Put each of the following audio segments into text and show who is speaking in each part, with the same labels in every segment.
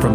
Speaker 1: from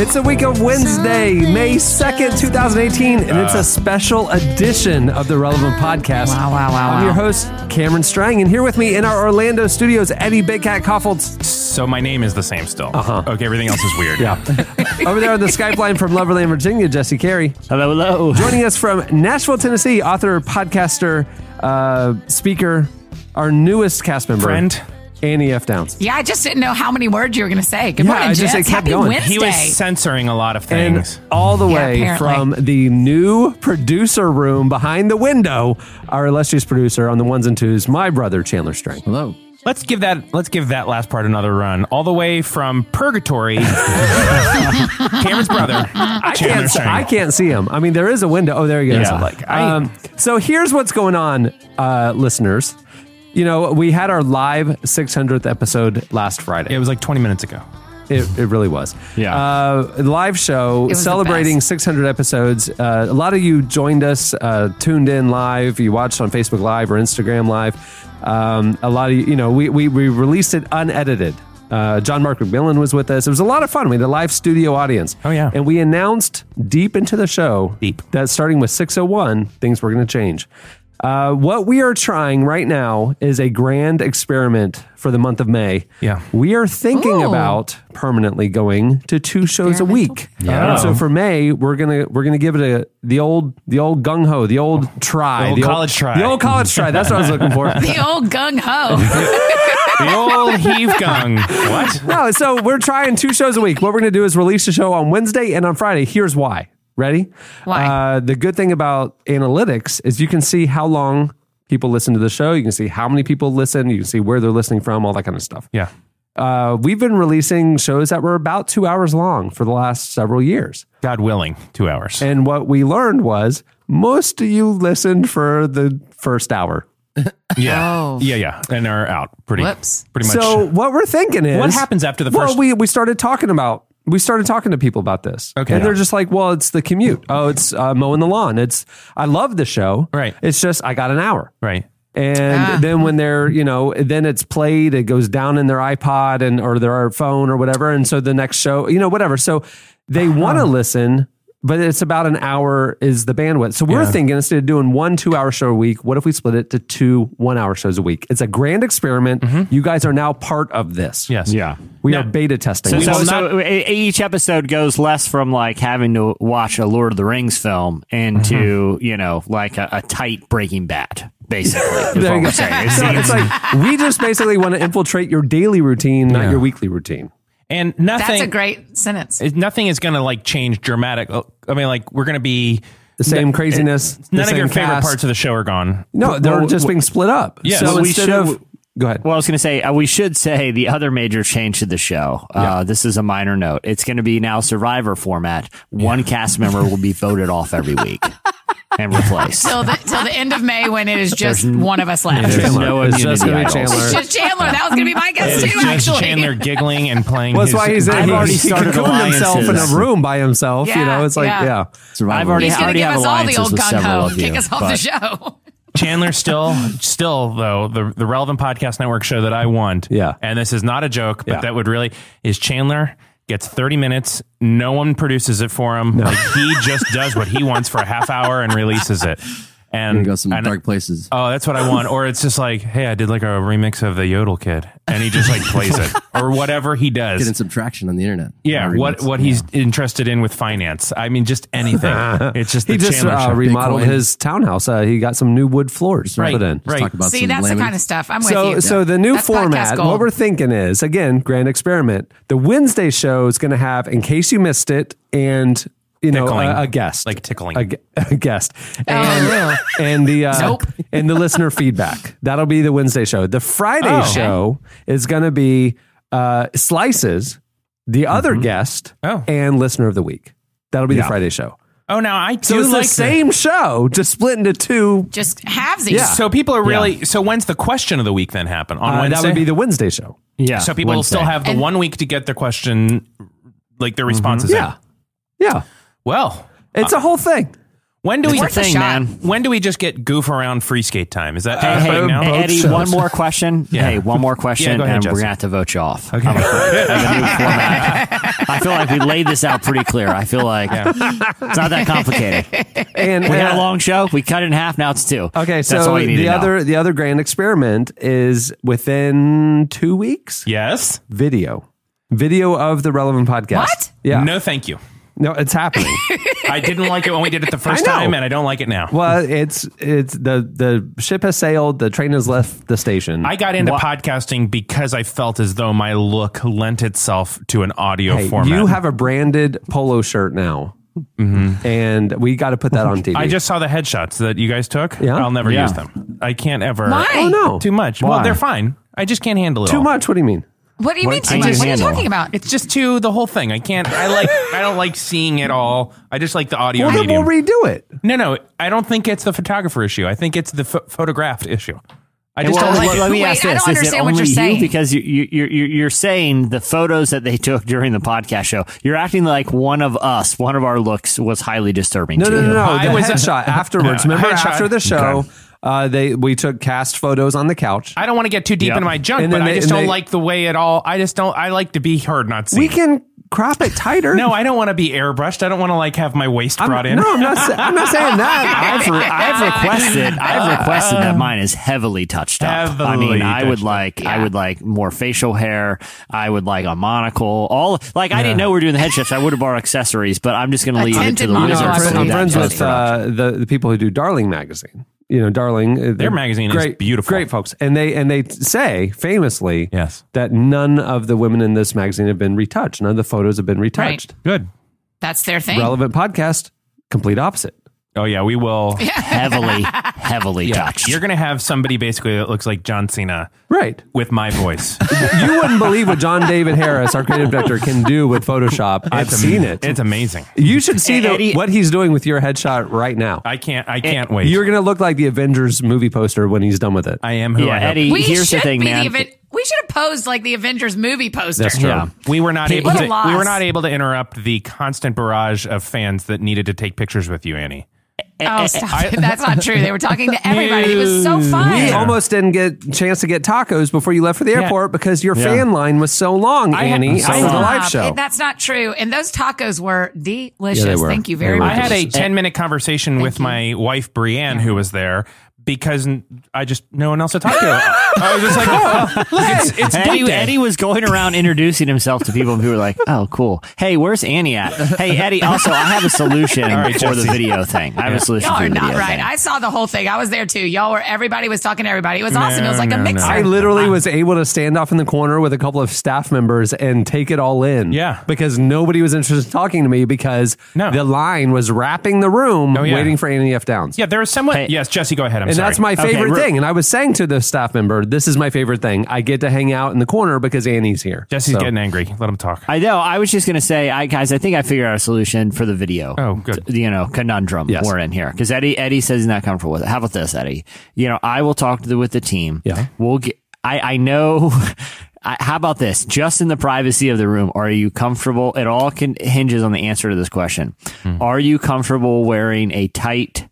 Speaker 2: It's a week of Wednesday, May 2nd, 2018, and
Speaker 3: Ah.
Speaker 2: it's a special edition of the Relevant Podcast.
Speaker 4: Wow, wow, wow,
Speaker 2: I'm
Speaker 4: wow.
Speaker 2: your host, Cameron Strang, and here with me in our Orlando studios, Eddie Big Cat Koffold.
Speaker 5: So my name is the same still. Uh-huh. Okay, everything else is weird.
Speaker 2: Yeah. Over there on the Skype line from Loverland, Virginia, Jesse Carey.
Speaker 3: Hello, hello.
Speaker 2: Joining us from Nashville, Tennessee, author, podcaster, uh, speaker, our newest cast member,
Speaker 5: Friend.
Speaker 2: Annie F. Downs.
Speaker 4: Yeah, I just didn't know how many words you were going to say. Good
Speaker 2: Yeah,
Speaker 4: morning,
Speaker 2: I just,
Speaker 4: gents.
Speaker 2: it kept
Speaker 4: Happy
Speaker 2: going.
Speaker 4: Wednesday.
Speaker 5: He was censoring a lot of things.
Speaker 2: And all the way
Speaker 4: apparently.
Speaker 2: from the new producer room behind the window, our illustrious producer on the ones and twos, my brother Chandler Strang.
Speaker 3: Hello.
Speaker 5: let's give that let's give that last part another run. All the way from purgatory. Cameron's brother.
Speaker 2: I
Speaker 5: Chandler
Speaker 2: can't,
Speaker 5: Strang.
Speaker 2: I can't see him. I mean, there is a window. Oh, there he goes.
Speaker 3: Yeah.
Speaker 2: Like, I- um, so here's what's going on, uh, listeners. You know, we had our live 600th episode last Friday.
Speaker 5: It was like 20 minutes ago.
Speaker 2: It, it really was.
Speaker 3: Yeah.
Speaker 2: Uh, live show
Speaker 4: was the
Speaker 2: celebrating
Speaker 4: best.
Speaker 2: 600 episodes. Uh, a lot of you joined us, uh, tuned in live. You watched on Facebook Live or Instagram Live. Um, a lot of you, you know, we, we, we released it unedited. Uh, John Mark McMillan was with us. It was a lot of fun. We had a live studio audience.
Speaker 5: Oh, yeah.
Speaker 2: And we announced deep into the show
Speaker 5: Deep.
Speaker 2: that starting with 601, things were going to change. Uh, what we are trying right now is a grand experiment for the month of May.
Speaker 5: Yeah.
Speaker 2: We are thinking
Speaker 4: Ooh.
Speaker 2: about permanently going to two shows a week.
Speaker 5: Yeah.
Speaker 2: And so for May, we're gonna we're gonna give it a the old the old gung ho, the old try,
Speaker 5: The old college try.
Speaker 2: the old college try. That's what I was looking for.
Speaker 4: the old gung ho.
Speaker 5: The old heave gung. What?
Speaker 2: no, so we're trying two shows a week. What we're going to do is release the show on Wednesday and on Friday. Here's why. Ready?
Speaker 4: Why?
Speaker 2: Uh, the good thing about analytics is you can see how long people listen to the show. You can see how many people listen. You can see where they're listening from, all that kind of stuff.
Speaker 5: Yeah.
Speaker 2: Uh, we've been releasing shows that were about two hours long for the last several years.
Speaker 5: God willing, two hours.
Speaker 2: And what we learned was most of you listened for the first hour.
Speaker 5: yeah.
Speaker 4: Oh.
Speaker 5: Yeah, yeah. And are out pretty
Speaker 4: Whoops.
Speaker 5: pretty much.
Speaker 2: So what we're thinking is
Speaker 5: What happens after the
Speaker 2: Well,
Speaker 5: first-
Speaker 2: we we started talking about we started talking to people about this.
Speaker 5: Okay.
Speaker 2: and they're
Speaker 5: Yeah.
Speaker 2: just like, well, it's the commute. Oh, it's uh, mowing the lawn. It's I love the show.
Speaker 5: Right.
Speaker 2: It's just I got an hour.
Speaker 5: right.
Speaker 2: And
Speaker 4: Ah.
Speaker 2: then when they're you know then it's played, it goes down in their iPod and or their phone or whatever, and so the next show you know whatever. So they want to listen. But it's about an hour is the bandwidth. So we're thinking instead of doing one two hour show a week, what if we split it to two one hour shows a week? It's a grand experiment. You guys are now part of this.
Speaker 5: Yes.
Speaker 3: Yeah.
Speaker 2: We
Speaker 5: No.
Speaker 2: are beta testing.
Speaker 3: So,
Speaker 2: this.
Speaker 3: so,
Speaker 5: will
Speaker 3: so e- each episode goes less from like having to watch a Lord of the Rings film into,
Speaker 4: Mm-hmm.
Speaker 3: you know, like a, a tight Breaking Bad, basically. is what
Speaker 2: There you go.
Speaker 3: we're saying. It
Speaker 2: So
Speaker 3: seems-
Speaker 2: it's like we just basically want to infiltrate your daily routine, not your weekly routine.
Speaker 5: And nothing
Speaker 4: That's a great sentence.
Speaker 5: it- nothing is going to like change dramatic. uh, I mean, like we're going to be
Speaker 2: The same craziness. the
Speaker 5: none of your
Speaker 2: same
Speaker 5: favorite
Speaker 2: cast.
Speaker 5: parts of the show are gone.
Speaker 2: No, they're
Speaker 3: Well,
Speaker 2: just being split up.
Speaker 5: Yeah,
Speaker 2: so
Speaker 5: well,
Speaker 3: we
Speaker 2: instead
Speaker 3: should-
Speaker 2: of go ahead.
Speaker 3: Well, I was going to say, uh, we should say the other major change to the show. Uh, this is a minor note. It's going to be now survivor format. One cast member will be voted off every week and replaced.
Speaker 4: Till the, till the end of May when it is just one of us left.
Speaker 3: There's no
Speaker 2: It's just
Speaker 3: immunity
Speaker 2: gonna be
Speaker 3: idols.
Speaker 2: Chandler.
Speaker 4: It's just Chandler. That was going to be my guess too,
Speaker 5: It's just
Speaker 4: actually.
Speaker 5: Chandler giggling and playing.
Speaker 2: Well, that's
Speaker 5: his,
Speaker 2: why he's in.
Speaker 3: I've
Speaker 2: he,
Speaker 3: already
Speaker 2: he
Speaker 3: started
Speaker 2: cocooned himself in a
Speaker 3: alliances.
Speaker 2: room by himself. you
Speaker 4: Yeah,
Speaker 2: know, it's like
Speaker 4: yeah.
Speaker 2: yeah.
Speaker 3: I've already,
Speaker 4: He's
Speaker 3: I
Speaker 4: going
Speaker 3: already
Speaker 4: to give
Speaker 3: have
Speaker 4: us all the
Speaker 3: alliances
Speaker 4: old
Speaker 3: with
Speaker 4: gung
Speaker 3: several
Speaker 4: ho.
Speaker 3: of you.
Speaker 4: Kick us off the
Speaker 3: but-
Speaker 4: show.
Speaker 5: Chandler still, still though the the relevant podcast network show that I want.
Speaker 2: Yeah.
Speaker 5: and this is not a joke, but
Speaker 2: Yeah.
Speaker 5: that would really is Chandler gets thirty minutes. No one produces it for him. Like he just does what he wants for a half hour and releases it. And
Speaker 6: We got some
Speaker 5: and-
Speaker 6: dark places.
Speaker 5: Oh, that's what I want. Or it's just like, hey, I did like a remix of the Yodel Kid, and he just like plays it or whatever he does.
Speaker 6: Getting subtraction on the internet.
Speaker 5: Yeah,
Speaker 6: Every
Speaker 5: what
Speaker 6: month.
Speaker 5: what he's interested in with finance. I mean, just anything. it's just the
Speaker 2: He just
Speaker 5: Chandler
Speaker 2: uh,
Speaker 5: show.
Speaker 2: remodeled
Speaker 6: Bitcoin.
Speaker 2: his townhouse. Uh, he got some new wood floors
Speaker 5: right,
Speaker 2: put in.
Speaker 6: Let's
Speaker 5: right.
Speaker 6: talk about
Speaker 4: See,
Speaker 6: some
Speaker 4: that's the
Speaker 6: lemon.
Speaker 4: kind of stuff. I'm
Speaker 2: So,
Speaker 4: with you.
Speaker 2: so the new
Speaker 4: That's podcast
Speaker 2: format, what
Speaker 4: gold.
Speaker 2: we're thinking is again, grand experiment. The Wednesday show is going to have, in case you missed it, and you know,
Speaker 5: Tickling.
Speaker 2: a, a guest,
Speaker 5: Like tickling.
Speaker 2: a, gu- a guest, and, and the uh,
Speaker 4: Nope.
Speaker 2: and the listener feedback. That'll be the Wednesday show. The Friday
Speaker 5: Oh.
Speaker 2: show is going to be uh, slices, the other guest,
Speaker 5: Oh.
Speaker 3: Mm-hmm.
Speaker 2: and listener of the week. That'll be the
Speaker 5: Yeah.
Speaker 2: Friday show.
Speaker 5: Oh, now I do
Speaker 2: So it's
Speaker 5: like
Speaker 2: the same show, just split into two.
Speaker 4: Just halvesies.
Speaker 2: Yeah.
Speaker 5: So people are really. So when's the question of the week then happen on
Speaker 2: Uh,
Speaker 5: Wednesday?
Speaker 2: that would be the Wednesday show.
Speaker 3: Yeah.
Speaker 5: so people will
Speaker 3: Wednesday.
Speaker 5: still have the
Speaker 4: And-
Speaker 5: one week to get their question, like their responses. In.
Speaker 2: Mm-hmm. Yeah, yeah.
Speaker 5: Well,
Speaker 2: It's a whole thing.
Speaker 5: when do
Speaker 4: It's
Speaker 5: we?
Speaker 4: worth a
Speaker 3: thing,
Speaker 4: shot.
Speaker 3: man.
Speaker 5: When do we just get goof around free skate time? Is that
Speaker 2: Uh,
Speaker 3: Hey,
Speaker 5: happening now?
Speaker 3: Eddie,
Speaker 2: shows.
Speaker 3: one more question. Hey, one more question,
Speaker 5: go ahead,
Speaker 3: and we're
Speaker 5: Jesse.
Speaker 3: gonna have to vote you off. Okay. I feel like we laid this out pretty clear. I feel like it's not that complicated.
Speaker 2: And
Speaker 3: We had a
Speaker 2: and-
Speaker 3: long show. We cut it in half. Now it's two.
Speaker 2: Okay,
Speaker 3: That's
Speaker 2: so
Speaker 3: all you need
Speaker 2: the
Speaker 3: to know.
Speaker 2: other the other grand experiment is within two weeks.
Speaker 5: Yes.
Speaker 2: Video, video of the relevant podcast.
Speaker 4: What?
Speaker 2: Yeah, no,
Speaker 5: No, thank you.
Speaker 2: it's happening.
Speaker 5: I didn't like it when we did it the first
Speaker 2: I know.
Speaker 5: time, and I don't like it now.
Speaker 2: well, it's it's the the ship has sailed. The train has left the station.
Speaker 5: I got into
Speaker 3: Wha-
Speaker 5: podcasting because I felt as though my look lent itself to an audio
Speaker 2: Hey,
Speaker 5: format.
Speaker 2: you have a branded polo shirt now, and we got to put that on TV.
Speaker 5: Mm-hmm. I just saw the headshots that you guys took.
Speaker 2: Yeah?
Speaker 5: I'll never
Speaker 3: Yeah.
Speaker 5: use them. I can't ever.
Speaker 4: Why?
Speaker 2: oh no,
Speaker 5: Too much.
Speaker 3: Why?
Speaker 5: Well, they're fine. I just can't handle it.
Speaker 2: too
Speaker 5: all.
Speaker 2: much. What do you mean?
Speaker 4: What do you mean
Speaker 3: I
Speaker 4: too much?
Speaker 3: just
Speaker 4: What are you
Speaker 3: handle.
Speaker 4: talking about?
Speaker 5: It's just too the whole thing. I can't. I like. I don't like seeing it all. I just like the audio
Speaker 2: Well, then
Speaker 5: medium.
Speaker 2: we'll redo it.
Speaker 5: no, no. I don't think it's the photographer issue. I think it's the pho- photographed issue. I just
Speaker 3: Well,
Speaker 5: don't
Speaker 3: let,
Speaker 5: like. it.
Speaker 3: let me
Speaker 4: Wait,
Speaker 3: ask
Speaker 4: I
Speaker 3: this:
Speaker 4: don't
Speaker 3: Is it
Speaker 4: understand what
Speaker 3: only
Speaker 4: you're
Speaker 3: you?
Speaker 4: saying.
Speaker 3: Because you, you, you're, you're you're saying the photos that they took during the podcast show. You're acting like one of us, one of our looks was highly disturbing.
Speaker 2: No,
Speaker 3: to
Speaker 2: no, no,
Speaker 3: you.
Speaker 2: no.
Speaker 5: I
Speaker 2: the
Speaker 5: was-
Speaker 2: headshot afterwards.
Speaker 5: Yeah,
Speaker 2: Remember
Speaker 5: headshot.
Speaker 2: after the show, uh, they we took cast photos on the couch.
Speaker 5: I don't want to get too deep
Speaker 3: Yeah.
Speaker 5: into my junk,
Speaker 2: And
Speaker 5: but
Speaker 2: then
Speaker 5: I
Speaker 2: they-
Speaker 5: just
Speaker 2: and
Speaker 5: don't
Speaker 2: they-
Speaker 5: like the way it all. I just don't. I like to be heard, not seen.
Speaker 2: we can crop it tighter.
Speaker 5: no, I don't want to be airbrushed. I don't want to like have my waist
Speaker 2: I'm,
Speaker 5: brought in.
Speaker 2: No, I'm not. sa- I'm not saying that.
Speaker 3: I've, re- I've requested. I've requested that mine is heavily touched up. I
Speaker 5: Um, Heavily
Speaker 3: mean, I would
Speaker 5: touched up.
Speaker 3: like. I would like more facial hair. I would like a monocle. All like I didn't know we were doing the headshots. I would have bought accessories, but I'm just going to
Speaker 4: A
Speaker 3: leave it to
Speaker 4: tinted
Speaker 3: the
Speaker 2: You know,
Speaker 4: monocle.
Speaker 3: wizards
Speaker 2: I'm,
Speaker 3: to do
Speaker 2: friends, I'm
Speaker 3: that
Speaker 2: friends
Speaker 3: to us.
Speaker 2: with uh, the the people who do Darling magazine. You know, Darling. uh, they're
Speaker 5: magazine is
Speaker 2: great,
Speaker 5: beautiful.
Speaker 2: Great folks, and they and they say famously,
Speaker 5: Yes.
Speaker 2: that none of the women in this magazine have been retouched. None of the photos have been retouched.
Speaker 5: Good.
Speaker 4: That's their thing.
Speaker 2: Relevant podcast, complete opposite.
Speaker 5: Oh yeah, we will.
Speaker 3: heavily, heavily touched.
Speaker 5: You're gonna have somebody basically that looks like John Cena
Speaker 2: Right.
Speaker 5: with my voice.
Speaker 2: You wouldn't believe what John David Harris, our creative director, can do with Photoshop. I've seen it.
Speaker 5: It's amazing.
Speaker 2: You should see the,
Speaker 3: Eddie-
Speaker 2: what he's doing with your headshot right now.
Speaker 5: I can't. I can't wait.
Speaker 2: You're going to look like the Avengers movie poster when he's done with it.
Speaker 5: I am who
Speaker 3: yeah,
Speaker 5: I am.
Speaker 3: Eddie.
Speaker 4: we
Speaker 3: here's the
Speaker 4: should
Speaker 3: thing,
Speaker 4: be
Speaker 3: man.
Speaker 4: the Aven- we should have posed like the Avengers movie poster.
Speaker 2: That's true.
Speaker 3: Yeah.
Speaker 5: We were not able
Speaker 4: what a
Speaker 5: to.
Speaker 4: loss.
Speaker 5: We were not able to interrupt the constant barrage of fans that needed to take pictures with you, Annie.
Speaker 4: Oh, stop it. That's not true. They were talking to everybody. It was so fun.
Speaker 2: We
Speaker 5: Yeah.
Speaker 2: almost didn't get a chance to get tacos before you left for the airport because your fan line was so long, Annie.
Speaker 5: so
Speaker 2: I was a
Speaker 5: long.
Speaker 2: live
Speaker 4: Stop.
Speaker 2: show.
Speaker 4: It- That's not true. And those tacos were delicious.
Speaker 2: Yeah, they were.
Speaker 4: Thank you
Speaker 2: They
Speaker 4: very
Speaker 2: were
Speaker 4: much.
Speaker 5: I had a ten minute conversation with my wife Brienne, who was there, because n- I just no one else to talk to. I was just like, oh, look, it's, it's date
Speaker 3: Eddie,
Speaker 5: day.
Speaker 3: Eddie was going around introducing himself to people, and people were like, "Oh, cool. Hey, where's Annie at? Hey, Eddie. Also, I have a solution
Speaker 5: right,
Speaker 3: for the
Speaker 5: Jesse.
Speaker 3: video thing. I have a solution
Speaker 4: Y'all
Speaker 3: for
Speaker 4: are
Speaker 3: the
Speaker 4: not
Speaker 3: video
Speaker 4: right.
Speaker 3: thing."
Speaker 4: I saw the whole thing. I was there too. Y'all were, everybody was talking to everybody. It was awesome. It was like
Speaker 5: no,
Speaker 4: a
Speaker 5: no.
Speaker 4: mixer.
Speaker 2: I literally was able to stand off in the corner with a couple of staff members and take it all in.
Speaker 5: Yeah.
Speaker 2: Because nobody was interested in talking to me because
Speaker 5: No.
Speaker 2: the line was wrapping the room
Speaker 5: Oh, yeah.
Speaker 2: waiting for Annie F. Downs.
Speaker 5: yeah, there was someone.
Speaker 3: Hey.
Speaker 5: yes, Jesse, go ahead. I'm
Speaker 2: And
Speaker 5: sorry.
Speaker 2: that's my
Speaker 3: Okay,
Speaker 2: favorite
Speaker 3: we're-
Speaker 2: thing. And I was saying to the staff member, this is my favorite thing. I get to hang out in the corner because Annie's here.
Speaker 5: Jesse's
Speaker 2: So-
Speaker 5: getting angry. Let him talk.
Speaker 3: I know. I was just gonna say, I guys, I think I figured out a solution for the video.
Speaker 5: Oh, good.
Speaker 3: t- You know, conundrum
Speaker 2: Yes.
Speaker 3: we're in here because Eddie Eddie says he's not comfortable with it. How about this, Eddie? You know, I will talk to the, with the team.
Speaker 2: Yeah.
Speaker 3: we'll get. I I know. I, how about this? Just in the privacy of the room, are you comfortable? It all can hinges on the answer to this question. Are you comfortable wearing a tight?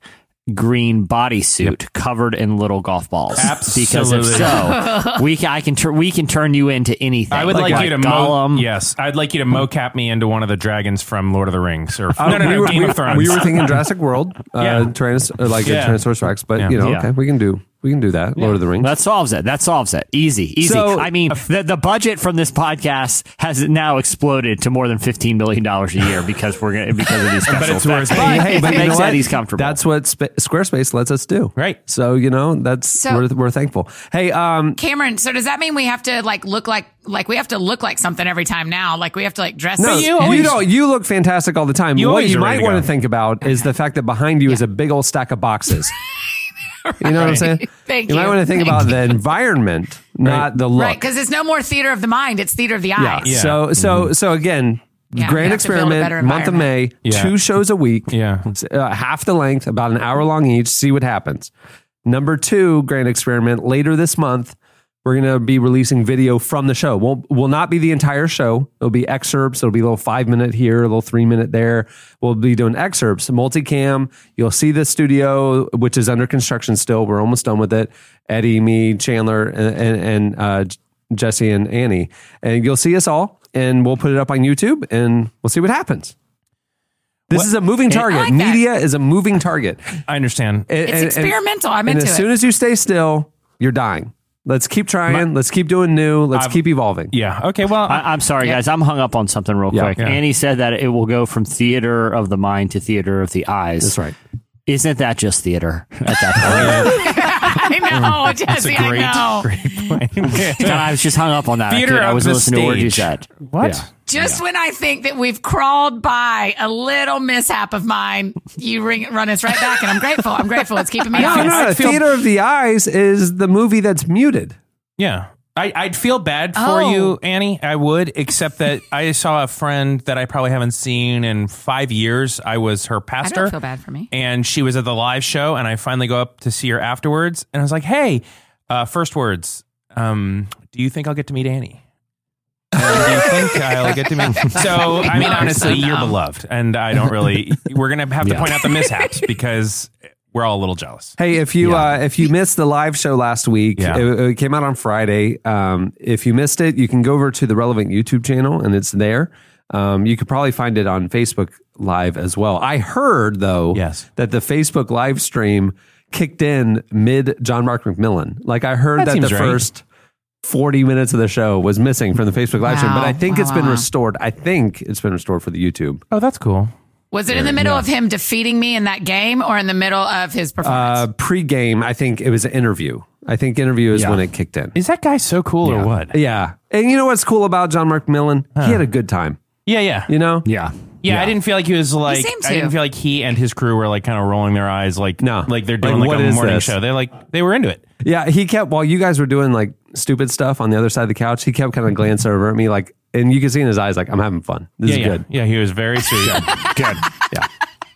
Speaker 3: Green bodysuit covered in little golf balls. Because if
Speaker 5: Absolutely.
Speaker 3: so, we can, I can tur- we can turn you into anything.
Speaker 5: I would like, you to
Speaker 3: Gollum.
Speaker 5: mo- yes, I'd like you to mocap me into one of the dragons from Lord of the Rings or no, no, no,
Speaker 2: we, were,
Speaker 5: Game
Speaker 2: we-
Speaker 5: of Thrones.
Speaker 2: we were thinking Jurassic World, uh,
Speaker 5: Yeah.
Speaker 2: Tyrannos- uh, like
Speaker 5: Yeah.
Speaker 2: yeah. Tyrannosaurus Rex, but
Speaker 5: Yeah.
Speaker 2: you know,
Speaker 3: Yeah.
Speaker 2: okay, we can do we can do that. Lord of the Rings.
Speaker 3: That solves it. That solves it. Easy, easy.
Speaker 2: So-
Speaker 3: I
Speaker 5: uh,
Speaker 3: mean, the, the budget from this podcast has now exploded to more than fifteen million dollars a year because we're gonna because of these special.
Speaker 5: but it's
Speaker 3: effects.
Speaker 5: worth it.
Speaker 3: But
Speaker 2: Hey,
Speaker 3: it
Speaker 2: but you know
Speaker 3: makes
Speaker 2: what?
Speaker 3: Eddie's comfortable.
Speaker 2: That's what Sp- Squarespace lets us do.
Speaker 5: Right.
Speaker 2: So you know that's
Speaker 4: So-
Speaker 2: we're, we're thankful. Hey, um,
Speaker 4: Cameron, so does that mean we have to like look like, like we have to look like something every time now? Like we have to like dress
Speaker 2: no,
Speaker 4: up?
Speaker 2: you, don't. You look fantastic all the time.
Speaker 5: You
Speaker 2: what
Speaker 5: always
Speaker 2: you
Speaker 5: are ready
Speaker 2: might
Speaker 5: to
Speaker 2: want to
Speaker 5: go.
Speaker 2: think about is the fact that behind you is a big old stack of boxes. You know what I'm saying?
Speaker 4: Thank
Speaker 2: might
Speaker 4: you.
Speaker 2: want to think
Speaker 4: Thank
Speaker 2: about
Speaker 4: you.
Speaker 2: the environment, not the look.
Speaker 4: Right. Cause it's no more theater of the mind. It's theater of the eye.
Speaker 2: So so so again,
Speaker 4: Yeah, we
Speaker 2: Great
Speaker 4: have to build a better
Speaker 2: experiment, month of
Speaker 4: environment.
Speaker 2: May,
Speaker 5: Yeah.
Speaker 2: two shows a week,
Speaker 5: Yeah.
Speaker 2: uh, half the length, about an hour long each, see what happens. Number two, grand experiment, later this month, we're going to be releasing video from the show. Won't, will not be the entire show. It'll be excerpts. It'll be a little five minute here, a little three minute there. We'll be doing excerpts, multicam. You'll see the studio, which is under construction still. We're almost done with it. Eddie, me, Chandler, and, and, and uh, J- Jesse and Annie. And you'll see us all, and we'll put it up on YouTube, and we'll see what happens. This is a moving target.
Speaker 4: like that.
Speaker 2: Media is a moving target.
Speaker 5: I understand.
Speaker 2: And-
Speaker 4: It's
Speaker 2: and- and-
Speaker 4: experimental. I'm
Speaker 2: and
Speaker 4: into
Speaker 2: as soon
Speaker 4: it.
Speaker 2: as you stay still, you're dying. Let's keep trying. let's keep doing new. Let's keep evolving.
Speaker 5: Yeah. Okay. Well, I,
Speaker 3: I, I'm sorry, guys. I'm hung up on something real
Speaker 2: Yeah.
Speaker 3: quick.
Speaker 5: Yeah.
Speaker 3: Annie said that it will go from theater of the mind to theater of the eyes.
Speaker 2: That's right.
Speaker 3: Isn't that just theater at that point?
Speaker 4: I know,
Speaker 5: that's
Speaker 4: Jesse.
Speaker 5: a great,
Speaker 4: I know.
Speaker 5: great point.
Speaker 3: God, I was just hung up on that. I
Speaker 5: Theater
Speaker 3: couldn't- I,
Speaker 5: of
Speaker 3: wasn't
Speaker 5: the
Speaker 3: listening to a word you
Speaker 5: stage.
Speaker 3: said.
Speaker 5: What?
Speaker 2: Yeah.
Speaker 4: Just when I think that we've crawled by a little mishap of mine, you ring, run us right back, and I'm grateful. I'm grateful. It's keeping me
Speaker 2: No,
Speaker 4: honest.
Speaker 2: no, no.
Speaker 4: I feel-
Speaker 2: Theater of the Eyes is the movie that's muted.
Speaker 5: Yeah. I, I'd feel bad for
Speaker 4: Oh.
Speaker 5: you, Annie. I would, except that I saw a friend that I probably haven't seen in five years. I was her
Speaker 4: I
Speaker 5: pastor.
Speaker 4: don't feel bad for me.
Speaker 5: And she was at the live show, and I finally go up to see her afterwards. And I was like, hey, uh, first words, um, do you think I'll get to meet Annie? And do you think I'll get to meet? So, I mean, honestly, you're beloved. And I don't really, we're going to have to point out the mishaps because we're all a little jealous.
Speaker 2: Hey, if you uh, if you missed the live show last week,
Speaker 5: Yeah.
Speaker 2: it, it came out on Friday. Um, if you missed it, you can go over to the relevant YouTube channel, and it's there. Um, you could probably find it on Facebook Live as well. I heard though,
Speaker 5: Yes.
Speaker 2: that the Facebook live stream kicked in mid John Mark McMillan. Like I heard
Speaker 5: That
Speaker 2: that,
Speaker 5: seems
Speaker 2: the
Speaker 5: right.
Speaker 2: first. 40 minutes of the show was missing from the Facebook live stream, but
Speaker 4: Wow.
Speaker 2: I think
Speaker 4: Wow,
Speaker 2: it's
Speaker 4: wow,
Speaker 2: been
Speaker 4: wow.
Speaker 2: restored. I think it's been restored for the YouTube.
Speaker 5: Oh, that's cool.
Speaker 4: Was it in the middle of him defeating me in that game, or in the middle of his performance?
Speaker 2: Uh, Pre game, I think it was an interview. I think interview is when it kicked in.
Speaker 5: Is that guy so cool or what?
Speaker 2: Yeah. And you know what's cool about John Mark Millen? He had a good time.
Speaker 5: Yeah, yeah.
Speaker 2: You know?
Speaker 3: Yeah.
Speaker 5: Yeah, I didn't feel like he was like.
Speaker 4: seemed
Speaker 5: I didn't
Speaker 4: to.
Speaker 5: feel like he and his crew were like kind of rolling their eyes, like
Speaker 2: No.
Speaker 5: like they're
Speaker 2: Like,
Speaker 5: doing like,
Speaker 2: what
Speaker 5: a
Speaker 2: is
Speaker 5: morning
Speaker 2: this?
Speaker 5: show. They're like they were into it.
Speaker 2: Yeah. He kept, while you guys were doing like stupid stuff on the other side of the couch, he kept kind of glancing over at me like, and you can see in his eyes, like, I'm having fun. This
Speaker 5: yeah,
Speaker 2: is
Speaker 5: yeah,
Speaker 2: good.
Speaker 5: yeah. He was very sweet. good.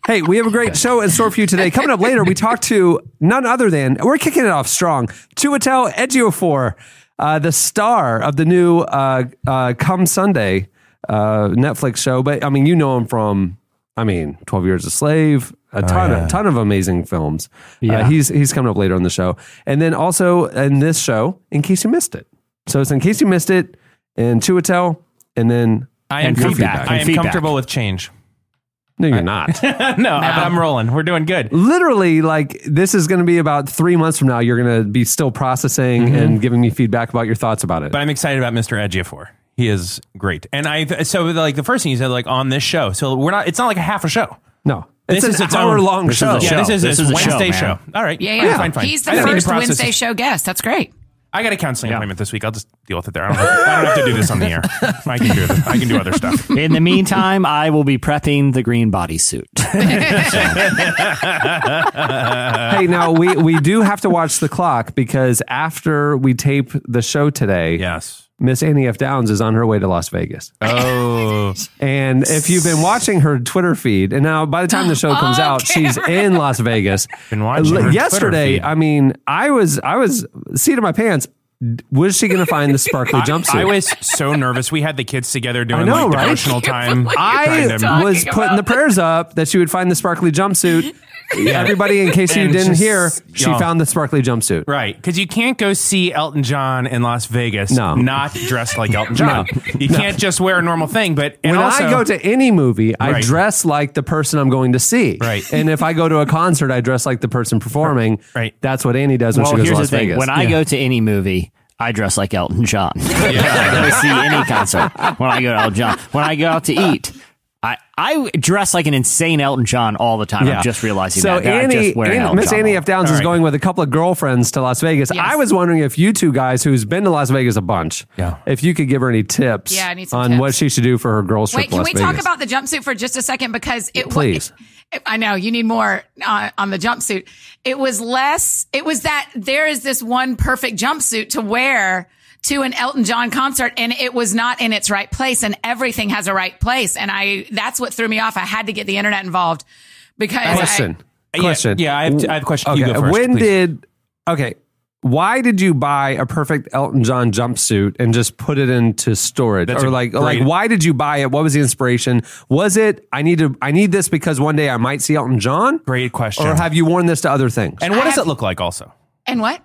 Speaker 2: Hey, we have a great show in store for you today. Coming up later, we talk to none other than, we're kicking it off strong, Tuatel Ejiofor, uh, the star of the new uh, uh, Come Sunday uh, Netflix show. But I mean, you know him from, I mean, 12 Years a Slave, a ton, of, ton of amazing films. Yeah. he's, he's coming up later on the show. And then also in this show, in case you missed it. So it's in case you missed it, and Tuatel, and then,
Speaker 5: I am
Speaker 3: And
Speaker 5: comfortable.
Speaker 3: feedback.
Speaker 5: I am
Speaker 3: And feedback.
Speaker 5: comfortable with change.
Speaker 2: no, you're not.
Speaker 5: no, but I'm rolling. We're doing good.
Speaker 2: literally like this is going to be about three months from now you're going to be still processing and giving me feedback about your thoughts about it
Speaker 5: Mm-hmm. But I'm excited about Mr. Edgefor. He is great. And I so like the first thing you said like on this show. So we're not. It's not like a half a show.
Speaker 2: no it's
Speaker 5: this
Speaker 2: an
Speaker 5: is its
Speaker 2: hour
Speaker 5: own-
Speaker 2: long
Speaker 3: This is
Speaker 2: show
Speaker 3: a
Speaker 5: Yeah,
Speaker 3: show.
Speaker 5: this is
Speaker 3: This
Speaker 5: a
Speaker 3: is a show,
Speaker 5: Wednesday
Speaker 3: man.
Speaker 5: show, All right.
Speaker 4: yeah, yeah.
Speaker 5: Fine, fine.
Speaker 4: He's
Speaker 5: I
Speaker 4: the
Speaker 5: don't need to
Speaker 4: first
Speaker 5: process
Speaker 4: Wednesday
Speaker 5: this.
Speaker 4: show guest. That's great.
Speaker 5: I got a counseling appointment this week. I'll just deal with it there. I don't have, I don't have to do this on the air. I can do. This. I can do other stuff.
Speaker 3: In the meantime, I will be prepping the green bodysuit.
Speaker 2: hey now we, we do have to watch the clock because after we tape the show today
Speaker 5: Yes.
Speaker 2: miss annie f downs is on her way to las vegas
Speaker 5: Oh.
Speaker 2: and if you've been watching her twitter feed and now by the time the show comes out she's in las vegas
Speaker 5: Oh, Been watching her Twitter
Speaker 2: yesterday
Speaker 5: feed.
Speaker 2: i mean i was i was seat of my pants was she going to find the sparkly jumpsuit
Speaker 5: I was so nervous. We had the kids together doing
Speaker 2: know,
Speaker 5: like
Speaker 2: right?
Speaker 5: devotional time.
Speaker 2: I
Speaker 5: Kind of-
Speaker 2: was
Speaker 4: talking
Speaker 2: putting the
Speaker 4: about?
Speaker 2: prayers up that she would find the sparkly jumpsuit. Everybody, in case you
Speaker 5: And
Speaker 2: didn't
Speaker 5: just-
Speaker 2: hear, she
Speaker 5: y'all.
Speaker 2: found the sparkly jumpsuit.
Speaker 5: right because you can't go see Elton John in Las Vegas
Speaker 2: No.
Speaker 5: not dressed like Elton John. You can't just wear a normal thing. But and
Speaker 2: When
Speaker 5: also,
Speaker 2: I go to any movie, I
Speaker 5: Right.
Speaker 2: dress like the person I'm going to see.
Speaker 5: Right.
Speaker 2: And if I go to a concert, I dress like the person performing.
Speaker 5: Right.
Speaker 2: That's what Annie does when
Speaker 3: well,
Speaker 2: she goes
Speaker 3: here's the
Speaker 2: to Las
Speaker 3: thing.
Speaker 2: Vegas.
Speaker 3: When I go to any movie, I dress like Elton John. I go see any concert when I go to Elton John. When I go out to
Speaker 2: Uh,
Speaker 3: eat, I, I dress like an insane Elton John all the time. I'm just realizing
Speaker 2: so
Speaker 3: that. that I'm
Speaker 2: Annie,
Speaker 3: just wearing
Speaker 2: Annie-
Speaker 3: Elton
Speaker 2: Miss
Speaker 3: John
Speaker 2: Annie
Speaker 3: all
Speaker 2: F. Downs
Speaker 5: All
Speaker 2: is
Speaker 5: right.
Speaker 2: going with a couple of girlfriends to Las Vegas.
Speaker 4: Yes.
Speaker 2: I was wondering if you two guys, who's been to Las Vegas a bunch,
Speaker 5: Yeah.
Speaker 2: if you could give her any tips
Speaker 4: Yeah, I need some
Speaker 2: on
Speaker 4: tips.
Speaker 2: what she should do for her girls trip
Speaker 4: Wait,
Speaker 2: to
Speaker 4: can
Speaker 2: Las
Speaker 4: we
Speaker 2: Vegas.
Speaker 4: talk about the jumpsuit for just a second? Because it wa-
Speaker 2: Please.
Speaker 4: it- I know you need more uh, on the jumpsuit. It was less. It was that there is this one perfect jumpsuit to wear to an Elton John concert and it was not in its right place and everything has a right place. And I, that's what threw me off. I had to get the internet involved because I-
Speaker 2: Question.
Speaker 5: Yeah,
Speaker 2: question.
Speaker 5: yeah, I have- I have a question. You go first,
Speaker 2: When
Speaker 5: please.
Speaker 2: did okay? Why did you buy a perfect Elton John jumpsuit and just put it into storage,
Speaker 5: That's
Speaker 2: or
Speaker 5: a
Speaker 2: like
Speaker 5: great-
Speaker 2: like why did you buy it? What was the inspiration? Was it I need to I need this because one day I might see Elton John?
Speaker 5: Great question.
Speaker 2: Or have you worn this to other things?
Speaker 5: and what
Speaker 4: I
Speaker 5: does
Speaker 4: have-
Speaker 5: it look like also?
Speaker 4: and what?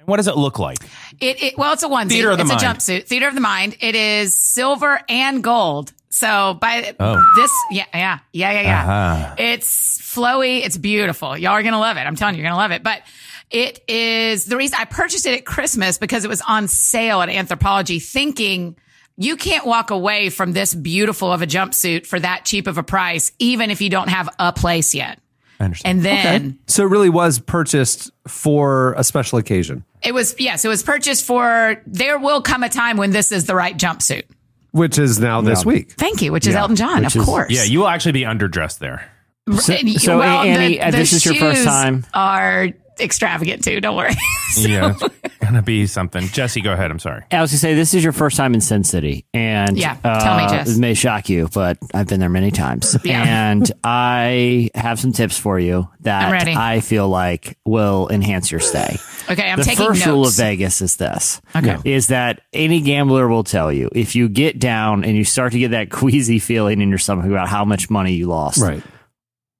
Speaker 5: And what does it look like?
Speaker 4: It, it well, it's a onesie.
Speaker 5: Theater of the
Speaker 4: it's a
Speaker 5: mind.
Speaker 4: jumpsuit. Theater of the mind. It is silver and gold. So by
Speaker 5: Oh.
Speaker 4: this, yeah, yeah, yeah, yeah, yeah.
Speaker 5: Uh-huh.
Speaker 4: It's flowy. It's beautiful. Y'all are gonna love it. I'm telling you, you're gonna love it. But it is the reason I purchased it at Christmas because it was on sale at Anthropology, thinking you can't walk away from this beautiful of a jumpsuit for that cheap of a price, even if you don't have a place yet.
Speaker 5: I understand.
Speaker 4: And then.
Speaker 2: so it really was purchased for a special occasion,
Speaker 4: It was yes, it was purchased for there will come a time when this is the right jumpsuit.
Speaker 2: which is now this week.
Speaker 4: Thank you, which is Elton John, of
Speaker 3: which is-
Speaker 4: course.
Speaker 5: yeah, you will actually be underdressed there.
Speaker 3: So, so, Annie, uh, this is your first
Speaker 4: shoes
Speaker 3: time.
Speaker 4: Are extravagant too. Don't worry.
Speaker 5: Yeah, it's gonna be something. Jesse, go ahead. I'm sorry.
Speaker 3: I was gonna say this is your first time in Sin City, and
Speaker 4: Yeah, tell me,
Speaker 3: uh,
Speaker 4: Jess.
Speaker 3: It may shock you, but I've been there many times,
Speaker 4: Yeah.
Speaker 3: and I have some tips for you
Speaker 4: I'm
Speaker 3: that
Speaker 4: ready. Oh,
Speaker 3: I feel like will enhance your stay.
Speaker 4: okay, I'm
Speaker 3: the
Speaker 4: taking
Speaker 3: first
Speaker 4: notes.
Speaker 3: rule of Vegas is this:
Speaker 4: Okay.
Speaker 3: is that any gambler will tell you if you get down and you start to get that queasy feeling in your stomach about how much money you lost,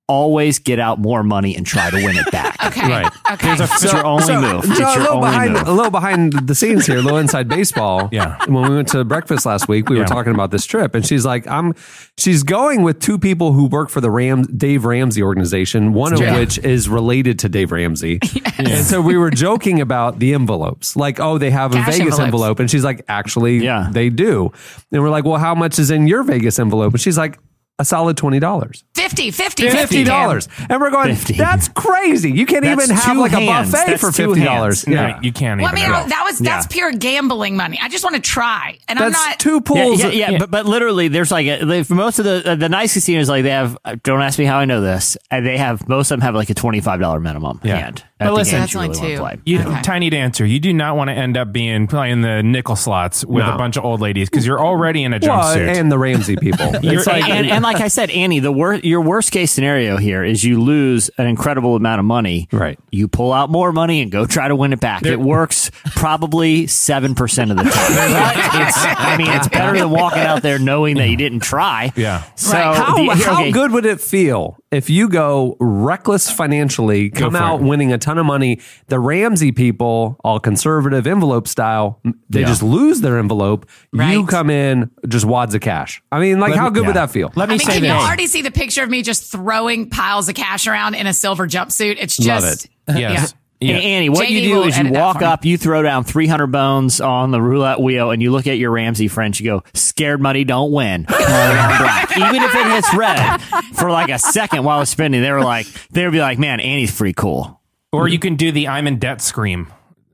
Speaker 3: Always get out more money and try to win it back.
Speaker 4: okay.
Speaker 5: Right.
Speaker 4: Okay.
Speaker 3: There's a- it's your only move. It's
Speaker 2: So a
Speaker 3: your
Speaker 2: little
Speaker 3: only
Speaker 2: behind,
Speaker 3: move.
Speaker 2: a little behind the scenes here, a little inside baseball.
Speaker 5: Yeah.
Speaker 2: When we went to breakfast last week, we were
Speaker 5: Yeah.
Speaker 2: talking about this trip, and she's like, "I'm." She's going with two people who work for the Ram Dave Ramsey organization, one of
Speaker 4: Yeah.
Speaker 2: which is related to Dave Ramsey. And so we were joking about the envelopes, like, "Oh, they have a
Speaker 4: Cash
Speaker 2: Vegas
Speaker 4: envelopes.
Speaker 2: envelope," and she's like, "Actually,
Speaker 3: Yeah.
Speaker 2: they do." And we're like, "Well, how much is in your Vegas envelope?" And she's like, "A solid twenty dollars."
Speaker 4: 50, 50, 50
Speaker 2: fifty dollars, and we're going.
Speaker 3: 50.
Speaker 2: That's crazy. You can't
Speaker 3: That's
Speaker 2: even have
Speaker 3: two
Speaker 2: like
Speaker 3: hands.
Speaker 2: a buffet
Speaker 3: That's
Speaker 2: for
Speaker 3: two
Speaker 2: fifty dollars.
Speaker 3: hands.
Speaker 2: Yeah,
Speaker 5: Right, you can't.
Speaker 4: Well, I
Speaker 5: even
Speaker 4: mean,
Speaker 5: go.
Speaker 4: I- that was that's pure gambling money. I just want to try, and I'm
Speaker 2: that's
Speaker 4: not.
Speaker 2: two
Speaker 3: Yeah,
Speaker 2: pools.
Speaker 3: yeah, yeah, But, but literally, there's like a, they, for most of the uh, the nice casinos, like they have. uh, Don't ask me how I know this. And they have most of them have like a twenty five dollar minimum
Speaker 5: Yeah.
Speaker 3: hand.
Speaker 5: But
Speaker 3: at the
Speaker 5: listen-
Speaker 3: games
Speaker 4: That's
Speaker 3: you
Speaker 4: only
Speaker 3: really wanna play.
Speaker 4: two.
Speaker 5: You,
Speaker 4: Okay.
Speaker 5: Tiny dancer, you do not want to end up being playing the nickel slots with
Speaker 2: No.
Speaker 5: a bunch of old ladies because you're already in a
Speaker 2: Well,
Speaker 5: jumpsuit.
Speaker 2: and the Ramsey people.
Speaker 5: You're-
Speaker 3: It's like, and, and like I said, Annie, the wor- your worst case scenario here is you lose an incredible amount of money.
Speaker 2: Right.
Speaker 3: You pull out more money and go try to win it back. it works probably seven percent of the time. It's- I mean, it's better than walking out there knowing that you didn't try.
Speaker 5: Yeah.
Speaker 3: So
Speaker 4: Right.
Speaker 2: how
Speaker 3: the-
Speaker 2: how
Speaker 3: okay.
Speaker 2: good would it feel if you go reckless financially, come
Speaker 5: for
Speaker 2: out
Speaker 5: it.
Speaker 2: winning a ton of money? The Ramsey people, all conservative envelope style, m- they
Speaker 5: Yeah.
Speaker 2: just lose their envelope. You
Speaker 4: Right.
Speaker 2: come in just wads of cash. I mean, like,
Speaker 5: Let
Speaker 2: how
Speaker 5: me-
Speaker 2: good would
Speaker 5: yeah.
Speaker 2: that feel?
Speaker 5: Let
Speaker 4: I
Speaker 5: me
Speaker 4: mean,
Speaker 5: say
Speaker 4: can
Speaker 5: this.
Speaker 4: you already see the picture of me just throwing piles of cash around in a silver jumpsuit? It's
Speaker 2: Love
Speaker 4: just
Speaker 5: yes.
Speaker 3: And
Speaker 5: Yeah.
Speaker 3: Annie, what
Speaker 4: JD
Speaker 3: you do
Speaker 4: will
Speaker 3: is you
Speaker 4: edit that
Speaker 3: walk
Speaker 4: for me.
Speaker 3: up, you throw down 300 bones on the roulette wheel, and you look at your Ramsey friend. You go, scared money don't win. Throw it on black. Even if it hits red for like a second while it's spinning, they were like, they would be like, man, Annie's pretty cool.
Speaker 5: Or
Speaker 2: Mm-hmm.
Speaker 5: you can do the I'm in debt scream.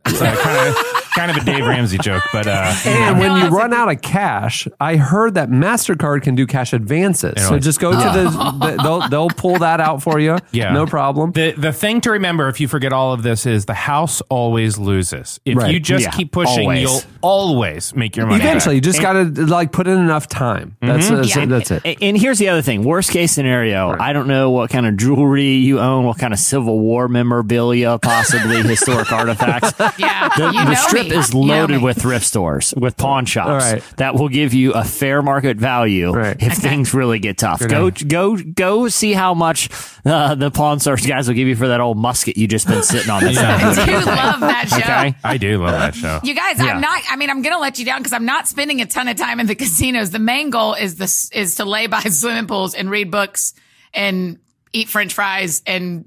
Speaker 5: It's uh, kind, of, kind of a Dave Ramsey joke, but uh,
Speaker 2: And when
Speaker 4: No,
Speaker 2: you
Speaker 4: that's a
Speaker 2: run out of cash, I heard that Mastercard can do cash advances. So
Speaker 5: like-
Speaker 2: just go to the, the they'll they'll pull that out for you.
Speaker 5: Yeah.
Speaker 2: no problem.
Speaker 5: the, the thing to remember if you forget all of this is the house always loses. If
Speaker 2: Right.
Speaker 5: you just
Speaker 3: Yeah,
Speaker 5: keep pushing,
Speaker 3: always.
Speaker 5: you'll always make your money.
Speaker 2: Eventually,
Speaker 5: back.
Speaker 2: you just got to like put in enough time.
Speaker 5: Mm-hmm.
Speaker 2: That's that's,
Speaker 4: Yeah.
Speaker 2: that's it.
Speaker 3: A- And here's the other thing worst case scenario, I don't know what kind of jewelry you own, what kind of Civil War memorabilia, possibly historic artifacts.
Speaker 4: yeah.
Speaker 3: The,
Speaker 4: you
Speaker 3: the
Speaker 4: know
Speaker 3: strip
Speaker 4: me.
Speaker 3: is
Speaker 4: You know
Speaker 3: loaded
Speaker 4: me.
Speaker 3: with thrift stores, with pawn shops
Speaker 2: All right.
Speaker 3: that will give you a fair market value
Speaker 2: Right.
Speaker 3: if things really get tough. Go, go, go! See how much uh, the pawn stores guys will give you for that old musket you just been sitting on. This
Speaker 5: Yeah.
Speaker 4: I do love that show.
Speaker 5: I do love that show.
Speaker 4: You guys, I'm not. I mean, I'm gonna let you down because I'm not spending a ton of time in the casinos. The main goal is this is to lay by swimming pools and read books and eat French fries and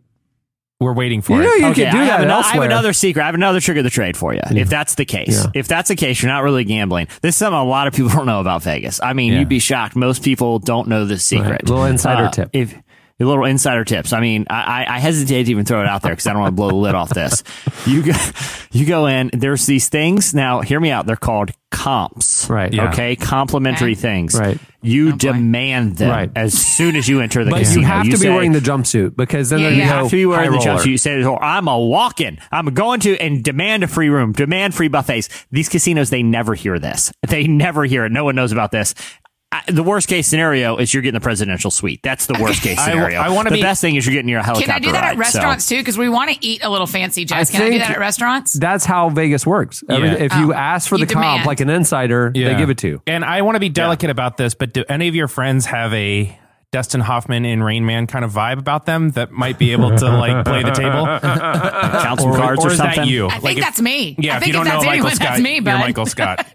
Speaker 5: We're waiting for
Speaker 2: You know
Speaker 5: it.
Speaker 2: you
Speaker 3: Okay,
Speaker 2: could do
Speaker 3: I
Speaker 2: that
Speaker 3: have, ano- I have
Speaker 2: elsewhere.
Speaker 3: another secret. I have another trick of the trade for you. If that's the case, if that's the case, you're not really gambling. This is something a lot of people don't know about Vegas. I mean,
Speaker 5: Yeah.
Speaker 3: you'd be shocked. Most people don't know this secret. Uh,
Speaker 2: Little insider tip.
Speaker 3: If the little insider tips. I mean, I, I- I hesitate to even throw it out there because I don't want to blow the lid off this. You go, you go in. There's these things. Now, hear me out. They're called comps.
Speaker 2: Right.
Speaker 5: Yeah.
Speaker 3: Okay. Complimentary
Speaker 4: Okay. Oh,
Speaker 3: things.
Speaker 2: Right.
Speaker 3: You
Speaker 4: boy.
Speaker 3: demand them
Speaker 2: Right.
Speaker 3: as soon as you enter the
Speaker 2: But
Speaker 3: casino.
Speaker 2: you have to be
Speaker 3: say,
Speaker 2: wearing the jumpsuit because then
Speaker 4: Yeah,
Speaker 2: there
Speaker 4: you
Speaker 2: you
Speaker 4: have
Speaker 5: Oh,
Speaker 2: go.
Speaker 3: if you were
Speaker 2: high
Speaker 3: in the
Speaker 2: roller.
Speaker 3: jumpsuit, you say to the whore, I'm a walking. I'm going to and demand a free room, demand free buffets. These casinos, they never hear this. They never hear it. No one knows about this. I, the worst case scenario is you're getting the presidential suite. That's the worst case
Speaker 5: I-
Speaker 3: scenario.
Speaker 5: I wanna
Speaker 3: the
Speaker 5: be-
Speaker 3: best thing is you're getting your helicopter.
Speaker 4: Can I do that
Speaker 3: ride,
Speaker 4: at
Speaker 3: so-
Speaker 4: restaurants too? Because we want to eat a little fancy, Jess. Can I do
Speaker 2: think-
Speaker 4: that at restaurants?
Speaker 2: That's how Vegas works. I
Speaker 5: Yeah.
Speaker 2: mean, if you
Speaker 4: Oh.
Speaker 2: ask for
Speaker 4: You
Speaker 2: the
Speaker 4: demand.
Speaker 2: comp like an insider,
Speaker 5: Yeah.
Speaker 2: they give it to you.
Speaker 5: And I want to be delicate about this, but do any of your friends have a Dustin Hoffman in Rain Man kind of vibe about them that might be able to like play the table?
Speaker 3: count some cards or,
Speaker 5: is
Speaker 3: something.
Speaker 5: that you?
Speaker 4: I think that's me.
Speaker 5: Yeah,
Speaker 4: I
Speaker 5: if
Speaker 4: think
Speaker 5: you don't
Speaker 4: if that's
Speaker 5: know
Speaker 4: anyone,
Speaker 5: Michael Scott,
Speaker 4: that's me,
Speaker 5: you're
Speaker 4: bud.
Speaker 5: Michael Scott.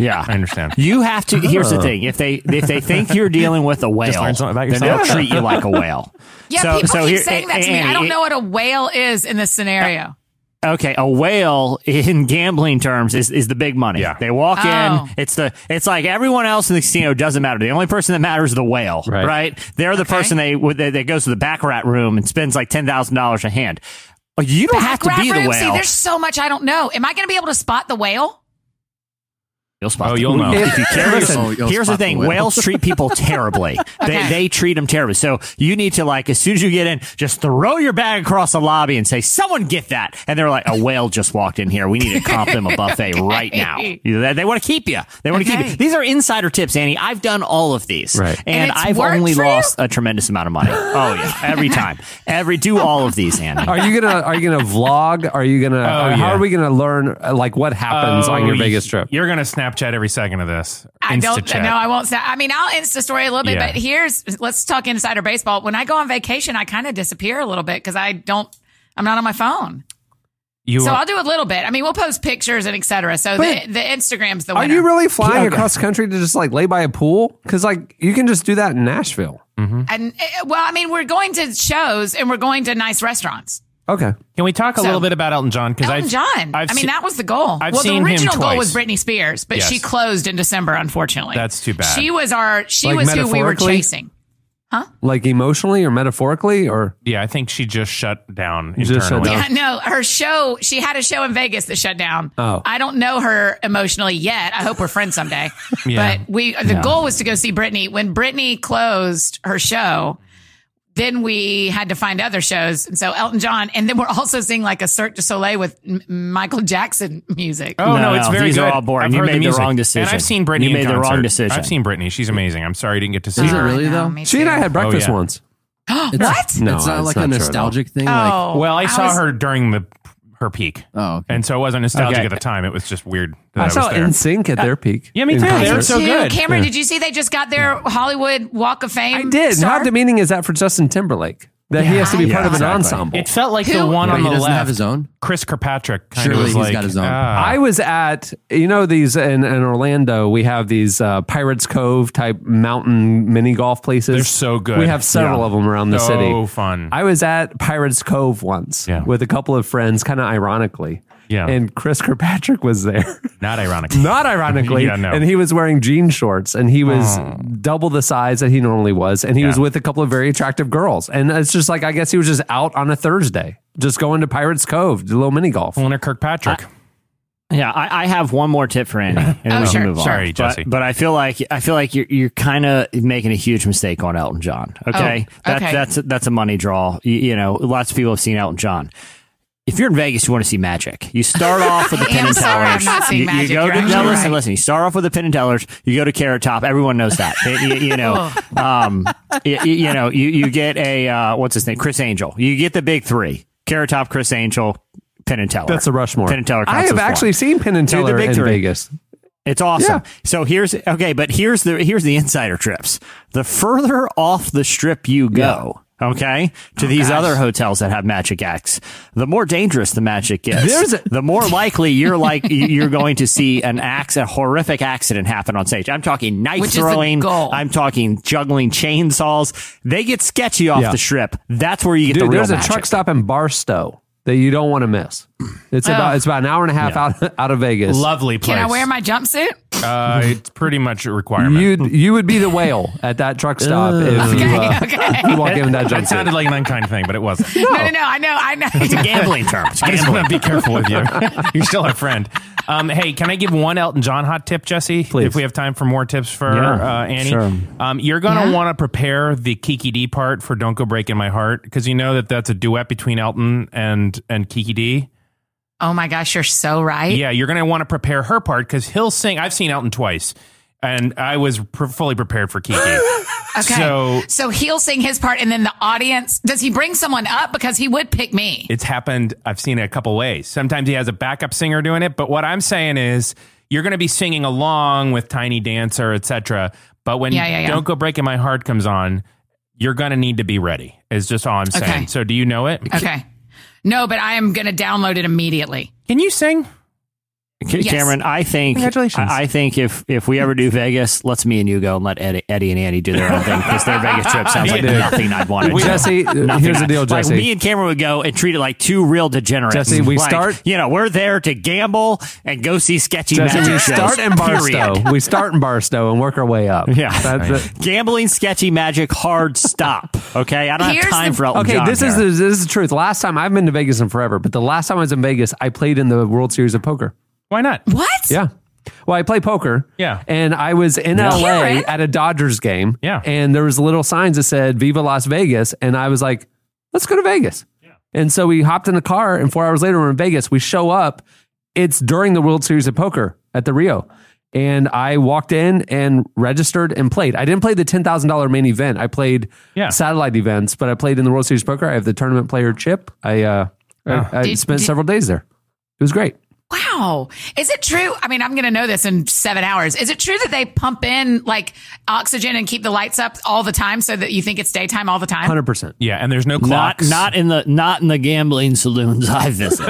Speaker 3: Yeah,
Speaker 5: I understand.
Speaker 3: You have to. Here's the thing: if they if they think you're dealing with a whale,
Speaker 5: learn something about
Speaker 3: then
Speaker 5: yourself.
Speaker 3: they'll treat you like a whale.
Speaker 4: Yeah,
Speaker 3: So-
Speaker 4: people
Speaker 3: so
Speaker 4: keep
Speaker 3: here-
Speaker 4: saying that to me. I
Speaker 3: Annie,
Speaker 4: don't
Speaker 3: it-
Speaker 4: know what a whale is in this scenario.
Speaker 3: Okay, a whale in gambling terms is, is the big money.
Speaker 5: Yeah.
Speaker 3: They walk
Speaker 4: Oh.
Speaker 3: in, it's the it's like everyone else in the casino doesn't matter. The only person that matters is the whale, right?
Speaker 2: Right.
Speaker 3: They're the
Speaker 4: Okay.
Speaker 3: person they would- that that goes to the back rat room and spends like ten thousand dollars a hand. Oh, You don't have to
Speaker 4: Grab
Speaker 3: be
Speaker 4: room.
Speaker 3: the
Speaker 4: See,
Speaker 3: whale.
Speaker 4: there's so much I don't know. Am I going to be able to spot the whale?
Speaker 3: You'll spot
Speaker 5: Oh,
Speaker 3: the-
Speaker 5: you'll know.
Speaker 3: If you carry
Speaker 6: Listen,
Speaker 3: yourself-
Speaker 6: you'll
Speaker 3: here's the
Speaker 6: spot the
Speaker 3: thing:
Speaker 6: whale.
Speaker 3: whales treat people terribly.
Speaker 4: Okay.
Speaker 3: They they treat them terribly. So you need to like as soon as you get in, just throw your bag across the lobby and say, "Someone get that!" And they're like, "A whale just walked in here. We need to comp them a buffet right now."
Speaker 4: Okay.
Speaker 3: You know, They, want to keep you. They want to keep
Speaker 4: Okay.
Speaker 3: you. These are insider tips, Annie. I've done all of these,
Speaker 2: Right.
Speaker 3: and,
Speaker 4: And it's
Speaker 3: I've
Speaker 4: worked
Speaker 3: only
Speaker 4: for you?
Speaker 3: lost a tremendous amount of money. Oh yeah, every time, every do all of these, Annie.
Speaker 2: Are you gonna Are you gonna vlog? Are you gonna
Speaker 5: Oh,
Speaker 2: How
Speaker 5: yeah.
Speaker 2: are we gonna learn uh, like what happens on your
Speaker 5: Oh,
Speaker 2: Vegas trip?
Speaker 5: You're gonna Snapchat every second of this.
Speaker 4: I don't
Speaker 5: Instachat.
Speaker 4: know. I won't say. I mean, I'll Insta story a little bit,
Speaker 5: Yeah.
Speaker 4: but here's let's talk insider baseball. When I go on vacation, I kind of disappear a little bit because I don't. I'm not on my phone,
Speaker 5: You
Speaker 4: so
Speaker 5: are-
Speaker 4: I'll do a little bit. I mean, we'll post pictures and etc. So the, the Instagram's the
Speaker 2: Are
Speaker 4: winner.
Speaker 2: you really flying across country to just like lay by a pool? Because like you can just do that in Nashville.
Speaker 4: and uh, well, I mean, we're going to shows and we're going to nice restaurants.
Speaker 2: Okay,
Speaker 5: can we talk a
Speaker 4: So-
Speaker 5: little bit about Elton John? Because
Speaker 4: Elton
Speaker 5: I've,
Speaker 4: John. i
Speaker 5: I've
Speaker 4: mean,
Speaker 5: se-
Speaker 4: that was the goal.
Speaker 5: I've
Speaker 4: well,
Speaker 5: seen him
Speaker 4: the original goal was
Speaker 5: twice.
Speaker 4: Britney Spears, but
Speaker 5: Yes.
Speaker 4: she closed in December, unfortunately.
Speaker 5: That's too bad.
Speaker 4: She was our. She
Speaker 2: Like,
Speaker 4: was who we were
Speaker 2: metaphorically?
Speaker 4: chasing.
Speaker 2: like emotionally or metaphorically or
Speaker 5: yeah, I think she just shut down
Speaker 2: Just
Speaker 5: internally.
Speaker 2: shut down.
Speaker 4: Yeah, no, her show, she had a show in Vegas that shut down.
Speaker 2: Oh.
Speaker 4: I don't know her emotionally yet. I hope we're friends someday.
Speaker 5: Yeah.
Speaker 4: But we the goal was to go see Britney. When Britney closed her show, then we had to find other shows. And so Elton John, and then we're also seeing like a Cirque du Soleil with M- Michael Jackson music.
Speaker 5: Oh no,
Speaker 3: No,
Speaker 5: it's
Speaker 3: no,
Speaker 5: very
Speaker 3: these
Speaker 5: good.
Speaker 3: are all boring.
Speaker 5: I've
Speaker 3: You
Speaker 5: heard
Speaker 3: made the
Speaker 5: music.
Speaker 3: wrong decision.
Speaker 5: And I've seen Britney.
Speaker 3: You
Speaker 5: in
Speaker 3: made the wrong
Speaker 5: concert.
Speaker 3: decision.
Speaker 5: I've seen Britney. She's amazing. I'm sorry you didn't get to see
Speaker 6: Is it
Speaker 5: her.
Speaker 6: really,
Speaker 4: I know,
Speaker 6: though?
Speaker 4: me
Speaker 2: she and
Speaker 4: too.
Speaker 2: I had breakfast
Speaker 5: yeah.
Speaker 2: once.
Speaker 4: what?
Speaker 2: No,
Speaker 6: Oh, it's not like a
Speaker 2: true at all.
Speaker 6: nostalgic thing. Like,
Speaker 4: oh,
Speaker 5: Well, I, saw
Speaker 4: was-
Speaker 5: her during the her peak,
Speaker 6: oh, okay.
Speaker 5: and so it wasn't nostalgic
Speaker 3: Okay.
Speaker 5: at the time. It was just weird that I,
Speaker 2: I
Speaker 5: was
Speaker 2: saw
Speaker 5: there.
Speaker 2: NSYNC at their peak.
Speaker 5: Yeah, me
Speaker 2: in
Speaker 5: too. They were
Speaker 2: concert.
Speaker 5: so
Speaker 4: Dude,
Speaker 5: good.
Speaker 4: Cameron, did you see they just got their Hollywood Walk of Fame?
Speaker 2: I did. And
Speaker 4: Star?
Speaker 2: How demeaning is that for Justin Timberlake? That he has to be
Speaker 3: Yeah,
Speaker 2: part of an
Speaker 3: exactly.
Speaker 2: ensemble.
Speaker 5: It felt like
Speaker 4: Who-
Speaker 5: the one
Speaker 6: But
Speaker 5: on
Speaker 6: he
Speaker 5: the
Speaker 6: doesn't
Speaker 5: left,
Speaker 6: have his own.
Speaker 5: Chris Kirkpatrick, kind
Speaker 6: Surely
Speaker 5: of was
Speaker 6: he's
Speaker 5: like,
Speaker 6: got his own.
Speaker 5: ah.
Speaker 2: I was at, you know, these in, in Orlando, we have these uh, Pirates Cove type mountain mini golf places.
Speaker 5: They're so good.
Speaker 2: We have several
Speaker 5: Yeah.
Speaker 2: of them around the
Speaker 5: So
Speaker 2: city.
Speaker 5: fun.
Speaker 2: I was at Pirates Cove once
Speaker 5: Yeah.
Speaker 2: with a couple of friends, kind of ironically.
Speaker 5: Yeah.
Speaker 2: And Chris Kirkpatrick was there.
Speaker 5: not ironic.
Speaker 2: Not ironically.
Speaker 5: Yeah, no. Oh.
Speaker 2: And he was wearing jean shorts and he was double the size that he normally was. And he was with a couple of very attractive girls. And it's just like, I guess he was just out on a Thursday, just going to Pirates Cove, do a little mini golf.
Speaker 5: Eleanor Kirkpatrick.
Speaker 3: Yeah, I, I have one more tip for Andy, and then
Speaker 4: Oh,
Speaker 3: we
Speaker 4: sure.
Speaker 3: can move on.
Speaker 5: Sorry, Jesse.
Speaker 3: But, but I feel like I feel like you're you're kind of making a huge mistake on Elton John. Okay,
Speaker 4: Oh,
Speaker 3: That-
Speaker 4: okay.
Speaker 3: that's that's a money draw. You, you know, lots of people have seen Elton John. If you're in Vegas, you want to see magic. You start off with the
Speaker 4: I am
Speaker 3: Penn and
Speaker 4: sorry, I'm
Speaker 3: Tellers.
Speaker 4: not seeing
Speaker 3: you,
Speaker 4: magic.
Speaker 3: you go
Speaker 4: You're
Speaker 3: to no,
Speaker 4: actually
Speaker 3: listen,
Speaker 4: right.
Speaker 3: listen. You start off with the Penn and Tellers. You go to Carrot Top. Everyone knows that. They- you, you know,
Speaker 4: Oh.
Speaker 3: um, you, you- you know, you, you get a uh, what's his name, Chris Angel. You get the big three: Carrot Top, Chris Angel, Penn and Teller.
Speaker 2: That's a Rushmore.
Speaker 3: Penn and Teller.
Speaker 2: I
Speaker 3: counts
Speaker 2: have
Speaker 3: as one.
Speaker 2: actually seen Penn and
Speaker 3: Dude, the
Speaker 2: Teller
Speaker 3: big
Speaker 2: in
Speaker 3: three.
Speaker 2: Vegas.
Speaker 3: It's awesome.
Speaker 2: Yeah.
Speaker 3: So here's okay, but here's the here's the insider trips. The further off the strip you go, okay, to
Speaker 2: Oh,
Speaker 3: these other hotels that have magic acts, the more dangerous the magic gets.
Speaker 2: There's a-
Speaker 3: the more likely you're like y- you're going to see an ax a horrific accident happen on stage. I'm talking knife
Speaker 4: Which is the
Speaker 3: throwing.
Speaker 4: goal.
Speaker 3: I'm talking juggling chainsaws. They get sketchy off
Speaker 2: Yeah.
Speaker 3: the strip. That's where you get the
Speaker 2: Dude,
Speaker 3: real
Speaker 2: there's a
Speaker 3: magic.
Speaker 2: truck stop in Barstow that you don't want to miss. It's about it's about an hour and a half out out of Vegas.
Speaker 5: Lovely place.
Speaker 4: Can I wear my jumpsuit?
Speaker 5: Uh, it's pretty much a requirement.
Speaker 2: You'd you would be the whale at that truck stop if you, uh,
Speaker 4: okay.
Speaker 2: you walk in with that
Speaker 5: that
Speaker 2: jumpsuit.
Speaker 5: sounded like an unkind thing, but it wasn't.
Speaker 4: No, no, no. I know. I know.
Speaker 3: It's a gambling term. It's
Speaker 5: I just
Speaker 3: gambling.
Speaker 5: want to be careful with you. You're still our friend. Um, hey, can I give one Elton John hot tip, Jesse?
Speaker 2: Please.
Speaker 5: If we have time for more tips for
Speaker 3: Yeah,
Speaker 5: uh, Annie,
Speaker 3: sure.
Speaker 5: um, you're going to
Speaker 4: Yeah.
Speaker 5: want to prepare the Kiki D part for "Don't Go Breaking My Heart" because you know that that's a duet between Elton and and Kiki D.
Speaker 4: Oh my gosh, you're so right.
Speaker 5: Yeah, you're going to want to prepare her part because he'll sing. I've seen Elton twice, and I was pre- fully prepared for Kiki.
Speaker 4: Okay.
Speaker 5: So-
Speaker 4: So, he'll sing his part, and then the audience. Does he bring someone up because he would pick me?
Speaker 5: it's happened. I've seen it a couple ways. Sometimes he has a backup singer doing it, but what I'm saying is you're going to be singing along with Tiny Dancer, etc. But when
Speaker 4: Yeah, yeah, yeah.
Speaker 5: "Don't Go Breaking My Heart" comes on, you're going to need to be ready. Is just all I'm saying.
Speaker 4: Okay.
Speaker 5: So, do you know it?
Speaker 4: okay. No, but I am going to download it immediately.
Speaker 5: Can you sing?
Speaker 3: Ca-
Speaker 4: Yes.
Speaker 3: Cameron, I think
Speaker 5: Congratulations.
Speaker 3: I, I think if if we ever do Vegas, let's me and you go and let Eddie, Eddie and Andy do their own thing because their Vegas trip sounds like
Speaker 5: Yeah.
Speaker 3: nothing I'd want to do.
Speaker 2: Jesse,
Speaker 3: Nothing
Speaker 2: here's the
Speaker 3: I-
Speaker 2: deal,
Speaker 3: like,
Speaker 2: Jesse.
Speaker 3: me and Cameron would go and treat it like two real degenerates.
Speaker 2: Jesse, we
Speaker 3: Like,
Speaker 2: start-
Speaker 3: You know, we're there to gamble and go see sketchy
Speaker 2: Jesse,
Speaker 3: magic
Speaker 2: we
Speaker 3: shows,
Speaker 2: start in Barstow.
Speaker 3: period.
Speaker 2: We start in Barstow and work our way up.
Speaker 3: Yeah.
Speaker 2: That's it.
Speaker 3: Gambling, sketchy magic, hard stop. Okay, I don't
Speaker 4: Here's
Speaker 3: have time
Speaker 4: the-
Speaker 3: for Elton
Speaker 2: Okay,
Speaker 3: John
Speaker 2: this
Speaker 3: here.
Speaker 2: is the, this is the truth. Last time I've been to Vegas in forever, but the last time I was in Vegas, I played in the World Series of Poker.
Speaker 5: Why not?
Speaker 4: What?
Speaker 2: Yeah. Well, I play poker.
Speaker 5: Yeah.
Speaker 2: And I was in LA
Speaker 4: Karen?
Speaker 2: at a Dodgers game.
Speaker 5: Yeah.
Speaker 2: And there was little signs that said Viva Las Vegas. And I was like, let's go to Vegas. And so we hopped in the car and four hours later we're in Vegas. We show up. It's during the World Series of Poker at the Rio. And I walked in and registered and played. I didn't play the ten thousand dollar main event. I played
Speaker 5: Yeah.
Speaker 2: satellite events, but I played in the World Series of Poker. I have the tournament player chip. I uh, I, I
Speaker 4: Did-
Speaker 2: spent
Speaker 4: did-
Speaker 2: several days there. It was great.
Speaker 4: Wow. Is it true? I mean, I'm going to know this in seven hours. Is it true that they pump in like oxygen and keep the lights up all the time so that you think it's daytime all the time?
Speaker 2: Hundred percent.
Speaker 5: Yeah, and there's no
Speaker 3: not
Speaker 5: clocks.
Speaker 3: not in the not in the gambling saloons I visit.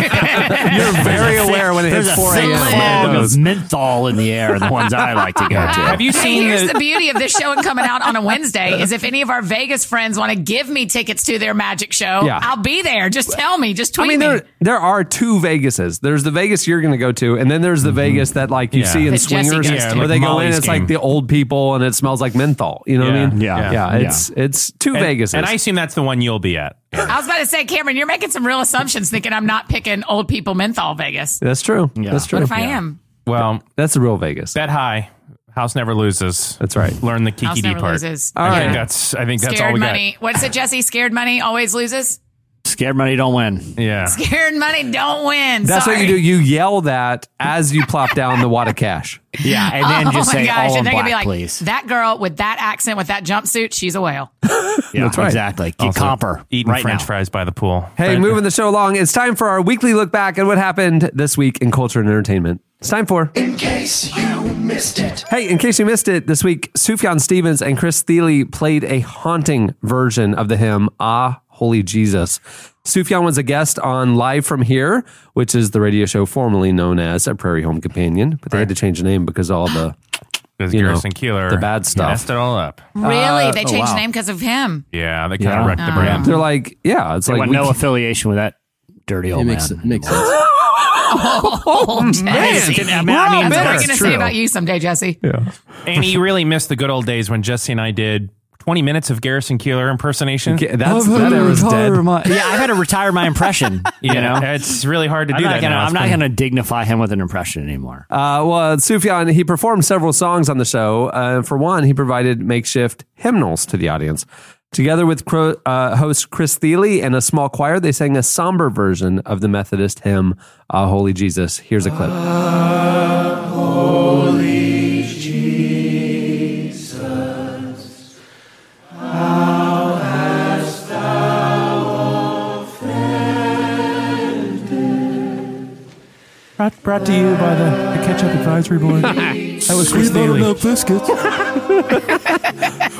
Speaker 2: You're very aware when it
Speaker 3: There's
Speaker 2: hits
Speaker 3: a
Speaker 2: 4
Speaker 3: thick
Speaker 2: a.m.
Speaker 3: smog
Speaker 2: Yeah.
Speaker 3: of menthol in the air, the ones I like to go
Speaker 5: Have
Speaker 3: to.
Speaker 5: you seen
Speaker 4: Hey, here's
Speaker 5: the-
Speaker 4: the beauty of this show and coming out on a Wednesday is if any of our Vegas friends want to give me tickets to their magic show,
Speaker 2: Yeah.
Speaker 4: I'll be there. Just tell me. Just tweet
Speaker 2: I mean,
Speaker 4: me.
Speaker 2: there there are two Vegases. There's the Vegas you're going to go to, and then there's the Vegas that like
Speaker 5: Mm-hmm.
Speaker 2: you
Speaker 5: Yeah.
Speaker 2: see in
Speaker 4: That Jesse
Speaker 2: swingers,
Speaker 4: goes Yeah, to.
Speaker 2: where
Speaker 5: like
Speaker 2: they go in.
Speaker 5: Molly's
Speaker 2: It's
Speaker 5: game.
Speaker 2: like the old people, and it smells like menthol. You know what
Speaker 5: Yeah.
Speaker 2: I mean?
Speaker 3: Yeah.
Speaker 2: yeah.
Speaker 3: Yeah.
Speaker 2: It's it's two
Speaker 5: and,
Speaker 2: Vegases.
Speaker 5: and I assume that's the one you'll be at.
Speaker 4: I was about to say, Cameron, you're making some real assumptions thinking I'm not picking old people menthol Vegas.
Speaker 2: that's true. That's true.
Speaker 4: What if I am?
Speaker 5: Well,
Speaker 2: That's the real Vegas.
Speaker 5: bet high. House never loses.
Speaker 2: That's right.
Speaker 5: Learn the Kiki
Speaker 4: House
Speaker 5: D
Speaker 4: never
Speaker 5: part.
Speaker 4: loses.
Speaker 5: I
Speaker 2: All
Speaker 5: think
Speaker 2: right.
Speaker 5: that's. I think that's all
Speaker 4: Scared
Speaker 5: we
Speaker 4: money. What's it, Jesse? Scared money always loses?
Speaker 3: Scared money don't win.
Speaker 5: got. Yeah.
Speaker 4: Scared money don't win.
Speaker 2: That's
Speaker 4: Sorry.
Speaker 2: what you do. You yell that as you plop down the wad of cash.
Speaker 3: Yeah, and then
Speaker 4: oh
Speaker 3: just
Speaker 4: my
Speaker 3: say
Speaker 4: gosh.
Speaker 3: all in
Speaker 4: and they're
Speaker 3: black,
Speaker 4: gonna be like,
Speaker 3: please.
Speaker 4: that girl with that accent, with that jumpsuit, she's a whale.
Speaker 3: yeah,
Speaker 2: That's right.
Speaker 3: Exactly. Get
Speaker 5: Also,
Speaker 3: comper
Speaker 5: Eating
Speaker 3: right
Speaker 5: French
Speaker 3: now.
Speaker 5: fries by the pool.
Speaker 2: Hey,
Speaker 5: French-
Speaker 2: moving the show along. It's time for our weekly look back at what happened this week in culture and entertainment. It's time for
Speaker 6: In case you missed it.
Speaker 2: Hey, in case you missed it, this week Sufjan Stevens and Chris Thiele played a haunting version of the hymn "Ah, Holy Jesus." Sufjan was a guest on Live from Here, which is the radio show formerly known as a Prairie Home Companion, but they had to change the name because all the
Speaker 5: Because
Speaker 2: you know,
Speaker 5: Garrison Keeler
Speaker 2: the bad stuff.
Speaker 5: messed it all up.
Speaker 4: Really? they changed the name because of him.
Speaker 5: Yeah, they kind of
Speaker 3: Yeah.
Speaker 5: wrecked the brand.
Speaker 2: they're like, yeah, it's
Speaker 3: They
Speaker 2: like
Speaker 3: want
Speaker 2: we
Speaker 3: no
Speaker 2: can-
Speaker 3: affiliation with that dirty old
Speaker 7: makes
Speaker 3: man.
Speaker 7: makes sense.
Speaker 3: It's-
Speaker 4: Jesse.
Speaker 3: it- I mean, I mean,
Speaker 4: That's what we're
Speaker 3: it's
Speaker 4: going to
Speaker 3: true.
Speaker 4: say about you someday, Jesse.
Speaker 5: Annie, you really missed the good old days when Jesse and I did 20 minutes of Garrison Keeler impersonation.
Speaker 2: Okay, that's that era's dead.
Speaker 3: Yeah, I've had to retire my impression. You know,
Speaker 5: it's really hard to
Speaker 3: I'm
Speaker 5: do
Speaker 3: not
Speaker 5: that.
Speaker 3: gonna,
Speaker 5: now.
Speaker 3: I'm
Speaker 5: It's
Speaker 3: not
Speaker 5: been-
Speaker 3: gonna dignify him with an impression anymore.
Speaker 2: Uh, well, Sufjan, he performed several songs on the show. Uh, for one, he provided makeshift hymnals to the audience. Together with cro- uh, host Chris Thiele and a small choir, they sang a somber version of the Methodist hymn, Ah, Holy Jesus. Here's a clip.
Speaker 5: Brought, brought to you by the, the Ketchup Advisory Board. that was Chris Daly.
Speaker 7: biscuits.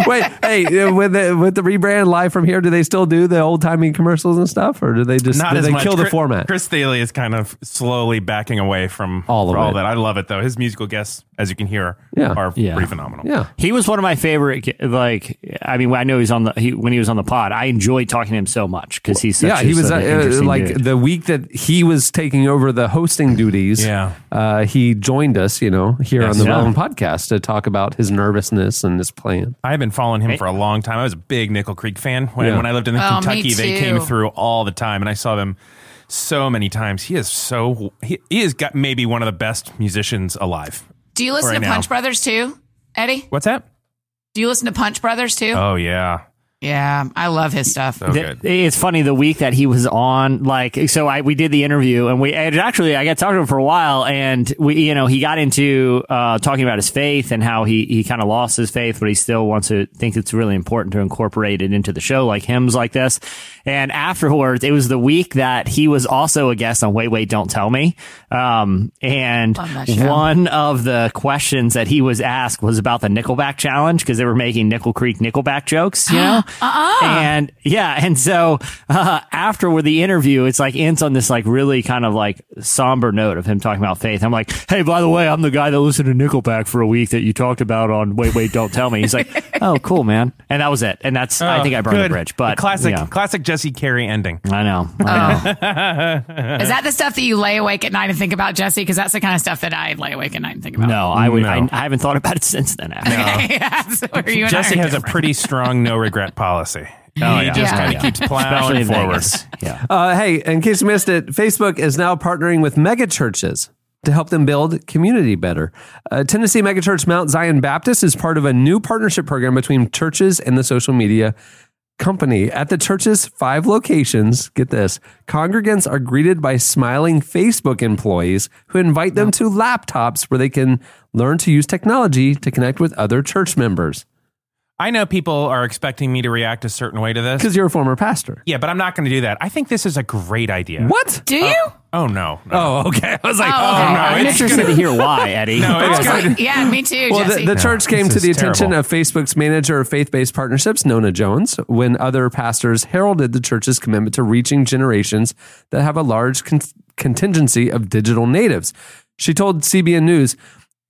Speaker 2: Wait, hey, uh, with the with the rebrand live from here, do they still do the old timey commercials and stuff, or do they just
Speaker 5: Not
Speaker 2: do
Speaker 5: as
Speaker 2: they
Speaker 5: much.
Speaker 2: kill the
Speaker 5: Chris-
Speaker 2: format?
Speaker 5: Chris Thalia is kind of slowly backing away from
Speaker 2: All of
Speaker 5: all
Speaker 2: it.
Speaker 5: that. I love it though. His musical guests, as you can hear,
Speaker 2: Yeah.
Speaker 5: are
Speaker 3: Yeah.
Speaker 5: pretty phenomenal.
Speaker 2: yeah,
Speaker 3: He was one of my favorite. Like, I mean, I know he's on the he, when he was on the pod. I enjoyed talking to him so much because he's such
Speaker 2: yeah. He
Speaker 3: a-
Speaker 2: was
Speaker 3: such an
Speaker 2: uh,
Speaker 3: interesting
Speaker 2: like
Speaker 3: dude.
Speaker 2: the week that he was taking over the hosting duties.
Speaker 5: Yeah.
Speaker 2: uh, he joined us, you know, here
Speaker 5: Yes.
Speaker 2: on the
Speaker 5: Yeah.
Speaker 2: Relevant Podcast to talk about his nervousness and his plan.
Speaker 5: I've been following him for a long time. I was a big Nickel Creek fan when,
Speaker 2: Yeah.
Speaker 5: when I lived in
Speaker 4: Oh, me
Speaker 5: Kentucky. They came
Speaker 4: too.
Speaker 5: through all the time, and I saw them so many times. He is so he, he has got maybe one of the best musicians alive.
Speaker 4: Do you listen
Speaker 5: Right
Speaker 4: to
Speaker 5: now.
Speaker 4: Punch Brothers too, Eddie?
Speaker 5: What's that?
Speaker 4: Do you listen to Punch Brothers too?
Speaker 5: Oh yeah,
Speaker 4: yeah, I love his stuff.
Speaker 5: so
Speaker 3: Th-
Speaker 5: good.
Speaker 3: It's funny the week that he was on, like, so I we did the interview and we and actually I got talking to him for a while and we you know he got into uh, talking about his faith and how he he kind of lost his faith but he still wants to think it's really important to incorporate it into the show like hymns like this and afterwards it was the week that he was also a guest on Wait Wait Don't Tell Me um and
Speaker 4: Love that show.
Speaker 3: one one of the questions that he was asked was about the Nickelback challenge because they were making Nickel Creek Nickelback jokes, you know? And yeah, and so uh, after the interview, it's like ends on this like really kind of like somber note of him talking about faith. I'm like, hey, by the way, I'm the guy that listened to Nickelback for a week that you talked about on Wait, Wait, Don't Tell Me. He's like, oh, cool, man. And that was it. And that's, I think I burned
Speaker 5: Oh, Uh, Good.
Speaker 3: the bridge, but
Speaker 5: classic,
Speaker 3: yeah.
Speaker 5: classic Jesse Carey ending.
Speaker 3: I know. I know.
Speaker 4: Is that the stuff that you lay awake at night and think about, Jesse? Because that's the kind of stuff that I lay awake at night and think about.
Speaker 3: no, I would.
Speaker 5: No.
Speaker 3: I, I haven't thought about it since then. Actually.
Speaker 4: yeah, so where you and I
Speaker 5: Jesse
Speaker 4: are
Speaker 5: has a
Speaker 4: different.
Speaker 5: pretty strong no regret policy.
Speaker 3: Oh,
Speaker 5: he
Speaker 3: yeah.
Speaker 5: just
Speaker 4: Yeah.
Speaker 5: kind of keeps
Speaker 3: Especially
Speaker 5: plowing
Speaker 3: in
Speaker 5: forward.
Speaker 3: Vegas. Yeah.
Speaker 2: Uh, hey, in case you missed it, Facebook is now partnering with mega churches to help them build community better. Uh, Tennessee megachurch Mount Zion Baptist is part of a new partnership program between churches and the social media company. At the church's five locations, get this, congregants are greeted by smiling Facebook employees who invite them to laptops where they can learn to use technology to connect with other church members.
Speaker 5: I know people are expecting me to react a certain way to this.
Speaker 2: Because you're a former pastor.
Speaker 5: Yeah, but I'm not going to do that. I think this is a great idea.
Speaker 2: What?
Speaker 4: Do you?
Speaker 5: Oh no. no.
Speaker 2: Oh, okay. I was like,
Speaker 4: Oh, okay.
Speaker 5: no,
Speaker 3: I'm
Speaker 5: it's
Speaker 3: interested to hear why, Eddie.
Speaker 5: No,
Speaker 4: I
Speaker 5: it's
Speaker 4: was
Speaker 5: good.
Speaker 4: like, yeah, me too,
Speaker 2: Well,
Speaker 4: Jesse.
Speaker 2: the, the church came
Speaker 5: this
Speaker 2: to the
Speaker 5: is
Speaker 2: attention
Speaker 5: terrible.
Speaker 2: of Facebook's manager of faith based partnerships, Nona Jones, when other pastors heralded the church's commitment to reaching generations that have a large con- contingency of digital natives. She told CBN News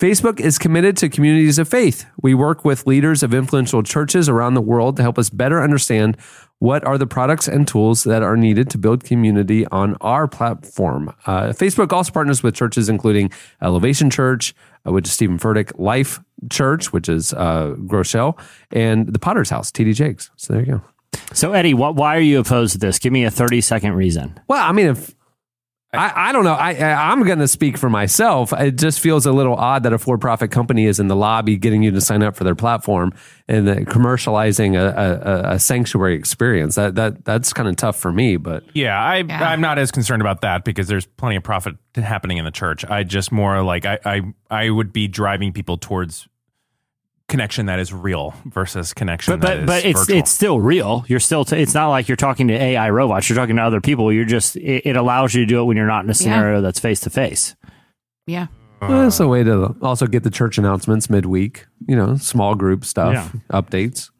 Speaker 2: Facebook is committed to communities of faith. We work with leaders of influential churches around the world to help us better understand what are the products and tools that are needed to build community on our platform. Uh, Facebook also partners with churches including Elevation Church, uh, which is Stephen Furtick, Life Church, which is uh, Groeschel, and the Potter's House, TD Jakes. So there you go.
Speaker 3: So, Eddie, what, why are you opposed to this? Give me a 30 second reason.
Speaker 2: Well, I mean, if I, I don't know, I, I I'm going to speak for myself. It just feels a little odd that a for-profit company is in the lobby getting you to sign up for their platform and that commercializing a, a, a sanctuary experience. That that that's kind of tough for me. But
Speaker 5: Yeah, I,
Speaker 4: Yeah.
Speaker 5: I'm not as concerned about that because there's plenty of profit happening in the church. I just more like I, I, I would be driving people towards connection that is real versus connection
Speaker 3: But but,
Speaker 5: that
Speaker 3: but
Speaker 5: is
Speaker 3: it's
Speaker 5: virtual.
Speaker 3: it's still real. You're still t- it's not like you're talking to AI robots. You're talking to other people. You're just it, it allows you to do it when you're not in a scenario that's face to face.
Speaker 4: yeah.
Speaker 2: eh, it's a way to also get the church announcements midweek. You know, small group stuff, updates.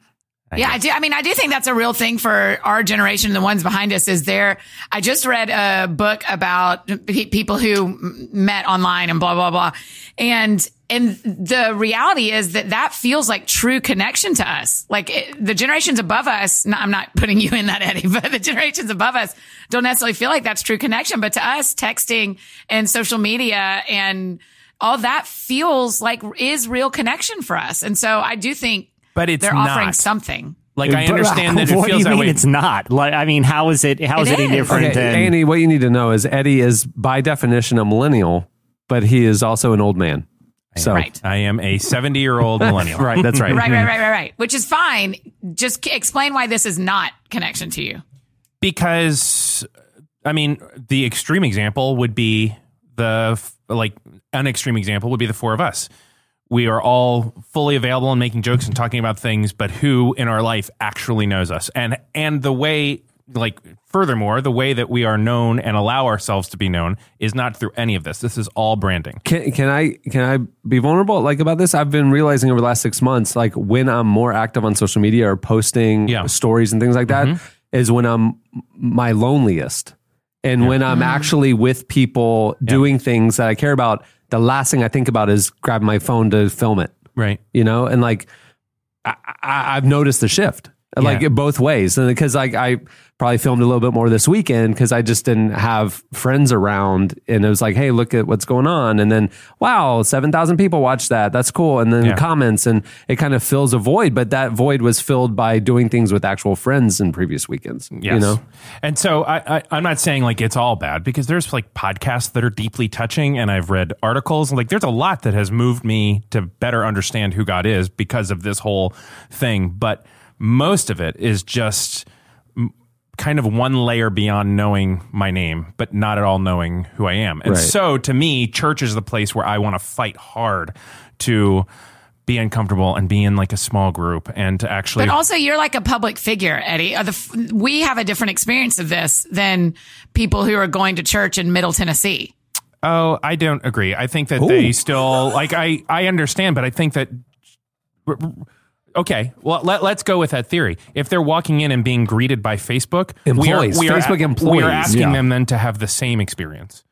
Speaker 4: Yeah, I do. I mean, I do think that's a real thing for our generation, the ones behind us. Is there? I just read a book about pe- people who m- met online and blah blah blah, and and the reality is that that feels like true connection to us. Like it, the generations above us. No, I'm not putting you in that Eddie, but the generations above us don't necessarily feel like that's true connection. But to us, texting and social media and all that feels like is real connection for us. And so I do think
Speaker 5: But it's
Speaker 4: they're offering
Speaker 5: not.
Speaker 4: something.
Speaker 5: like I
Speaker 3: But,
Speaker 5: understand that it
Speaker 3: what do
Speaker 5: feels
Speaker 3: you
Speaker 5: that
Speaker 3: mean
Speaker 5: way.
Speaker 3: it's not? Like I mean, how is it how is
Speaker 4: It
Speaker 3: it, any
Speaker 4: is.
Speaker 3: different than
Speaker 2: Annie, what you need to know is Eddie is by definition a millennial, but he is also an old man. So
Speaker 4: Right.
Speaker 5: I am a 70 year old millennial.
Speaker 2: Right, that's right.
Speaker 4: Right,
Speaker 3: Mm-hmm.
Speaker 4: right, right, right, right. Which is fine. Just c- explain why this is not connection to you.
Speaker 5: because I mean, the extreme example would be the f- like an extreme example would be the four of us. We are all fully available and making jokes and talking about things, but who in our life actually knows us? And and the way like furthermore, the way that we are known and allow ourselves to be known is not through any of this. This is all branding.
Speaker 2: Can, can I can I be vulnerable like about this? I've been realizing over the last six months, like when I'm more active on social media or posting
Speaker 5: Yeah.
Speaker 2: stories and things like that, is when I'm my loneliest, and when I'm
Speaker 4: Mm.
Speaker 2: actually with people doing things that I care about. The last thing I think about is grabbing my phone to film it,
Speaker 5: Right.
Speaker 2: you know, and like I, I, I've noticed the shift. Like
Speaker 5: Yeah.
Speaker 2: both ways, and because like I probably filmed a little bit more this weekend because I just didn't have friends around, and it was like, hey, look at what's going on, and then wow, seven thousand people watched that, that's cool, and then
Speaker 5: Yeah.
Speaker 2: comments, and it kind of fills a void, but that void was filled by doing things with actual friends in previous weekends,
Speaker 5: Yes.
Speaker 2: you know,
Speaker 5: And so I, I, I'm not saying like it's all bad because there's like podcasts that are deeply touching, and I've read articles. Like there's a lot that has moved me to better understand who God is because of this whole thing. But most of it is just mm, kind of one layer beyond knowing my name, but not at all knowing who I am. And
Speaker 2: Right.
Speaker 5: so to me, church is the place where I want to fight hard to be uncomfortable and be in like a small group and to actually
Speaker 4: But also, you're like a public figure, Eddie. Uh, the f- We have a different experience of this than people who are going to church in Middle Tennessee.
Speaker 5: Oh, I don't agree. I think that they still like I I understand, but I think that okay. Well, let, let's go with that theory. If they're walking in and being greeted by Facebook
Speaker 2: Employees,
Speaker 5: we are, we
Speaker 2: Facebook
Speaker 5: are, we
Speaker 2: employees,
Speaker 5: are asking
Speaker 3: yeah.
Speaker 5: them then to have the same experience.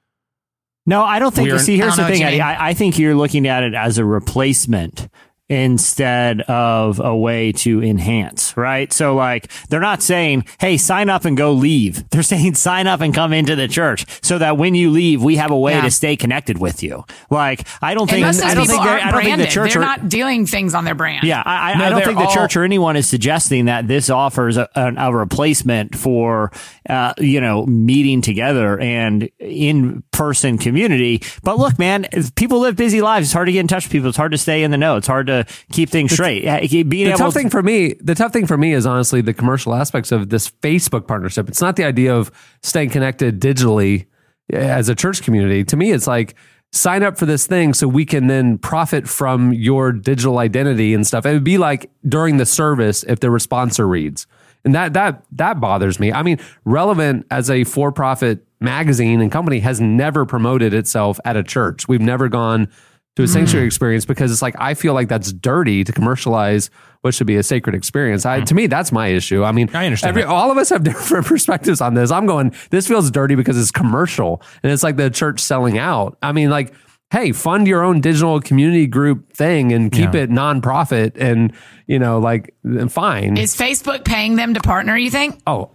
Speaker 3: No, I don't think.
Speaker 5: We're-
Speaker 3: see, here's
Speaker 4: I don't
Speaker 3: the
Speaker 4: know what
Speaker 3: thing.
Speaker 4: you
Speaker 3: Eddie.
Speaker 4: mean.
Speaker 3: I, I think you're looking at it as a replacement instead of a way to enhance, right? So, like, they're not saying, "Hey, sign up and go leave." They're saying, "Sign up and come into the church," so that when you leave, we have a way
Speaker 4: Yeah.
Speaker 3: to stay connected with you. Like, I don't
Speaker 4: And
Speaker 3: think.
Speaker 4: most of
Speaker 3: I
Speaker 4: those
Speaker 3: don't
Speaker 4: people
Speaker 3: think. they're-
Speaker 4: aren't
Speaker 3: I don't think the
Speaker 4: branded.
Speaker 3: church.
Speaker 4: They're
Speaker 3: are-
Speaker 4: not doing things on their brand.
Speaker 3: yeah, I, I,
Speaker 5: No,
Speaker 3: I don't
Speaker 5: they're
Speaker 3: think the
Speaker 5: all-
Speaker 3: church or anyone is suggesting that this offers a, an, a replacement for, uh, you know, meeting together and in person community. But look, man, if people live busy lives. It's hard to get in touch with people. It's hard to stay in the know. It's hard to keep things straight. Yeah, it- Being
Speaker 2: the
Speaker 3: able
Speaker 2: tough thing for me the tough thing for me is honestly the commercial aspects of this facebook partnership it's not the idea of staying connected digitally as a church community to me it's like sign up for this thing so we can then profit from your digital identity and stuff it would be like during the service if there were sponsor reads and that that that bothers me i mean relevant as a for-profit magazine and company has never promoted itself at a church we've never gone to a
Speaker 5: Hmm.
Speaker 2: sanctuary experience because it's like I feel like that's dirty to commercialize what should be a sacred experience. I, to me, that's my issue. I mean,
Speaker 5: Hmm. I understand
Speaker 2: Every,
Speaker 5: that.
Speaker 2: all of us have different perspectives on this. I'm going. This feels dirty because it's commercial and it's like the church selling out. I mean, like, hey, fund your own digital community group thing and keep it nonprofit and you know, like, then fine.
Speaker 4: Is Facebook paying them to partner, you think?
Speaker 2: oh,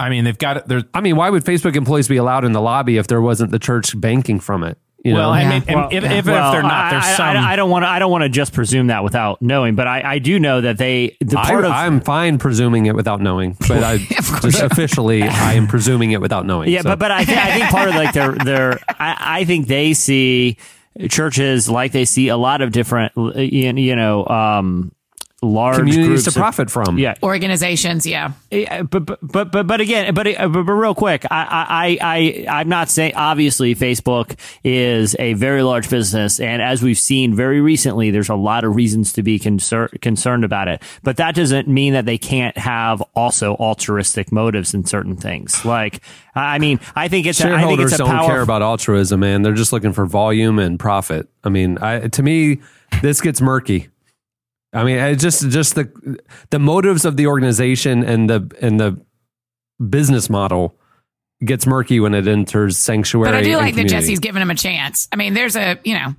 Speaker 5: I mean, they've got there's
Speaker 2: I mean, why would Facebook employees be allowed in the lobby if there wasn't the church banking from it? You
Speaker 5: well,
Speaker 2: know?
Speaker 5: I mean, and if, if,
Speaker 3: Well,
Speaker 5: if they're
Speaker 3: I-
Speaker 5: not, there's
Speaker 3: I,
Speaker 5: some.
Speaker 3: I, I don't want to. I don't want to just presume that without knowing. But I, I do know that they. The part of
Speaker 2: I, am fine presuming it without knowing, but I just officially I am presuming it without knowing.
Speaker 3: Yeah,
Speaker 2: so.
Speaker 3: but but I, th- I think part of like their their I, I think they see churches like they see a lot of different uh, you you know um large
Speaker 2: communities
Speaker 3: groups
Speaker 2: to
Speaker 3: of-
Speaker 2: profit from.
Speaker 3: yeah,
Speaker 4: Organizations, yeah.
Speaker 3: yeah, but but but but, but again, but, uh, but but real quick, I I I I'm not saying obviously Facebook is a very large business, and as we've seen very recently, there's a lot of reasons to be concer- concerned about it. But that doesn't mean that they can't have also altruistic motives in certain things. Like I I mean, I think it's a, I think
Speaker 2: shareholders
Speaker 3: it's a
Speaker 2: don't
Speaker 3: power.
Speaker 2: care about altruism, man. They're just looking for volume and profit. I mean, I, to me, this gets murky. I mean, I just just the the motives of the organization and the and the business model gets murky when it enters sanctuary.
Speaker 4: But I do
Speaker 2: and
Speaker 4: like that
Speaker 2: community.
Speaker 4: Jesse's giving him a chance. I mean, there's a, you know,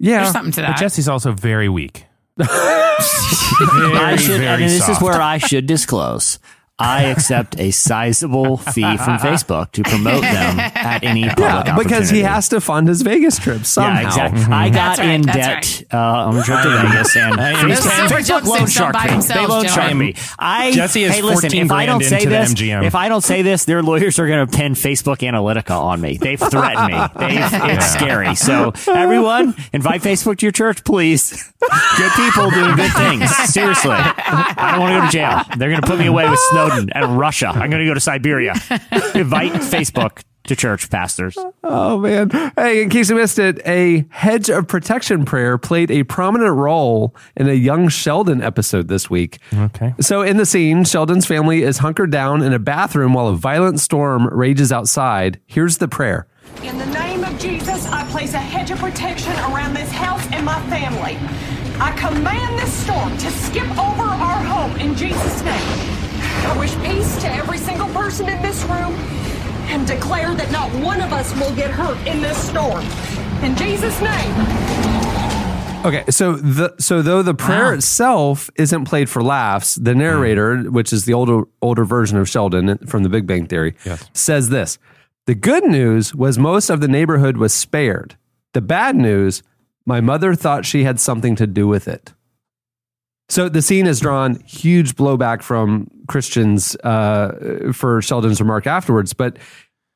Speaker 2: Yeah,
Speaker 4: there's something to
Speaker 5: but
Speaker 4: that.
Speaker 5: Jesse's also very weak.
Speaker 3: I
Speaker 5: very,
Speaker 3: should,
Speaker 5: very
Speaker 3: and this
Speaker 5: soft.
Speaker 3: is where I should disclose. I accept a sizable fee from Facebook to promote them at any public
Speaker 2: yeah, because he
Speaker 3: opportunity.
Speaker 2: has to fund his Vegas trip somehow.
Speaker 3: Yeah, exactly.
Speaker 5: Mm-hmm.
Speaker 3: I got
Speaker 4: That's right,
Speaker 3: in
Speaker 4: that's
Speaker 3: debt uh, on a trip to Vegas, and
Speaker 5: Those
Speaker 3: Facebook,
Speaker 4: super
Speaker 3: Facebook
Speaker 4: jokes
Speaker 3: loan
Speaker 4: they've
Speaker 3: shark
Speaker 4: done by
Speaker 3: me. They
Speaker 4: themselves,
Speaker 3: loan shark
Speaker 5: John.
Speaker 3: me. I
Speaker 5: Jesse is
Speaker 3: hey, listen,
Speaker 5: 14
Speaker 3: if I don't
Speaker 5: grand
Speaker 3: say
Speaker 5: into the
Speaker 3: this,
Speaker 5: MGM.
Speaker 3: if I don't say this, their lawyers are going to pin Facebook Analytica on me. They've threatened me. They've, It's scary. So everyone, invite Facebook to your church, please. Good people doing good things. Seriously, I don't want to go to jail. They're going to put me away with Snowden and Russia. I'm going to go to Siberia. Invite Facebook to church pastors.
Speaker 2: Oh man. Hey, in case you missed it, a hedge of protection prayer played a prominent role in a young Sheldon episode this week.
Speaker 5: Okay.
Speaker 2: So in the scene, Sheldon's family is hunkered down in a bathroom while a violent storm rages outside. Here's the prayer.
Speaker 7: In the name of Jesus, I place a hedge of protection around this house and my family. I command this storm to skip over our home in Jesus' name. I wish peace to every single person in this room and declare that not one of us will get hurt in this storm. In Jesus' name.
Speaker 2: Okay, so the so though the prayer itself isn't played for laughs, the narrator, which is the older older version of Sheldon from The Big Bang Theory, says this: the good news was most of the neighborhood was spared. The bad news, my mother thought she had something to do with it. So the scene has drawn huge blowback from Christians uh, for Sheldon's remark afterwards, but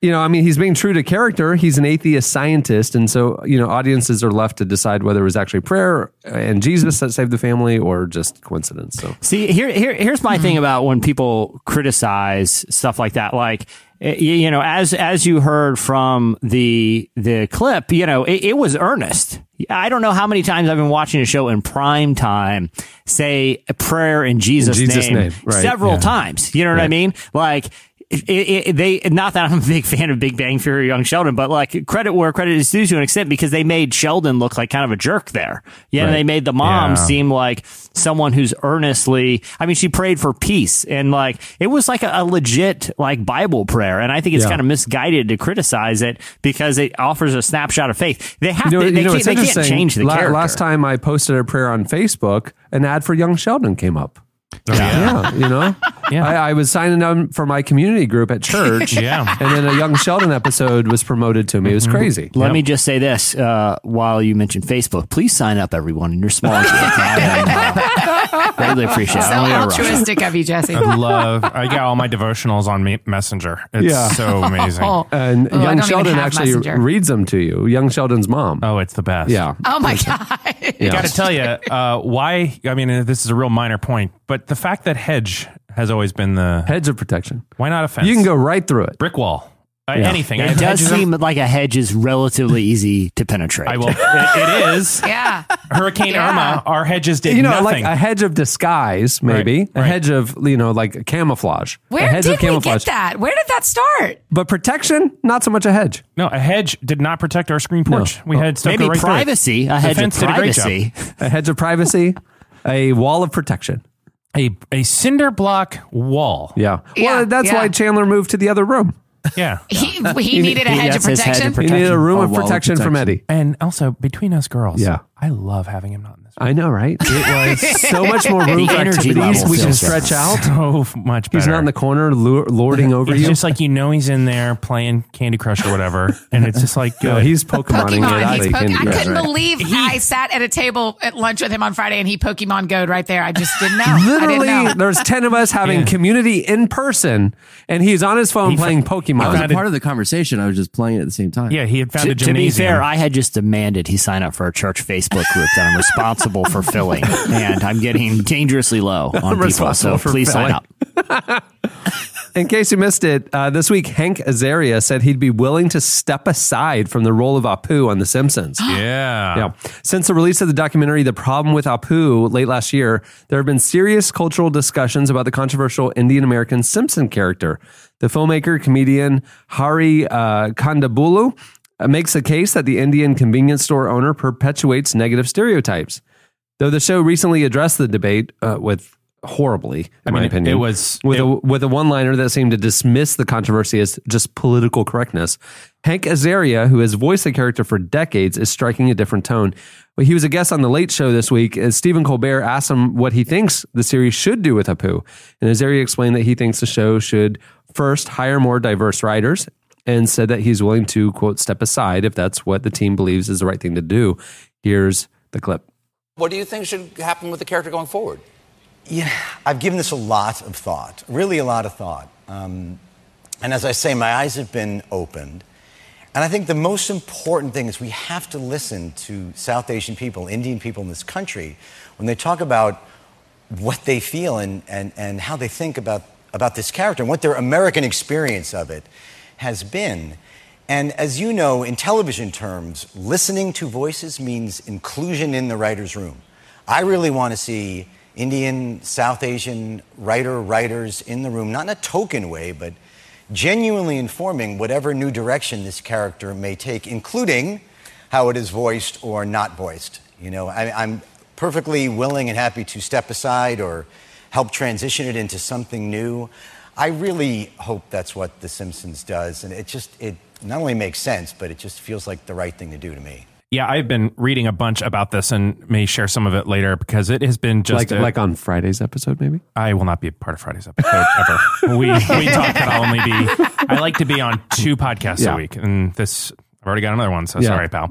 Speaker 2: you know, I mean, he's being true to character. He's an atheist scientist, and so you know, audiences are left to decide whether it was actually prayer and Jesus that saved the family or just coincidence. So
Speaker 3: See, here, here, here's my thing about when people criticize stuff like that. Like, eh, you, you know, as as you heard from the the clip, you know, it, it was earnest. I don't know how many times I've been watching a show in prime time say a prayer in Jesus',
Speaker 2: Jesus' name, right,
Speaker 3: several
Speaker 2: yeah.
Speaker 3: times. You know what I mean? Like. It, it, it- they not that I'm a big fan of Big Bang Theory, or Young Sheldon, but like credit where credit is due to an extent because they made Sheldon look like kind of a jerk there. Yeah, and they made the mom
Speaker 5: Yeah.
Speaker 3: seem seem like someone who's earnestly i mean she prayed for peace and like it was like a, a legit like bible prayer and i think it's
Speaker 2: Yeah.
Speaker 3: kind of misguided to criticize it because it offers a snapshot of faith they have
Speaker 2: you know,
Speaker 3: Ah, they,
Speaker 2: you
Speaker 3: they
Speaker 2: know
Speaker 3: can't,
Speaker 2: it's
Speaker 3: they
Speaker 2: interesting.
Speaker 3: can't change the
Speaker 2: La-
Speaker 3: character
Speaker 2: Last time I posted a prayer on Facebook, an ad for Young Sheldon came up. Yeah, you know, I, I was signing up for my community group at church,
Speaker 5: Yeah.
Speaker 2: and then a Young Sheldon episode was promoted to me. It was crazy.
Speaker 3: let me just say this uh, while you mentioned Facebook. Please sign up, everyone, in your small group. I am, uh, Really appreciate it. I
Speaker 4: So
Speaker 3: don't wanna rush.
Speaker 4: altruistic of you, Jesse.
Speaker 5: I love. I got all my devotionals on me- Messenger. It's
Speaker 2: Yeah.
Speaker 5: so amazing.
Speaker 4: Oh,
Speaker 2: And
Speaker 4: Oh, I don't
Speaker 2: Young
Speaker 4: even
Speaker 2: Sheldon
Speaker 4: have
Speaker 2: actually
Speaker 4: Messenger.
Speaker 2: reads them to you. Young Sheldon's mom.
Speaker 5: Oh, it's the best.
Speaker 2: yeah.
Speaker 4: oh my god!
Speaker 5: I got to tell you uh, why. I mean, uh, this is a real minor point, but the fact that hedge has always been the
Speaker 2: Hedge of protection.
Speaker 5: why not a fence?
Speaker 2: You can go right through it.
Speaker 5: brick wall. Uh, Anything. I
Speaker 3: It
Speaker 5: have
Speaker 3: does
Speaker 5: hedges on-
Speaker 3: seem like a hedge is relatively easy to penetrate.
Speaker 5: I will. It, it is
Speaker 4: Yeah,
Speaker 5: Hurricane
Speaker 4: Yeah.
Speaker 5: Irma. Our hedges did
Speaker 2: You know,
Speaker 5: nothing.
Speaker 2: like a hedge of disguise, maybe
Speaker 5: Right,
Speaker 2: a
Speaker 5: right.
Speaker 2: hedge of you know, like camouflage. a
Speaker 4: where
Speaker 2: hedge
Speaker 4: did we get that? Where did that start?
Speaker 2: But protection, not so much a hedge.
Speaker 5: no, a hedge did not protect our screen porch. We had stuff
Speaker 3: Maybe
Speaker 5: go right through it.
Speaker 3: privacy, a
Speaker 5: The
Speaker 3: hedge of
Speaker 5: fence did a great job.
Speaker 3: privacy.
Speaker 2: A hedge of privacy, a wall of protection.
Speaker 5: A a cinder block wall.
Speaker 2: Yeah.
Speaker 4: Yeah,
Speaker 2: well, that's
Speaker 4: yeah.
Speaker 2: why Chandler moved to the other room.
Speaker 5: Yeah.
Speaker 4: He he needed a
Speaker 3: He-
Speaker 4: hedge of
Speaker 3: that's his hedge of
Speaker 4: protection.
Speaker 2: He needed a
Speaker 3: Protection.
Speaker 2: room
Speaker 3: A
Speaker 2: of
Speaker 3: wall of
Speaker 2: protection, from Eddie.
Speaker 5: And also between us girls.
Speaker 2: Yeah.
Speaker 5: I love having him not in this.
Speaker 2: I know, right? It was so much more room
Speaker 3: The
Speaker 2: for
Speaker 3: energy
Speaker 2: activities.
Speaker 3: level
Speaker 2: We can
Speaker 3: feels different.
Speaker 2: stretch out.
Speaker 5: So much better.
Speaker 2: He's not in the corner lure- lording over
Speaker 5: It's
Speaker 2: you.
Speaker 5: just like you know he's in there playing Candy Crush or whatever, and it's just like
Speaker 2: No,
Speaker 5: good.
Speaker 2: he's Pokemoning. it
Speaker 4: Pokemon.
Speaker 2: out
Speaker 4: He's
Speaker 2: of
Speaker 4: Poke-
Speaker 2: Candy
Speaker 4: I
Speaker 2: Crush.
Speaker 4: couldn't believe I sat at a table at lunch with him on Friday and he Pokemon Go right there. I just didn't know. I
Speaker 2: Literally,
Speaker 4: didn't know.
Speaker 2: there's 10 of us having
Speaker 5: Yeah.
Speaker 2: community in person, and he's on his phone playing
Speaker 8: I was
Speaker 2: Pokemon.
Speaker 8: a part of the conversation. I was just playing it at the same time.
Speaker 5: yeah, he had found
Speaker 3: To,
Speaker 5: a
Speaker 3: to be
Speaker 5: gymnasium.
Speaker 3: fair, I had just demanded he sign up for a church Facebook group that I'm responsible for filling, and I'm getting dangerously low on people.
Speaker 2: responsible
Speaker 3: So
Speaker 2: for
Speaker 3: please sign
Speaker 2: filling.
Speaker 3: up.
Speaker 2: In case you missed it, uh, this week Hank Azaria said he'd be willing to step aside from the role of Apu on The Simpsons.
Speaker 5: yeah.
Speaker 2: Yeah. Since the release of the documentary The Problem with Apu late last year, there have been serious cultural discussions about the controversial Indian American Simpson character. The filmmaker, comedian Hari uh, Kondabolu uh, makes the case that the Indian convenience store owner perpetuates negative stereotypes. Though the show recently addressed the debate uh, with horribly, in my
Speaker 5: mean, it-
Speaker 2: opinion,
Speaker 5: it was-
Speaker 2: with
Speaker 5: it-
Speaker 2: a with a one liner that seemed to dismiss the controversy as just political correctness. Hank Azaria, who has voiced the character for decades, is striking a different tone. But he was a guest on the Late Show this week, as Stephen Colbert asked him what he thinks the series should do with Apu, and Azaria explained that he thinks the show should first hire more diverse writers and said that he's willing to quote step aside if that's what the team believes is the right thing to do. Here's the clip.
Speaker 9: What do you think should happen with the character going forward?
Speaker 10: Yeah, I've given this a lot of thought, really a lot of thought. Um, and as I say, my eyes have been opened. And I think the most important thing is we have to listen to South Asian people, Indian people in this country, when they talk about what they feel and, and, and how they think about, about this character and what their American experience of it has been. And as you know, in television terms, listening to voices means inclusion in the writer's room. I really want to see Indian, South Asian writer writers in the room, not in a token way, but genuinely informing whatever new direction this character may take, including how it is voiced or not voiced. You know, I, I'm perfectly willing and happy to step aside or help transition it into something new. I really hope that's what The Simpsons does, and it just it not only makes sense, but it just feels like the right thing to do to me.
Speaker 5: Yeah, I've been reading a bunch about this and may share some of it later because it has been just
Speaker 2: like
Speaker 5: a-
Speaker 2: like on Friday's episode, maybe.
Speaker 5: I will not be a part of Friday's episode ever. we we talk that I'll only be. I like to be on two podcasts
Speaker 2: Yeah.
Speaker 5: a week, and this I've already got another one. So
Speaker 2: Yeah.
Speaker 5: sorry, pal.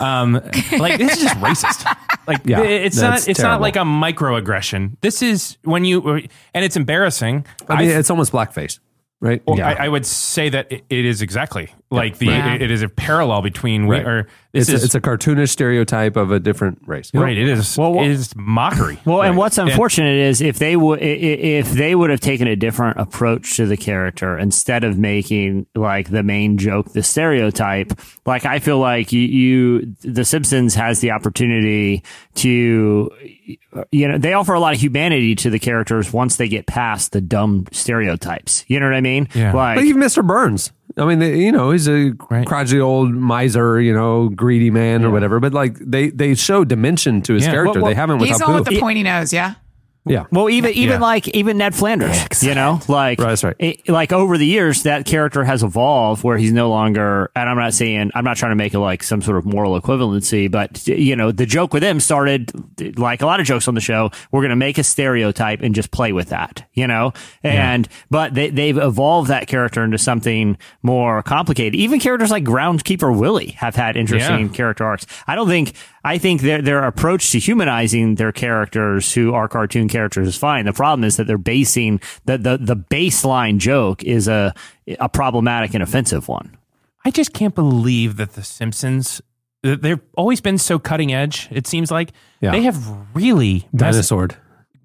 Speaker 5: Um, like this is just racist. Like
Speaker 2: Yeah,
Speaker 5: it's
Speaker 2: that's
Speaker 5: not it's
Speaker 2: terrible.
Speaker 5: not like a microaggression. This is when you and it's embarrassing.
Speaker 2: I mean,
Speaker 5: I-
Speaker 2: it's almost blackface, right?
Speaker 5: well, I, I would say that it, it is exactly like the
Speaker 4: Right.
Speaker 5: it- it is a parallel between we
Speaker 2: Right.
Speaker 5: or this
Speaker 2: it's,
Speaker 5: is
Speaker 2: a, it's a cartoonish stereotype of a different race. You know?
Speaker 5: right. It is
Speaker 3: Well, well-
Speaker 5: it is mockery.
Speaker 3: Well, and
Speaker 5: Right.
Speaker 3: what's unfortunate is if they would if they would have taken a different approach to the character instead of making like the main joke the stereotype. Like I feel like you, you the Simpsons has the opportunity to you know they offer a lot of humanity to the characters once they get past the dumb stereotypes. You know what I mean?
Speaker 5: Yeah.
Speaker 3: Like
Speaker 2: But even Mr. Burns. I mean, they, you know, he's a
Speaker 5: Right.
Speaker 2: crotchety old miser, you know, greedy man or whatever. But like, they they show dimension to his
Speaker 5: Yeah.
Speaker 2: character.
Speaker 5: Well, well,
Speaker 2: they haven't with
Speaker 4: He's the one
Speaker 2: Apu.
Speaker 4: with the pointy nose, yeah?
Speaker 2: yeah.
Speaker 3: Well, even even
Speaker 5: Yeah.
Speaker 3: like even Ned Flanders, you know, like
Speaker 2: Right, that's right.
Speaker 3: it- like over the years, that character has evolved where he's no longer. And I'm not saying I'm not trying to make it like some sort of moral equivalency, but you know, the joke with him started like a lot of jokes on the show. We're going to make a stereotype and just play with that, you know. And but they they've evolved that character into something more complicated. Even characters like Groundkeeper Willie have had interesting
Speaker 5: Yeah.
Speaker 3: character arcs. I don't think I think their their approach to humanizing their characters who are cartoon characters is fine. The problem is that they're basing the the, the baseline joke is a a problematic and offensive one.
Speaker 5: I just can't believe that the Simpsons th- they've always been so cutting edge. It seems like
Speaker 2: Yeah.
Speaker 5: they have really messed-
Speaker 2: Dinosaur.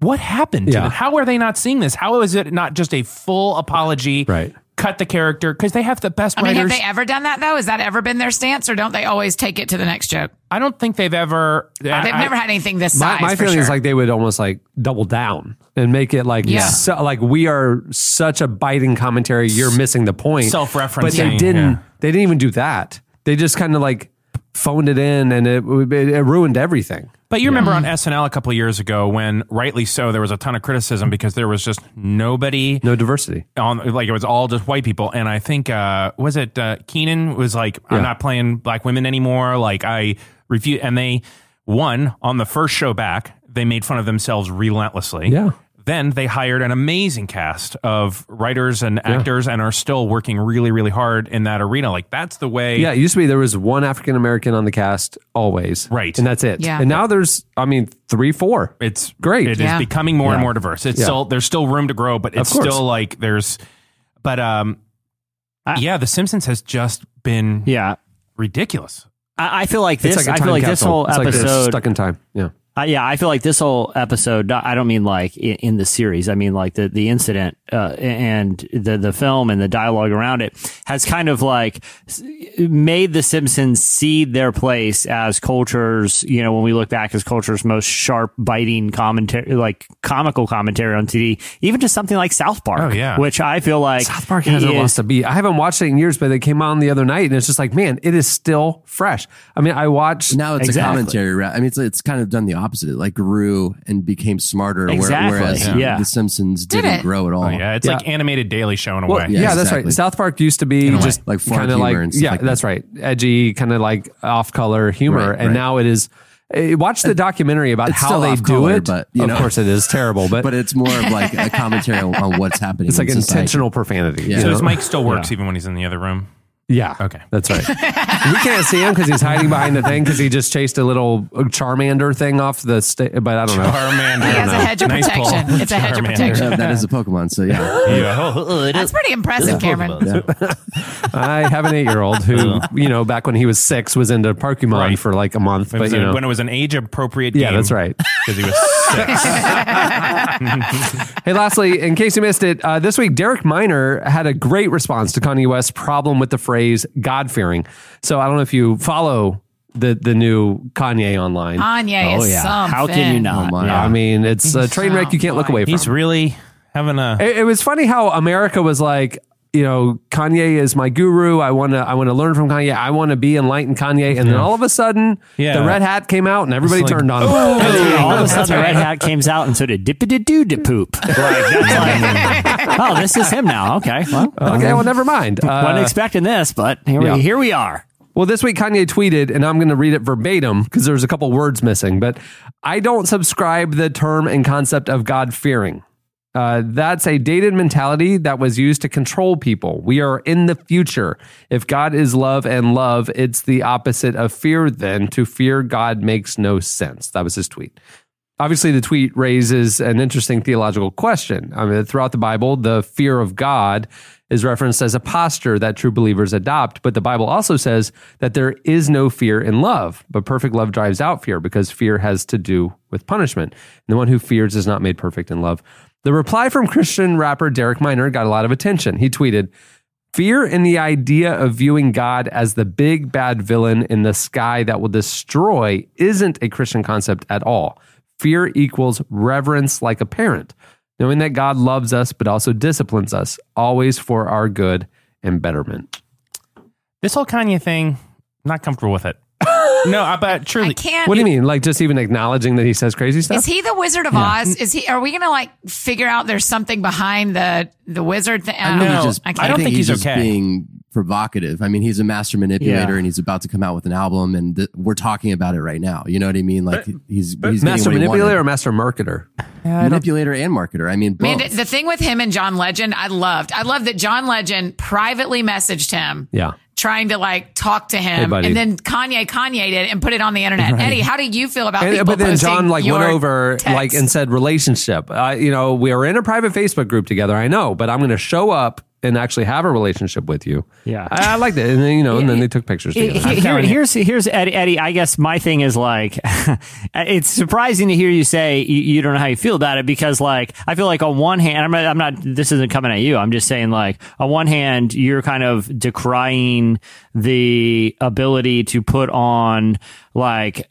Speaker 5: What happened to
Speaker 2: Yeah.
Speaker 5: them? How are they not seeing this? How is it not just a full apology?
Speaker 2: Right.
Speaker 5: Cut the character because they have the best
Speaker 4: I mean, have
Speaker 5: writers.
Speaker 4: they ever done that, though? Has that ever been their stance, or don't they always take it to the next joke?
Speaker 5: I don't think they've ever. They've
Speaker 4: They've never had anything this
Speaker 2: My,
Speaker 4: size.
Speaker 2: my
Speaker 4: for
Speaker 2: feeling is
Speaker 4: sure.
Speaker 2: like they would almost like double down and make it like
Speaker 4: Yeah.
Speaker 2: so, like we are such a biting commentary. You're missing the point.
Speaker 5: Self-referencing,
Speaker 2: but they didn't.
Speaker 5: yeah.
Speaker 2: They didn't even do that. They just kind of like phoned it in, and it it, it ruined everything.
Speaker 5: But you remember on SNL a couple of years ago when, rightly so, there was a ton of criticism because there was just nobody
Speaker 2: No diversity.
Speaker 5: on like it was all just white people and i think uh was it uh keenan was like i'm
Speaker 2: Yeah.
Speaker 5: not playing black women anymore like i refuse and they won on the first show back they made fun of themselves relentlessly
Speaker 2: Yeah.
Speaker 5: then they hired an amazing cast of writers and actors and are still working really really hard in that arena like that's the way
Speaker 2: Yeah, it used to be there was one African American on the cast always.
Speaker 5: Right.
Speaker 2: And that's it.
Speaker 4: Yeah.
Speaker 2: And now there's, I mean, three, four.
Speaker 5: it's
Speaker 2: Great.
Speaker 5: It is
Speaker 4: Yeah.
Speaker 5: becoming more and
Speaker 2: Yeah.
Speaker 5: more diverse. It's
Speaker 2: Yeah.
Speaker 5: still there's still room to grow, but it's
Speaker 2: course.
Speaker 5: still like there's, but um,
Speaker 3: I-
Speaker 5: yeah, The Simpsons has just been
Speaker 3: Yeah.
Speaker 5: ridiculous.
Speaker 3: I I feel like this.
Speaker 2: it's like a
Speaker 3: I
Speaker 2: time
Speaker 3: feel like this
Speaker 2: capsule.
Speaker 3: whole
Speaker 2: it's like they're
Speaker 3: episode.
Speaker 2: stuck in time. Yeah.
Speaker 3: Uh, yeah, I feel like this whole episode. not- I don't mean like i- in the series. I mean like the the incident uh, and the the film and the dialogue around it has kind of like s- made the Simpsons see their place as cultures. You know, when we look back as cultures, most sharp, biting commentary, like comical commentary on TV, even to something like South Park.
Speaker 5: Oh, yeah.
Speaker 3: which I feel like
Speaker 2: South Park hasn't
Speaker 3: is-
Speaker 2: lost a beat. I haven't watched it in years, but it came on the other night and it's just like, man, it is still fresh. I mean, I watched.
Speaker 8: Now it's
Speaker 3: Exactly.
Speaker 8: a commentary. ra- I mean, it's it's kind of done the opposite. It like grew and became smarter, where-
Speaker 3: Exactly.
Speaker 8: whereas
Speaker 3: Yeah.
Speaker 8: The Simpsons didn't
Speaker 4: it?
Speaker 8: grow at all.
Speaker 5: Oh, yeah, it's like animated Daily Show in a
Speaker 2: Well,
Speaker 5: way.
Speaker 2: yeah,
Speaker 8: Yeah,
Speaker 2: that's right.
Speaker 8: exactly.
Speaker 2: South Park used to be
Speaker 8: way.
Speaker 2: just
Speaker 8: Like foreign
Speaker 2: kind of
Speaker 8: humor
Speaker 2: like
Speaker 8: and stuff
Speaker 2: yeah,
Speaker 8: like that.
Speaker 2: that's right, edgy, kind of like off-color humor,
Speaker 8: Right,
Speaker 2: and
Speaker 8: right.
Speaker 2: now it is. eh, Watch the documentary about
Speaker 8: it's
Speaker 2: how
Speaker 8: still
Speaker 2: they do
Speaker 8: off-color,
Speaker 2: it.
Speaker 8: but, you
Speaker 2: of
Speaker 8: know.
Speaker 2: course, it is terrible, but,
Speaker 8: But it's more of like a commentary on, on what's happening.
Speaker 2: it's like
Speaker 8: in society.
Speaker 2: intentional profanity.
Speaker 8: Yeah.
Speaker 2: you
Speaker 5: So his
Speaker 2: know?
Speaker 5: mic still works even when he's in the other room.
Speaker 2: Yeah. Okay. That's right. we can't see him because he's hiding behind the thing because he just chased a little Charmander thing off the state. But I don't know.
Speaker 5: Charmander.
Speaker 4: He has a hedge of
Speaker 2: Nice pull.
Speaker 4: protection. It's a hedge of
Speaker 2: Charmander.
Speaker 4: protection.
Speaker 8: that is a Pokemon, so yeah.
Speaker 4: That's pretty impressive, Cameron.
Speaker 2: I have an eight year old who, you know, back when he was six, was into Pokemon for like a month.
Speaker 5: It
Speaker 2: But
Speaker 5: was
Speaker 2: you
Speaker 5: a-
Speaker 2: know,
Speaker 5: when it was an age appropriate game.
Speaker 2: Yeah, that's right.
Speaker 5: Because he was six.
Speaker 2: hey, lastly, in case you missed it, uh, this week Derek Miner had a great response to Kanye West's problem with the phrase "God fearing." So I don't know if you follow the the new Kanye online.
Speaker 4: Kanye
Speaker 2: Oh,
Speaker 4: is something.
Speaker 3: Oh, How can you not?
Speaker 2: I mean, it's a train wreck you can't look away from.
Speaker 5: He's really having a.
Speaker 2: it, it was funny how America was like, you know, Kanye is my guru. I want to, I want to learn from Kanye. I want to be enlightened Kanye. And then all of a sudden,
Speaker 5: Yeah.
Speaker 2: the red hat came out and everybody
Speaker 5: like, "Oh,
Speaker 2: turned on. him.
Speaker 3: All of a sudden, the red hat came out and so did dip did doo dip poop. Like, that's like, oh, this is him now. Okay, well,
Speaker 2: Okay, well, never mind. Uh,
Speaker 3: wasn't expecting this, but here
Speaker 2: yeah.
Speaker 3: we here we are.
Speaker 2: Well, this week Kanye tweeted, and I'm going to read it verbatim because there's a couple words missing, but I don't subscribe the term and concept of God fearing. Uh, that's a dated mentality that was used to control people. We are in the future. If God is love and love, it's the opposite of fear, then to fear God makes no sense. That was his tweet. Obviously, the tweet raises an interesting theological question. I mean, throughout the Bible, the fear of God is referenced as a posture that true believers adopt, but the Bible also says that there is no fear in love, but perfect love drives out fear because fear has to do with punishment. And the one who fears is not made perfect in love. The reply from Christian rapper Derek Miner got a lot of attention. He tweeted, Fear in the idea of viewing God as the big bad villain in the sky that will destroy isn't a Christian concept at all. Fear equals reverence like a parent, knowing that God loves us but also disciplines us, always for our good and betterment.
Speaker 5: This whole Kanye thing, not comfortable with it. no, I- but truly.
Speaker 4: I can't.
Speaker 2: What do you mean? Like just even acknowledging that he says crazy
Speaker 4: Is
Speaker 2: stuff?
Speaker 4: he the Wizard of Oz? Is he? Are we gonna like figure out there's something behind the the wizard thing? I
Speaker 5: think
Speaker 4: don't
Speaker 5: he's
Speaker 4: know.
Speaker 5: just-
Speaker 4: I
Speaker 5: I
Speaker 4: can't.
Speaker 5: don't think
Speaker 8: he's,
Speaker 5: he's
Speaker 8: just
Speaker 5: okay.
Speaker 8: being provocative. I mean, he's a master manipulator,
Speaker 3: Yeah.
Speaker 8: and he's about to come out with an album, and th- we're talking about it right now. You know what I mean? Like he's he's getting
Speaker 2: master
Speaker 8: what he
Speaker 2: manipulator
Speaker 8: wanted.
Speaker 2: or master marketer?
Speaker 8: manipulator and marketer. I mean, both.
Speaker 4: Man, the thing with him and John Legend, I loved. I loved that John Legend privately messaged him.
Speaker 2: Yeah.
Speaker 4: Trying to like talk to him,
Speaker 2: buddy.
Speaker 4: and then Kanye Kanye did and put it on the internet. Eddie, how do you feel about
Speaker 2: And,
Speaker 4: people
Speaker 2: but then
Speaker 4: posting
Speaker 2: John like went
Speaker 4: your
Speaker 2: over
Speaker 4: text?
Speaker 2: like and said relationship. Uh, you know, we are in a private Facebook group together. I know, but I'm going to show up and actually have a relationship with you.
Speaker 3: Yeah.
Speaker 2: I, I liked it. And then you know, and then they took pictures
Speaker 3: Here-
Speaker 2: together.
Speaker 3: here- here's here's Eddie, Eddie. I guess my thing is like, it's surprising to hear you say you, you don't know how you feel about it because like I feel like on one hand I'm not, I'm not this isn't coming at you. I'm just saying like on one hand you're kind of decrying the ability to put on like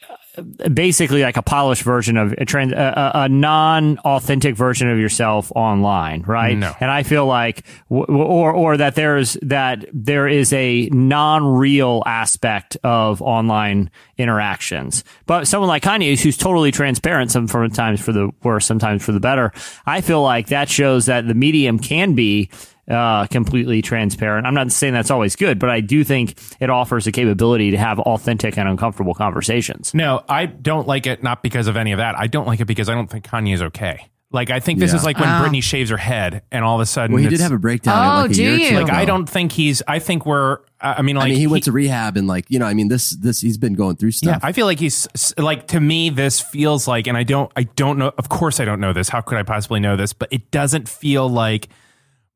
Speaker 3: basically like a polished version of a trans, a, a a non-authentic version of yourself online, right?
Speaker 5: No.
Speaker 3: And I feel like, w- w- or or that there's that there is a non-real aspect of online interactions. But someone like Kanye, who's totally transparent, some sometimes for the worse, sometimes for the better. I feel like that shows that the medium can be uh, completely transparent. I'm not saying that's always good, but I do think it offers the capability to have authentic and uncomfortable conversations.
Speaker 5: No, I don't like it. Not because of any of that. I don't like it because I don't think Kanye is okay. Like I think this
Speaker 8: Yeah.
Speaker 5: is like when Britney shaves her head, and all of a sudden,
Speaker 8: well, he
Speaker 5: it's-
Speaker 8: did have a breakdown.
Speaker 4: Oh,
Speaker 8: like a
Speaker 4: do
Speaker 8: year or two
Speaker 4: you?
Speaker 8: ago.
Speaker 5: Like I don't think he's. I think we're. I I mean, like
Speaker 8: I mean, he went to rehab, and like you know, I mean, this this he's been going through
Speaker 5: Yeah,
Speaker 8: stuff.
Speaker 5: I feel like he's s- like to me. This feels like, and I don't. I don't know. Of course, I don't know this. How could I possibly know this? But it doesn't feel like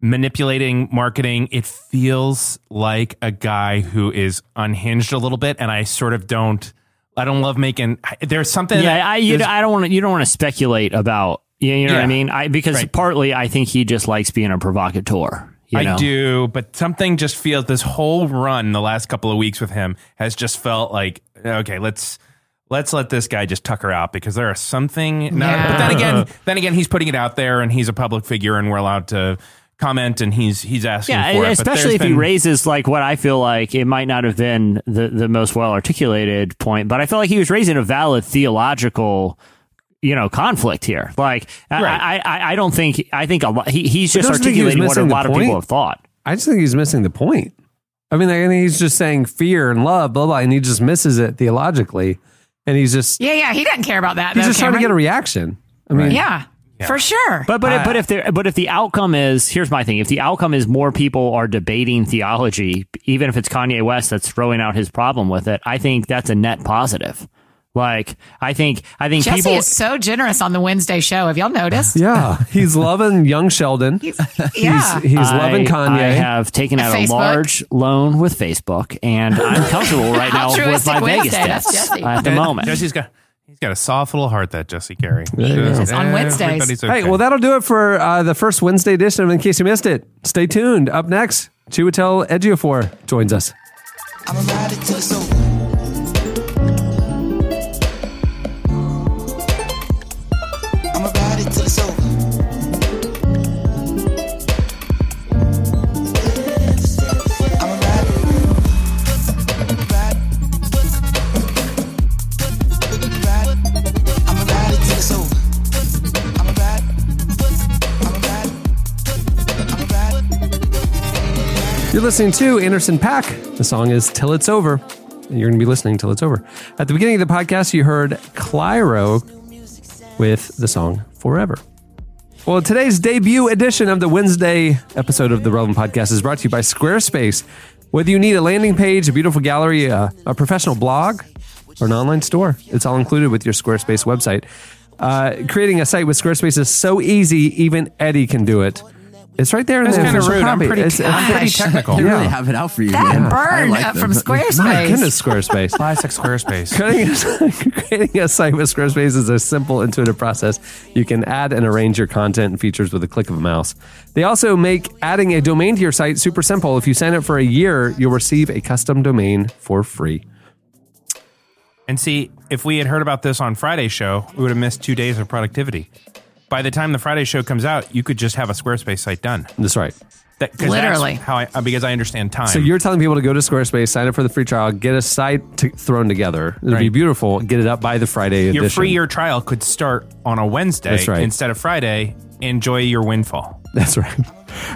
Speaker 5: manipulating marketing. It feels like a guy who is unhinged a little bit, and I sort of don't. I don't love making. There's something.
Speaker 3: Yeah, I you,
Speaker 5: there's-
Speaker 3: I don't want to you don't want to speculate about you, you know what
Speaker 5: Yeah.
Speaker 3: I mean. I because
Speaker 5: Right.
Speaker 3: partly I think he just likes being a provocateur. You
Speaker 5: I
Speaker 3: know?
Speaker 5: do, but something just feels this whole run the last couple of weeks with him has just felt like okay, let's let's let this guy just tucker out because there are something. Not, But then again, then again, he's putting it out there and he's a public figure and we're allowed to comment and he's he's asking
Speaker 3: Yeah,
Speaker 5: for it. but
Speaker 3: especially
Speaker 5: there's
Speaker 3: if he
Speaker 5: been-
Speaker 3: raises like what I feel like it might not have been the the most well articulated point, but I feel like he was raising a valid theological. You know, conflict here. Like, I
Speaker 5: Right.
Speaker 3: I, I, I don't think I think a lot. He, he's just
Speaker 2: don't you think he was
Speaker 3: articulating what a
Speaker 2: missing the
Speaker 3: lot of
Speaker 2: point?
Speaker 3: people have thought.
Speaker 2: I just think he's missing the point. I mean, like, I think he's just saying fear and love, blah blah, and he just misses it theologically, and he's just
Speaker 4: yeah, yeah, he doesn't care about that.
Speaker 2: he's
Speaker 4: though,
Speaker 2: just trying to get a
Speaker 4: Cameron.
Speaker 2: reaction. I mean,
Speaker 4: yeah. For sure.
Speaker 3: But but but if there but if the outcome is here's my thing if the outcome is more people are debating theology even if it's Kanye West that's throwing out his problem with it I think that's a net positive. Like I think I think
Speaker 4: Jesse
Speaker 3: people
Speaker 4: is so generous on the Wednesday show. Have y'all noticed?
Speaker 2: Yeah, he's loving young Sheldon. He's,
Speaker 4: yeah.
Speaker 2: he's, loving
Speaker 3: I-
Speaker 2: Kanye.
Speaker 3: I have taken
Speaker 4: And
Speaker 3: out
Speaker 4: Facebook.
Speaker 3: a large loan with Facebook, and I'm comfortable right now with my
Speaker 4: Altruistic
Speaker 3: Vegas
Speaker 4: Wednesday, that's
Speaker 3: debts
Speaker 4: Jesse.
Speaker 3: at the moment.
Speaker 5: Jesse's got he's got a soft little heart. That Jesse Carey.
Speaker 2: is.
Speaker 4: On Wednesdays.
Speaker 5: Everybody's
Speaker 2: Hey,
Speaker 5: okay.
Speaker 2: well, that'll do it for uh, the first Wednesday edition. of In case you missed it, stay tuned. Up next, Chiwetel Ejiofor joins us.
Speaker 6: I'm a rider till it's over. I'm a rider till it's over. I'm a rider. Ride. Ride. I'm a rider till it's over. I'm a rider. I'm a rider. I'm a rider.
Speaker 2: You're listening to Anderson Pack. The song is Till It's Over. And you're going to be listening till it's over. At the beginning of the podcast, you heard Clyro with the song Forever. Well, today's debut edition of the Wednesday episode of the Relevant Podcast is brought to you by Squarespace. Whether you need a landing page, a beautiful gallery, a, a professional blog, or an online store, it's all included with your Squarespace website. Uh, creating a site with Squarespace is so easy, even Eddie can do it. It's right there in
Speaker 5: That's
Speaker 2: the
Speaker 5: kinda
Speaker 2: official
Speaker 5: rude. I'm
Speaker 2: copy.
Speaker 5: pretty-
Speaker 2: It's-
Speaker 5: I'm pretty technical.
Speaker 8: They
Speaker 2: Yeah.
Speaker 8: really have it out for you.
Speaker 4: That
Speaker 8: man. I
Speaker 4: burned
Speaker 8: like
Speaker 4: up
Speaker 8: them.
Speaker 4: from Squarespace.
Speaker 2: My goodness, Squarespace.
Speaker 5: classic Squarespace.
Speaker 2: Creating a, creating a site with Squarespace is a simple, intuitive process. You can add and arrange your content and features with a click of a mouse. They also make adding a domain to your site super simple. If you sign up for a year, you'll receive a custom domain for free.
Speaker 5: And see, if we had heard about this on Friday's show, we would have missed two days of productivity. By the time the Friday show comes out, you could just have a Squarespace site done.
Speaker 2: That's right.
Speaker 5: That, 'cause that's
Speaker 4: Literally.
Speaker 5: how I, uh, because I understand time.
Speaker 2: So you're telling people to go to Squarespace, sign up for the free trial, get a site to, thrown together. It'll be
Speaker 5: Right.
Speaker 2: beautiful. Get it up by the Friday
Speaker 5: your
Speaker 2: edition.
Speaker 5: free year trial could start on a Wednesday
Speaker 2: That's right.
Speaker 5: instead of Friday. Enjoy your windfall.
Speaker 2: That's right.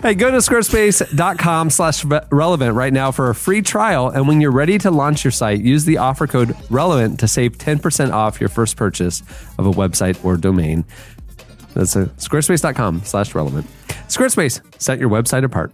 Speaker 2: Hey, go to squarespace.com slash re- relevant right now for a free trial. And when you're ready to launch your site, use the offer code relevant to save 10% off your first purchase of a website or domain. That's a, squarespace.com slash relevant. Squarespace, set your website apart.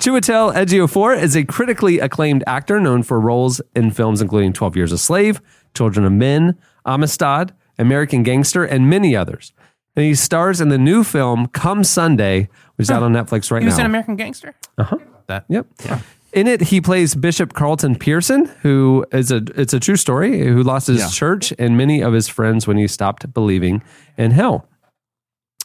Speaker 2: Chiwetel Ejiofor is a critically acclaimed actor known for roles in films including 12 Years a Slave, Children of Men, Amistad, American Gangster, and many others. And he stars in the new film Come Sunday, which is out on Netflix right
Speaker 5: He was
Speaker 2: now.
Speaker 5: an American gangster. Uh huh. That
Speaker 2: Yep. In it, he plays Bishop Carlton Pearson, who is a it's a true story, who lost his
Speaker 8: Yeah.
Speaker 2: church and many of his friends when he stopped believing in hell.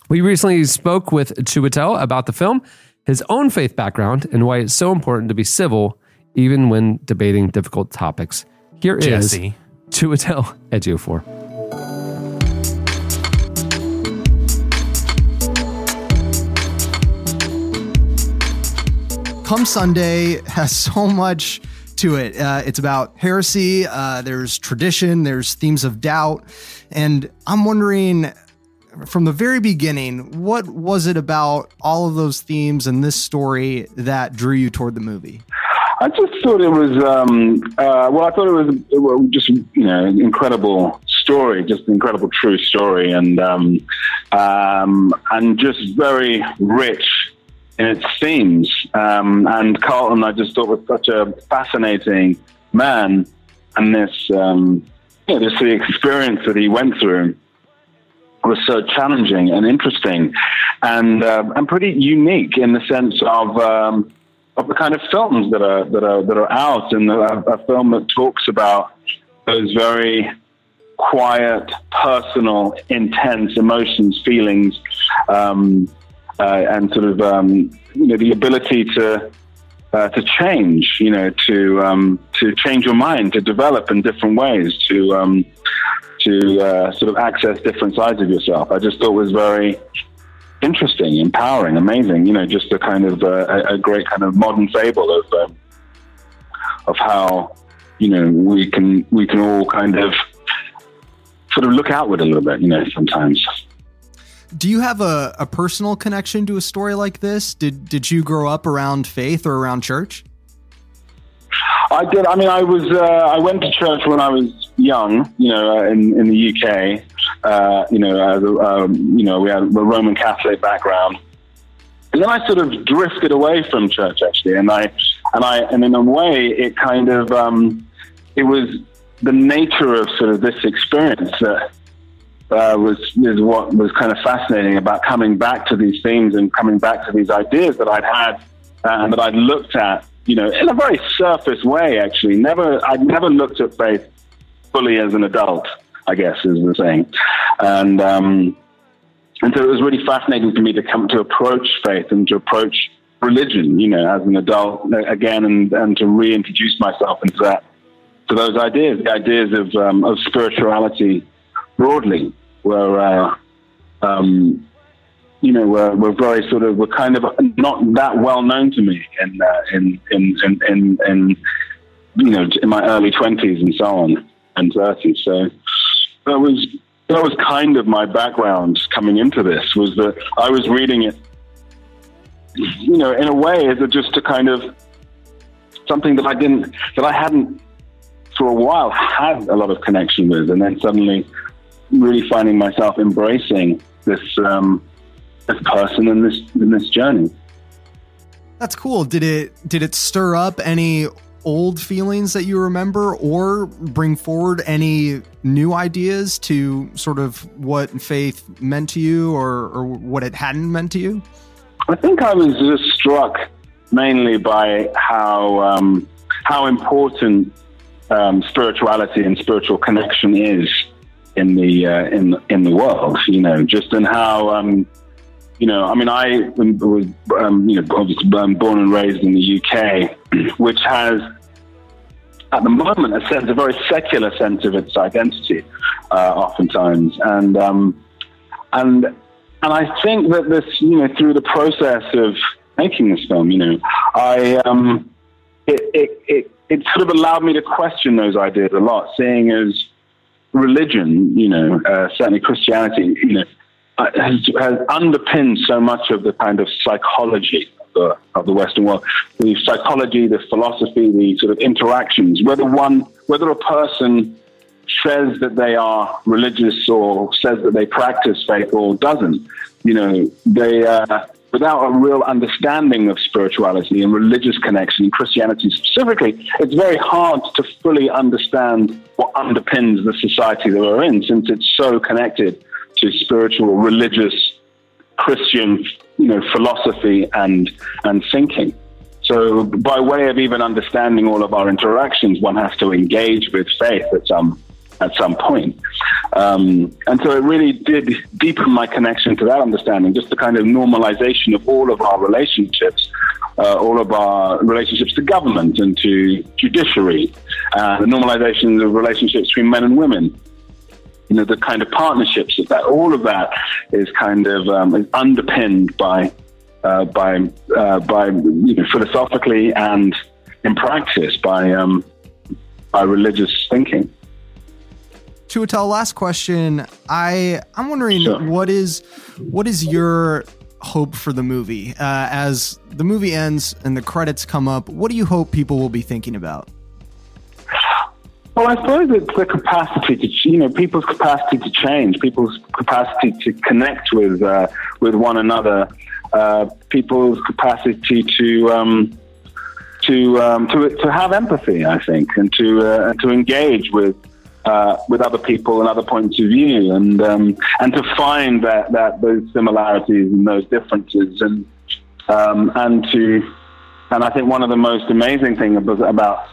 Speaker 2: We recently spoke with Chiwetel about the film, his own faith background, and why it's so important to be civil even when debating difficult topics. Here is
Speaker 5: Jesse.
Speaker 2: Chiwetel Ejiofor.
Speaker 11: Come Sunday has so much to it. Uh, it's about heresy, uh, there's tradition, there's themes of doubt. And I'm wondering from the very beginning, what was it about all of those themes and this story that drew you toward the movie?
Speaker 12: I just thought it was, um, uh, well, I thought it was, it was just, you know, an incredible story, just an incredible true story, and um, um, and just very rich in its themes. Um, and Carlton, I just thought was such a fascinating man, and this, um, you know, just the experience that he went through was so challenging and interesting, and uh, and pretty unique in the sense of. Um, of the kind of films that are that are that are out, and a, a film that talks about those very quiet, personal, intense emotions, feelings, um, uh, and sort of um, you know the ability to uh, to change, you know, to um, to change your mind, to develop in different ways, to um, to uh, sort of access different sides of yourself. I just thought was very interesting, empowering, amazing. You know, just a kind of uh, a, a great kind of modern fable of um, of how you know we can we can all kind of sort of look outward a little bit. You know, sometimes.
Speaker 11: Do you have a, a personal connection to a story like this? Did, did you grow up around faith or around church?
Speaker 12: I did. I mean, I was. Uh, I went to church when I was young, you know, uh, in in the UK, uh, you know, as a, um, you know, we had a Roman Catholic background. And then I sort of drifted away from church actually, and I, and I, and in a way, it kind of, um, it was the nature of sort of this experience that uh, was is what was kind of fascinating about coming back to these themes and coming back to these ideas that I'd had uh, and that I'd looked at, you know, in a very surface way. Actually, never I'd never looked at faith fully as an adult. I guess is the thing, and um, and so it was really fascinating for me to come to approach faith and to approach religion, you know, as an adult uh, again, and and to reintroduce myself into that to those ideas, the ideas of um, of spirituality broadly were, uh, um, you know, were, were very sort of were kind of not that well known to me in uh, in, in, in in in you know in my early twenties and so on and thirties. So that was that was kind of my background coming into this was that I was reading it, you know, in a way as a, just to kind of something that I didn't that I hadn't for a while had a lot of connection with, and then suddenly really finding myself embracing this um, this person and this and this journey.
Speaker 11: That's cool. Did it did it stir up any old feelings that you remember or bring forward any new ideas to sort of what faith meant to you or, or what it hadn't meant to you?
Speaker 12: I think I was just struck mainly by how um, how important um, spirituality and spiritual connection is in the uh, in in the world. You know, just in how um, you know. I mean, I was um, you know obviously um, born and raised in the UK, which has at the moment a sense, a very secular sense of its identity, uh, oftentimes, and um, and and I think that this you know through the process of making this film, you know, I um, it it. it it sort of allowed me to question those ideas a lot, seeing as religion, you know, uh, certainly Christianity, you know, uh, has, has underpinned so much of the kind of psychology of the, of the Western world. The psychology, the philosophy, the sort of interactions, whether one, whether a person says that they are religious or says that they practice faith or doesn't, you know, they, uh, without a real understanding of spirituality and religious connection, Christianity specifically, it's very hard to fully understand what underpins the society that we're in, since it's so connected to spiritual, religious, Christian, you know, philosophy and and thinking. So, by way of even understanding all of our interactions, one has to engage with faith at some at some point. Um, and so it really did deepen my connection to that understanding, just the kind of normalization of all of our relationships, uh, all of our relationships to government and to judiciary, uh, the normalization of relationships between men and women. You know, the kind of partnerships of that, all of that is kind of um, is underpinned by, uh, by, by you know, philosophically and in practice by, um, by religious thinking.
Speaker 11: Chiwetel, last question. I I'm wondering what is what is your hope for the movie uh, as the movie ends and the credits come up. What do you hope people will be thinking about?
Speaker 12: Well, I suppose it's the capacity to, you know, people's capacity to change, people's capacity to connect with uh, with one another, uh, people's capacity to um, to um, to to have empathy, I think, and to uh, and to engage with uh, with other people and other points of view, and um, and to find that, that those similarities and those differences, and um, and to and I think one of the most amazing things about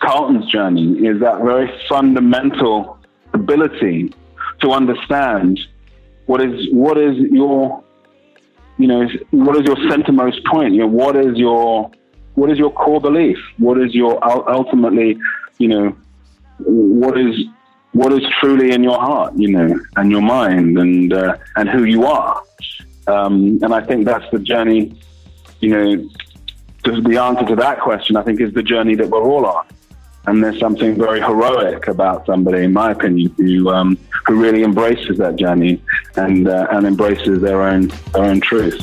Speaker 12: Carlton's journey is that very fundamental ability to understand what is what is your you know what is your centermost point, you know what is your what is your core belief, what is your ul- ultimately you know what is what is truly in your heart, you know, and your mind, and uh, and who you are. Um, and I think that's the journey, you know. The the answer to that question, I think, is the journey that we're all on. And there's something very heroic about somebody, in my opinion, who um, who really embraces that journey and uh, and embraces their own their own truth.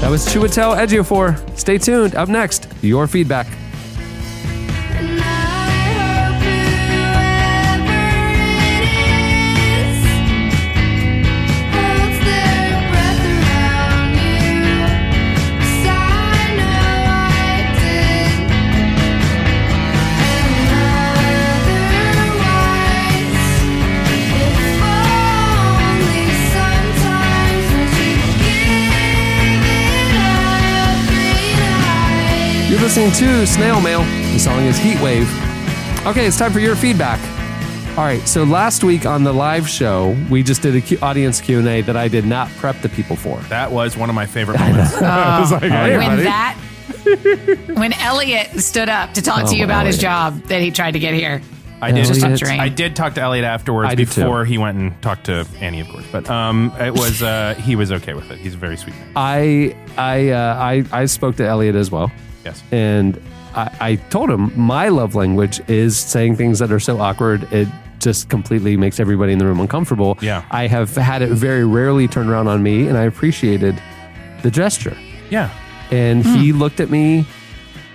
Speaker 5: That
Speaker 2: That was Chiwetel Ejiofor. Stay tuned. Up next, your feedback. You're listening to Snail Mail. The song is Heat Wave. Okay, it's time for your feedback. All right, so last week on the live show, we just did a Q- audience Q&A that I did not prep the people for.
Speaker 5: That was one of my favorite moments. I was like,
Speaker 2: Oh,
Speaker 5: hey,
Speaker 2: yeah.
Speaker 5: buddy.
Speaker 4: when that when Elliot stood up to talk
Speaker 5: Oh,
Speaker 4: to you about his
Speaker 5: Elliot.
Speaker 4: job that he tried to get here.
Speaker 5: I did.
Speaker 4: Just a drain.
Speaker 5: I did talk to Elliot afterwards
Speaker 2: I did too.
Speaker 5: before he went and talked to Annie, of course. But um, it was uh, he was okay with it. He's a very sweet man.
Speaker 2: I I uh, I I spoke to Elliot as well.
Speaker 5: Yes.
Speaker 2: And I, I told him my love language is saying things that are so awkward it just completely makes everybody in the room uncomfortable.
Speaker 5: Yeah.
Speaker 2: I have had it very rarely turn around on me, and I appreciated the gesture.
Speaker 5: Yeah.
Speaker 2: And he looked at me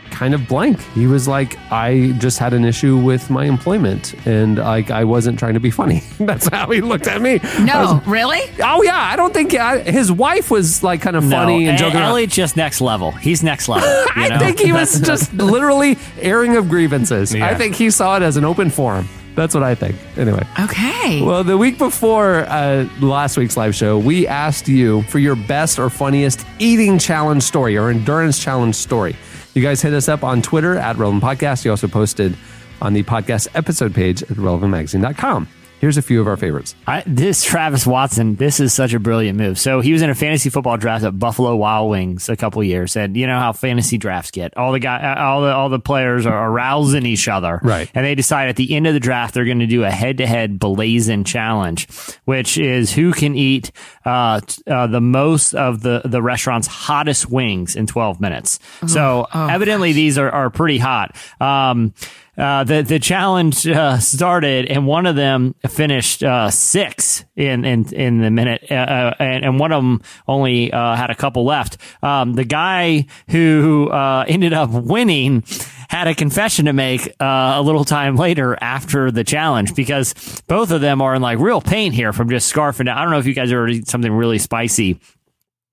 Speaker 2: kind of blank. He was like, I just had an issue with my employment and like I wasn't trying to be funny. That's how he looked at me. I was-
Speaker 4: No, really?
Speaker 2: Oh yeah, I don't think I, his wife was like kind of funny and
Speaker 3: E-
Speaker 2: joking. around.
Speaker 3: Elliot's just next level. He's next level. you
Speaker 2: I
Speaker 3: know?
Speaker 2: think he was just literally airing of grievances.
Speaker 3: Yeah.
Speaker 2: I think he saw it as an open forum. That's what I think. Anyway.
Speaker 4: Okay.
Speaker 2: Well, the week before uh, last week's live show, we asked you for your best or funniest eating challenge story or endurance challenge story. You guys hit us up on Twitter at Relevant Podcast. You also posted on the podcast episode page at relevantmagazine.com. Here's a few of our favorites.
Speaker 3: I, this Travis Watson, this is such a brilliant move. So he was in a fantasy football draft at Buffalo Wild Wings a couple years, and you know how fantasy drafts get. All the guy, all the all the players are arousing each other, right? And they decide at the end of the draft they're going to do a head to head blazing challenge, which is who can eat uh, t- uh, the most of the the restaurant's hottest wings in twelve minutes. so evidently these are are pretty hot. Um, uh, the the challenge uh, started, and one of them finished uh, six in in in the minute, uh, uh, and, and one of them only uh, had a couple left. Um, the guy who uh, ended up winning had a confession to make uh, a little time later after the challenge because both of them are in like real pain here from just scarfing. down. I don't know if you guys ever eat something really spicy.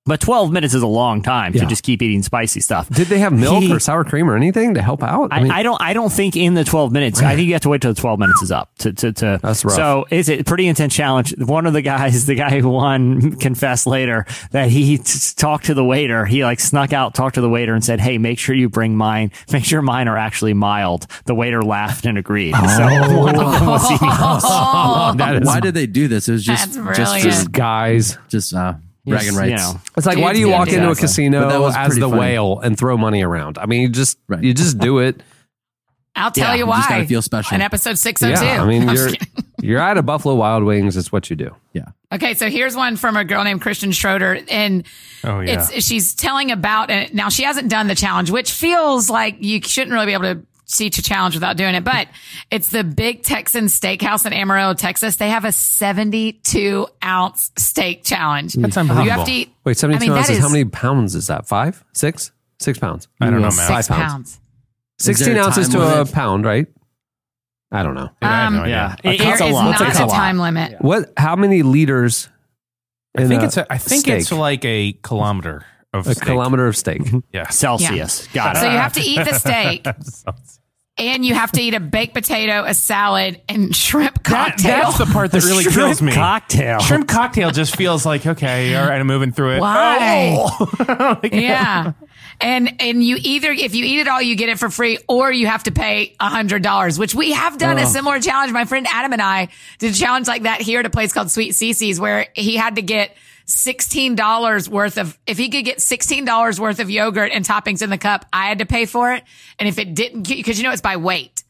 Speaker 3: But 12 minutes is a long time to just keep eating spicy stuff.
Speaker 2: Did they have milk
Speaker 3: He-
Speaker 2: or sour cream or anything to help out?
Speaker 3: I, I don't. I don't think in the twelve minutes. I think you have to wait till the twelve minutes is up to to. to That's
Speaker 2: rough.
Speaker 3: So it's a pretty intense challenge. One of the guys, the guy who won, confessed later that he t- talked to the waiter. He like snuck out, talked to the waiter, and said, "Hey, make sure you bring mine. Make sure mine are actually mild." The waiter laughed and agreed. So one of them was eating-
Speaker 2: Oh,
Speaker 4: Oh,
Speaker 2: That is-
Speaker 8: Why did they do this? It was just
Speaker 2: That's
Speaker 8: just,
Speaker 2: brilliant.
Speaker 8: just
Speaker 2: guys,
Speaker 8: just uh, bragging rights.
Speaker 2: It's like, why do you walk into a
Speaker 8: But that
Speaker 2: casino
Speaker 8: was
Speaker 2: as
Speaker 8: pretty
Speaker 2: the
Speaker 8: funny.
Speaker 2: whale and throw money around? I mean, you just you just do it.
Speaker 4: I'll tell
Speaker 2: Yeah,
Speaker 4: you
Speaker 2: you
Speaker 4: why.
Speaker 2: just gotta feel special.
Speaker 4: In episode 602.
Speaker 2: I mean,
Speaker 4: I'm just
Speaker 2: you're
Speaker 4: kidding.
Speaker 2: you're out of Buffalo Wild Wings. It's what you do.
Speaker 8: Yeah.
Speaker 4: Okay, so here's one from a girl named Kristen Schroeder, and
Speaker 2: Oh, yeah.
Speaker 4: it's she's telling about and now she hasn't done the challenge, which feels like you shouldn't really be able to see a challenge without doing it. But it's the Big Texan Steakhouse in Amarillo, Texas. They have a 72 ounce steak challenge. You have to eat.
Speaker 2: Wait,
Speaker 4: I mean,
Speaker 2: seventy-two
Speaker 4: that
Speaker 2: ounces.
Speaker 4: is-
Speaker 2: How many pounds is that? Five, six, six pounds.
Speaker 5: I don't know, man.
Speaker 2: Five
Speaker 5: Six
Speaker 2: pounds.
Speaker 4: pounds.
Speaker 2: Sixteen ounces to a pound, right? I don't know.
Speaker 4: Um,
Speaker 5: idea.
Speaker 4: There is not a, time limit.
Speaker 2: What? How many liters?
Speaker 5: I
Speaker 2: in
Speaker 5: think
Speaker 2: a
Speaker 5: it's a, I think
Speaker 2: steak?
Speaker 5: it's like a kilometer of
Speaker 2: a
Speaker 5: steak.
Speaker 2: kilometer of steak.
Speaker 5: yeah.
Speaker 3: Celsius.
Speaker 4: Yeah. Got it. So you have to eat the steak. And you have to eat a baked potato, a salad, and shrimp cocktail.
Speaker 5: That's the part that really kills me.
Speaker 3: Cocktail.
Speaker 5: Shrimp cocktail just feels like okay. All right, I'm moving through it.
Speaker 4: Why?
Speaker 5: Oh.
Speaker 4: yeah. And and you either if you eat it all you get it for free or you have to pay hundred dollars, which we have done a
Speaker 13: Ugh.
Speaker 4: similar challenge. My friend Adam and I did a challenge like that here at a place called Sweet Cece's where he had to get sixteen dollars worth of if he could get sixteen dollars worth of yogurt and toppings in the cup, I had to pay for it. And if it didn't because you know it's by weight.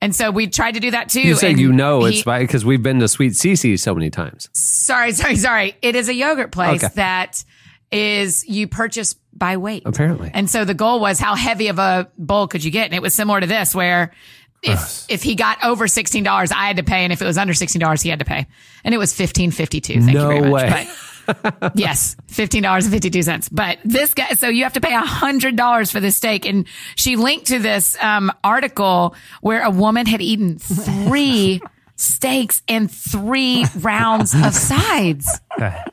Speaker 4: And so we tried to do that too.
Speaker 2: You say
Speaker 4: and
Speaker 2: you know
Speaker 4: he-
Speaker 2: it's by because we've been to Sweet CC so many times.
Speaker 4: Sorry, sorry, sorry. It is a yogurt place
Speaker 2: Okay.
Speaker 4: that is you purchase by weight.
Speaker 2: Apparently.
Speaker 4: And so the goal was how heavy of a bowl could you get? And it was similar to this where if
Speaker 2: Gross.
Speaker 4: if he got over $16, I had to pay and if it was under $16, he had to pay. And it was 15.52. Thank you
Speaker 2: No
Speaker 4: very much.
Speaker 2: way.
Speaker 4: But yes, fifteen dollars and fifty two cents. But this guy, so you have to pay hundred dollars for this steak. And she linked to this um, article where a woman had eaten three steaks and three rounds of sides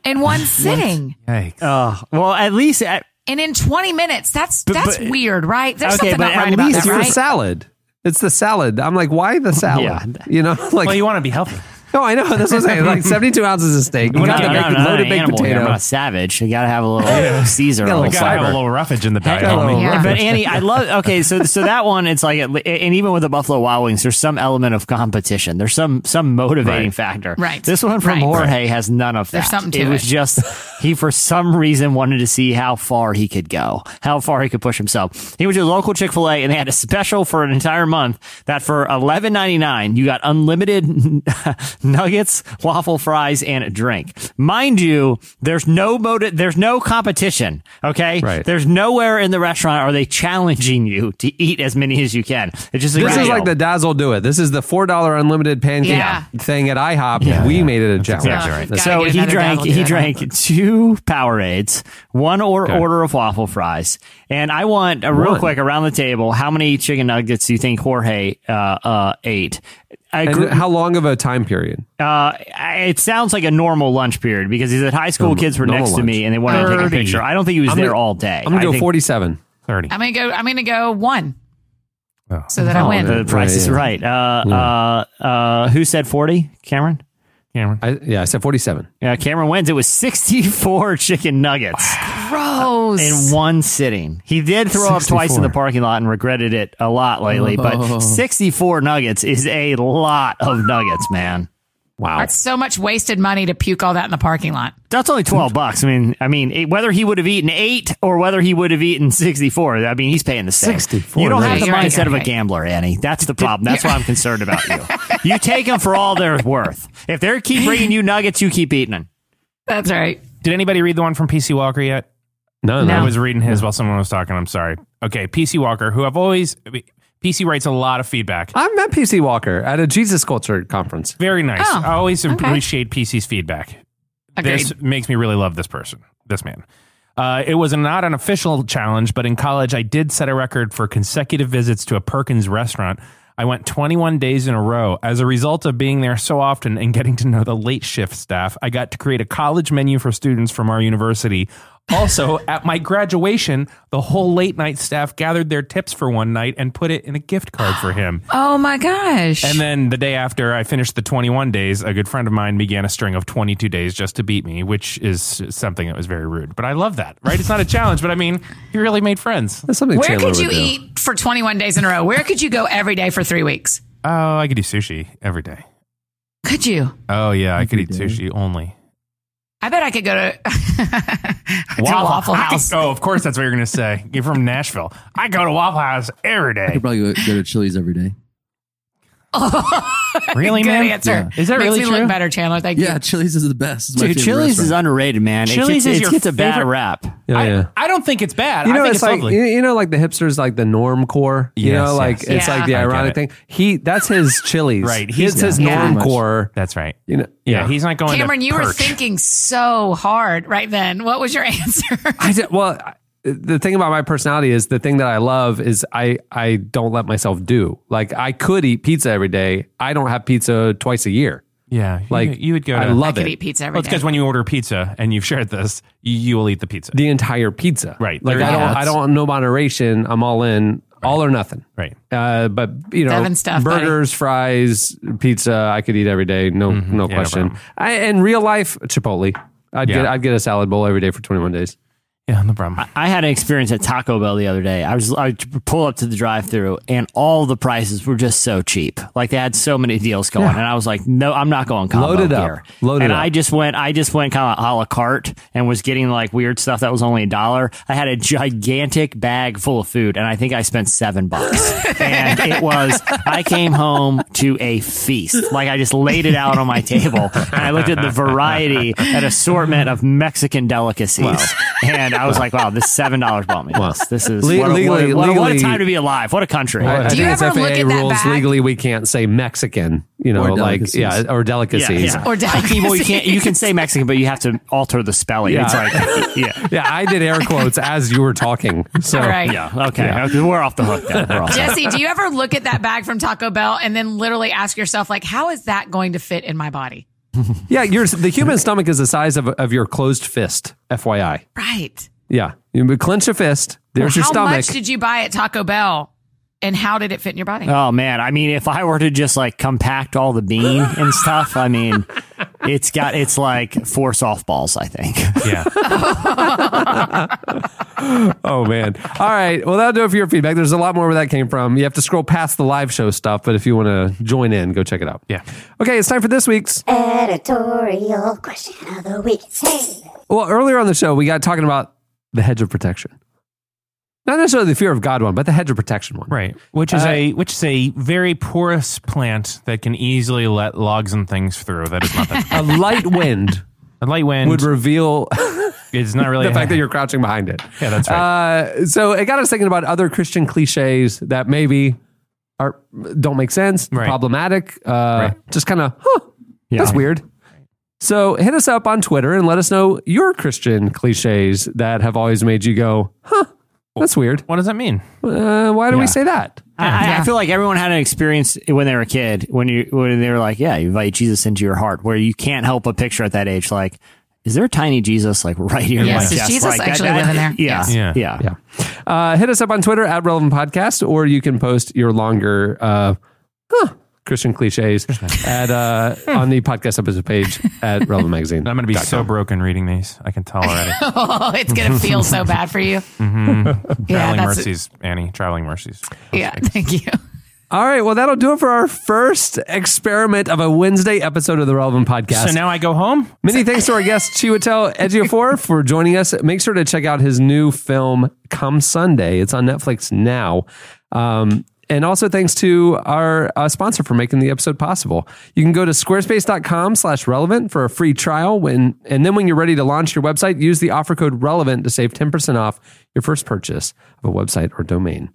Speaker 4: in one sitting,
Speaker 3: Yikes. Oh, well, at least at,
Speaker 4: and in twenty minutes. That's that's
Speaker 2: but-
Speaker 4: weird, right? There's
Speaker 2: okay,
Speaker 4: something
Speaker 2: but
Speaker 4: not right
Speaker 2: at
Speaker 4: about
Speaker 2: least
Speaker 4: that,
Speaker 2: you're
Speaker 4: right?
Speaker 2: a salad. It's the salad. I'm like, why the salad? You know, like well, you
Speaker 5: want to be healthy.
Speaker 2: No, I know. That's what I'm saying. Like 72 ounces of steak. You
Speaker 3: We're
Speaker 2: got
Speaker 3: not,
Speaker 2: the
Speaker 3: I'm not,
Speaker 2: baked-
Speaker 3: I'm not
Speaker 2: loaded
Speaker 3: an
Speaker 2: baked
Speaker 3: animal here. I'm
Speaker 2: potato.
Speaker 3: not a savage. You gotta have a little Caesar.
Speaker 2: Got a little
Speaker 5: gotta have a little roughage in the diet, homie.
Speaker 3: Yeah. But Annie, I love. Okay, so so that one, it's like, and even with the Buffalo Wild Wings, there's some element of competition. There's some some motivating
Speaker 5: Right.
Speaker 3: factor.
Speaker 5: Right.
Speaker 3: This one from
Speaker 5: Right.
Speaker 3: Jorge has none of that.
Speaker 5: There's something to
Speaker 3: It was
Speaker 5: it.
Speaker 3: just he for some reason wanted to see how far he could go, how far he could push himself. He went to a local Chick Fil A and they had a special for an entire month that for eleven ninety nine you got unlimited nuggets, waffle fries, and a drink. Mind you, there's no motive, there's no competition. Okay, right. There's nowhere in the restaurant are they challenging you to eat as many as you can. It's just a
Speaker 2: This is
Speaker 3: deal.
Speaker 2: like the Dazzle Do It. This is the $4 unlimited pancake
Speaker 3: Yeah.
Speaker 2: thing at IHOP. we made it a challenge.
Speaker 3: Exactly right. So he drank he drank two Powerades, one or order of waffle fries, and I want a real
Speaker 2: One.
Speaker 3: quick around the table. How many chicken nuggets do you think Jorge uh, uh, ate? I
Speaker 2: And
Speaker 3: gr-
Speaker 2: how long of a time period?
Speaker 3: uh, it sounds like a normal lunch period because he said high school
Speaker 2: Normal-
Speaker 3: kids were
Speaker 2: normal
Speaker 3: next to
Speaker 2: lunch.
Speaker 3: me and they wanted to take a
Speaker 2: 30.
Speaker 3: picture. I don't think he was
Speaker 2: I'm
Speaker 3: there
Speaker 2: gonna-
Speaker 3: all day.
Speaker 2: I'm going
Speaker 3: I
Speaker 2: to go
Speaker 3: think-
Speaker 2: 47. 30.
Speaker 4: I'm gonna go. I'm gonna go one.
Speaker 2: Oh.
Speaker 4: So that I win.
Speaker 3: The price is right. Uh, uh, uh, who said 40? Cameron?
Speaker 5: Cameron.
Speaker 2: I, yeah, I said 47.
Speaker 3: Yeah, Cameron wins. It was 64 chicken nuggets.
Speaker 4: Gross.
Speaker 3: In one sitting. He did throw up twice in the parking lot and regretted it a lot lately,
Speaker 4: Oh.
Speaker 3: but 64 nuggets is a lot of nuggets, man. Wow.
Speaker 4: That's so much wasted money to puke all that in the parking lot.
Speaker 3: That's only 12 bucks. I mean, I mean, it- whether he would have eaten 8 or whether he would have eaten 64, I mean, he's paying the same.
Speaker 2: 64,
Speaker 3: You don't have
Speaker 2: right.
Speaker 3: the
Speaker 2: You're right,
Speaker 3: mindset of
Speaker 2: you're
Speaker 3: a
Speaker 2: right.
Speaker 3: gambler, Annie. That's the problem. That's why I'm concerned about you. You take them for all they're worth. If they keep bringing you nuggets, you keep eating them.
Speaker 4: That's right.
Speaker 5: Did anybody read the one from PC Walker yet?
Speaker 2: No,
Speaker 5: I was reading his while someone was talking. I'm sorry. Okay, PC Walker, who I've always PC writes a lot of feedback.
Speaker 2: I met PC Walker at a Jesus Culture conference.
Speaker 5: Very nice.
Speaker 2: Oh,
Speaker 5: I always
Speaker 2: okay.
Speaker 5: appreciate PC's feedback. This
Speaker 2: Agreed.
Speaker 5: makes me really love this person, this man. Uh, it was not an official challenge, but in college, I did set a record for consecutive visits to a Perkins restaurant. I went 21 days in a row. As a result of being there so often and getting to know the late shift staff, I got to create a college menu for students from our university. Also, at my graduation, the whole late night staff gathered their tips for one night and put it in a gift card for him.
Speaker 4: Oh my gosh.
Speaker 5: And then the day after I finished the 21 days, a good friend of mine began a string of 22 days just to beat me, which is something that was very rude. But I love that, right? It's not a challenge, but I mean, you really made friends.
Speaker 2: That's something
Speaker 4: Where could you eat for 21 days in a row? Where could you go every day for three weeks?
Speaker 5: Oh, I could do sushi every day.
Speaker 4: Could you?
Speaker 5: Oh, yeah, I could eat sushi only.
Speaker 4: I bet I could go to
Speaker 5: Waffle House. oh, of course, that's what you're going to say. You're from Nashville. I go to Waffle House every
Speaker 8: I
Speaker 5: day.
Speaker 8: could probably go, go to Chili's every day.
Speaker 3: Really,
Speaker 4: Good
Speaker 3: man?
Speaker 4: answer.
Speaker 3: Yeah. Is that
Speaker 4: Makes
Speaker 3: really
Speaker 4: me
Speaker 3: true?
Speaker 4: look better, Chandler. Thank
Speaker 8: Yeah,
Speaker 4: you.
Speaker 8: Chili's is the best. It's my
Speaker 3: Dude,
Speaker 8: favorite
Speaker 3: Chili's is
Speaker 8: restaurant.
Speaker 3: underrated, man.
Speaker 5: Chili's
Speaker 3: it gets,
Speaker 5: is
Speaker 3: it
Speaker 5: your
Speaker 3: gets a bad
Speaker 5: favorite-
Speaker 3: rap.
Speaker 2: Yeah,
Speaker 5: I,
Speaker 2: yeah.
Speaker 5: I don't think it's bad.
Speaker 2: You
Speaker 5: I
Speaker 2: know,
Speaker 5: think
Speaker 2: it's,
Speaker 5: it's,
Speaker 2: like
Speaker 5: lovely.
Speaker 2: you you know, like the hipsters, like the norm core. You
Speaker 5: Yes,
Speaker 2: know, like
Speaker 5: yes,
Speaker 2: it's
Speaker 5: yes.
Speaker 2: like the
Speaker 5: Yeah. I get
Speaker 2: ironic
Speaker 5: it.
Speaker 2: thing. He that's his Chili's,
Speaker 5: Right,
Speaker 2: He's
Speaker 5: he's-
Speaker 2: his
Speaker 5: yeah.
Speaker 2: norm
Speaker 5: Yeah.
Speaker 2: core.
Speaker 5: That's right.
Speaker 2: You know,
Speaker 5: Yeah, he's not going
Speaker 4: Cameron,
Speaker 5: to
Speaker 4: you were
Speaker 5: Perch.
Speaker 4: thinking so hard right then. What was your answer?
Speaker 2: I did, well, I- the thing about my personality is the thing that I love is I I don't let myself do. Like I could eat pizza every day. I don't have pizza twice a year.
Speaker 5: Yeah,
Speaker 2: Like,
Speaker 5: you, you would go. To,
Speaker 2: I love I could it. eat
Speaker 4: pizza every
Speaker 5: well, it's
Speaker 4: day.
Speaker 5: because when you order pizza and you've shared this, you, you will eat the pizza.
Speaker 2: The entire pizza.
Speaker 5: Right.
Speaker 2: Like
Speaker 5: There
Speaker 2: I
Speaker 5: you
Speaker 2: don't
Speaker 5: go.
Speaker 2: I don't no moderation. I'm all in, all or nothing.
Speaker 5: Right.
Speaker 2: Uh, but you know,
Speaker 4: Devin stuff, buddy.
Speaker 2: burgers, fries, pizza. I could eat every day. No, no
Speaker 5: Yeah, no
Speaker 2: question.
Speaker 5: problem.
Speaker 2: I, in real life, Chipotle. I'd
Speaker 3: Yeah.
Speaker 2: get I'd get a salad bowl every day for 21 days.
Speaker 5: Yeah, no problem.
Speaker 3: I had an experience at Taco Bell the other day. I was I pull up to the drive-through and all the prices were just so cheap. Like they had so many deals going, and I was like, "No, I'm not going combo
Speaker 2: Load it up.
Speaker 3: here."
Speaker 2: Load it
Speaker 3: and
Speaker 2: up.
Speaker 3: I just went, I just went kind of a la carte and was getting like weird stuff that was only a dollar. I had a gigantic bag full of food, and I think I spent seven bucks. and it was, I came home to a feast. Like I just laid it out on my table, and I looked at the variety and assortment of Mexican delicacies, and I was like, wow, this seven dollars bought me. This, this is
Speaker 2: Le-
Speaker 3: what, a, what,
Speaker 2: legally-
Speaker 3: a, what, a, what a
Speaker 2: legally-
Speaker 3: time to be alive. What a country.
Speaker 2: I, I think it's FAA rules
Speaker 3: back?
Speaker 2: legally we can't say Mexican, you know,
Speaker 3: Or
Speaker 2: like
Speaker 3: delicacies.
Speaker 2: yeah, or delicacies.
Speaker 3: Yeah, yeah. Like, well, you can't. You can say Mexican, but you have to alter the spelling. It's like yeah,
Speaker 2: yeah. I did air quotes as you were talking. So
Speaker 4: All right.
Speaker 3: yeah, okay, okay, we're off the hook. Then. We're off the hook.
Speaker 4: Jesse, do you ever look at that bag from Taco Bell and then literally ask yourself, like, how is that going to fit in my body?
Speaker 2: yeah, your the human stomach is the size of of your closed fist. FYI.
Speaker 4: Right.
Speaker 2: Yeah, you would clench a fist. There's your
Speaker 4: how
Speaker 2: stomach.
Speaker 4: much did you buy at Taco Bell and how did it fit in your body?
Speaker 3: Oh man, I mean, if I were to just like compact all the bean and stuff, I mean, it's got it's like four softballs. I think.
Speaker 5: Yeah.
Speaker 2: oh man. All right. Well, that'll do it for your feedback. There's a lot more where that came from. You have to scroll past the live show stuff, but if you want to join in, go check it out. Yeah. Okay, it's time for this week's
Speaker 13: editorial question of the week. Hey,
Speaker 2: Well, earlier on the show, we got talking about the hedge of protection. Not necessarily the fear of God one, but the hedge of protection one.
Speaker 5: Right. Which
Speaker 2: Uh,
Speaker 5: is a which is a very porous plant that can easily let logs and things through. That is not that.
Speaker 2: a light wind.
Speaker 5: A light wind
Speaker 2: would reveal.
Speaker 5: it's not really
Speaker 2: the fact that you're crouching behind it.
Speaker 5: Yeah, that's right.
Speaker 2: Uh, so it got us thinking about other Christian cliches that maybe are don't make sense, problematic, uh, just kind of, huh, that's weird. So hit us up on Twitter and let us know your Christian cliches that have always made you go, huh, that's weird.
Speaker 5: What does that mean?
Speaker 2: Uh, why do we
Speaker 3: Yeah.
Speaker 2: say that?
Speaker 3: I, I- I feel like everyone had an experience when they were a kid when you when they were like, yeah, you invite Jesus into your heart, where you can't help but picture at that age, like, is there a tiny Jesus like right here? in my
Speaker 2: Yes, does
Speaker 3: chest?
Speaker 2: Jesus
Speaker 3: Like,
Speaker 2: actually live in there?
Speaker 3: Yeah,
Speaker 2: Yes.
Speaker 3: yeah,
Speaker 2: Yeah.
Speaker 3: yeah.
Speaker 2: Uh, hit us up on Twitter at Relevant Podcast, or you can post your longer uh, huh, Christian cliches at uh, on the podcast episode page at Relevant Magazine.
Speaker 5: I'm going to be so broken reading these. I can tell already.
Speaker 4: oh, it's going to feel so bad for you.
Speaker 5: Mhm.
Speaker 4: Yeah,
Speaker 5: Traveling
Speaker 4: that's-
Speaker 5: mercies, Annie. Traveling mercies.
Speaker 4: Yeah. Thank you.
Speaker 2: All right, well, that'll do it for our first experiment of a Wednesday episode of the Relevant Podcast.
Speaker 5: So now I go home.
Speaker 2: Many thanks to our guest Chiwetel Ejiofor for joining us. Make sure to check out his new film Come Sunday. It's on Netflix now. Um, and also thanks to our uh, sponsor for making the episode possible. You can go to squarespace.com slash relevant for a free trial. When, and then when you're ready to launch your website, use the offer code relevant to save 10% off your first purchase of a website or domain.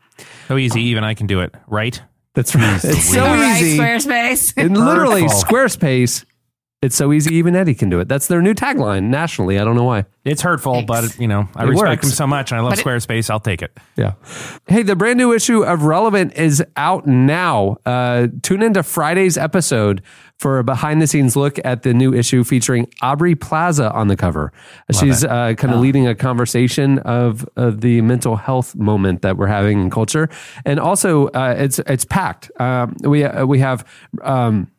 Speaker 5: So easy. Even I can do it. Right.
Speaker 2: That's right. It's so
Speaker 4: All right,
Speaker 2: easy.
Speaker 4: Squarespace.
Speaker 2: And literally, Squarespace, it's so easy, even Eddie can do it. That's their new tagline nationally. I don't know why.
Speaker 5: It's hurtful, but you know I
Speaker 2: It
Speaker 5: respect
Speaker 2: works.
Speaker 5: them so much, and I love
Speaker 2: But it-
Speaker 5: Squarespace. I'll take it.
Speaker 2: Yeah. Hey, the brand new issue of Relevant is out now. Uh, tune into Friday's episode for a behind the scenes look at the new issue featuring Aubrey Plaza on the cover. She's uh, kind of leading a conversation of, of the mental health moment that we're having in culture, and also uh, it's it's packed. Um, we uh, we have. Um,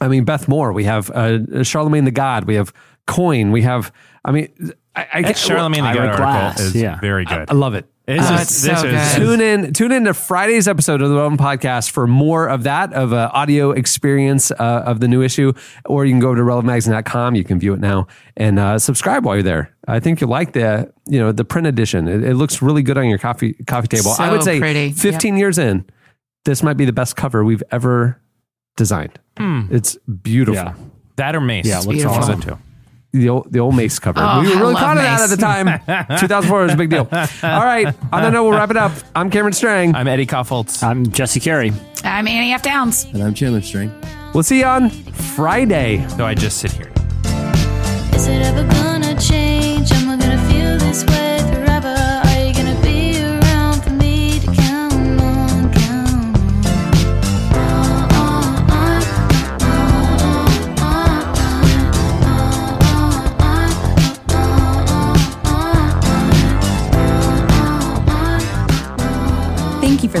Speaker 2: I mean, Beth Moore. We have uh, Charlemagne the God. We have Coin. We have. I mean, I, I
Speaker 5: That Charlemagne the God article is very good.
Speaker 2: I, I love it.
Speaker 5: It's Oh, just- it's this so is- good.
Speaker 2: tune in. Tune in to Friday's episode of the Relevant Podcast for more of that of uh, audio experience uh, of the new issue, or you can go to relevantmagazine.com. You can view it now and uh, subscribe while you're there. I think you'll like the you know the print edition. It, it looks really good on your coffee coffee table. I
Speaker 4: So
Speaker 2: would say
Speaker 4: pretty. Yep.
Speaker 2: 15 years in, this might be the best cover we've ever designed.
Speaker 5: Hmm.
Speaker 2: It's beautiful.
Speaker 5: That or Mace.
Speaker 2: Yeah, it looks
Speaker 5: One of
Speaker 2: awesome.
Speaker 5: the two.
Speaker 2: The old, the old Mace cover.
Speaker 5: Oh,
Speaker 2: we
Speaker 5: I
Speaker 2: were really
Speaker 5: love
Speaker 2: proud of that at
Speaker 5: Mace.
Speaker 2: the time. 2004 was a big deal. All right. On that note, we'll wrap it up. I'm Cameron Strang.
Speaker 5: I'm Eddie Koffoltz.
Speaker 3: I'm Jesse Carey.
Speaker 4: I'm Annie F. Downs.
Speaker 2: And I'm Chandler Strang. We'll see you on Friday.
Speaker 5: So I just sit here.
Speaker 14: Is it ever gonna change? Am I gonna feel this way forever? Are you gonna be around for me to count on, count on?
Speaker 15: Thank you for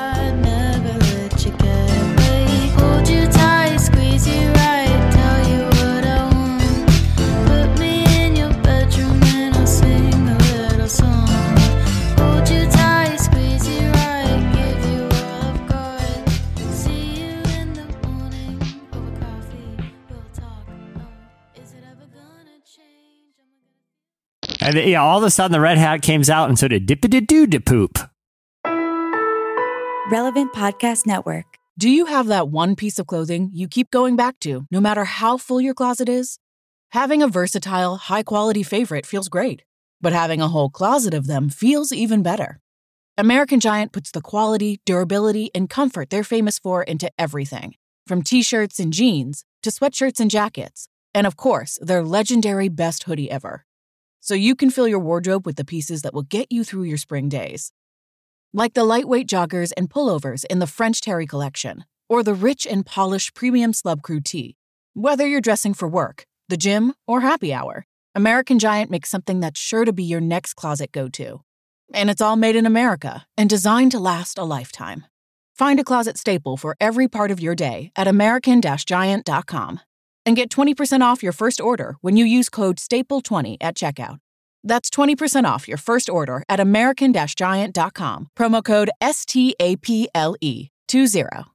Speaker 14: Never let you get away. Hold you tight, squeeze you right, tell you what I want. Put me in your bedroom and I'll sing a little song. Hold you tight, squeeze you right, give you all I've got. See you in the morning. Oh,
Speaker 3: And yeah, all of a sudden the red hat comes out, and so did dip did doo dip poop.
Speaker 15: Relevant Podcast Network.
Speaker 16: Do you have that one piece of clothing you keep going back to, no matter how full your closet is? Having a versatile, high quality favorite feels great, but having a whole closet of them feels even better. American Giant puts the quality, durability, and comfort they're famous for into everything from t shirts and jeans to sweatshirts and jackets, and of course, their legendary best hoodie ever. So you can fill your wardrobe with the pieces that will get you through your spring days like the lightweight joggers and pullovers in the French Terry collection, or the rich and polished premium Slub Crew tee. Whether you're dressing for work, the gym, or happy hour, American Giant makes something that's sure to be your next closet go to. And it's all made in America and designed to last a lifetime. Find a closet staple for every part of your day at American Giant.com and get 20% off your first order when you use code STAPLE20 at checkout. That's 20% off your first order at American Giant.com. Promo code S T A P L E 20.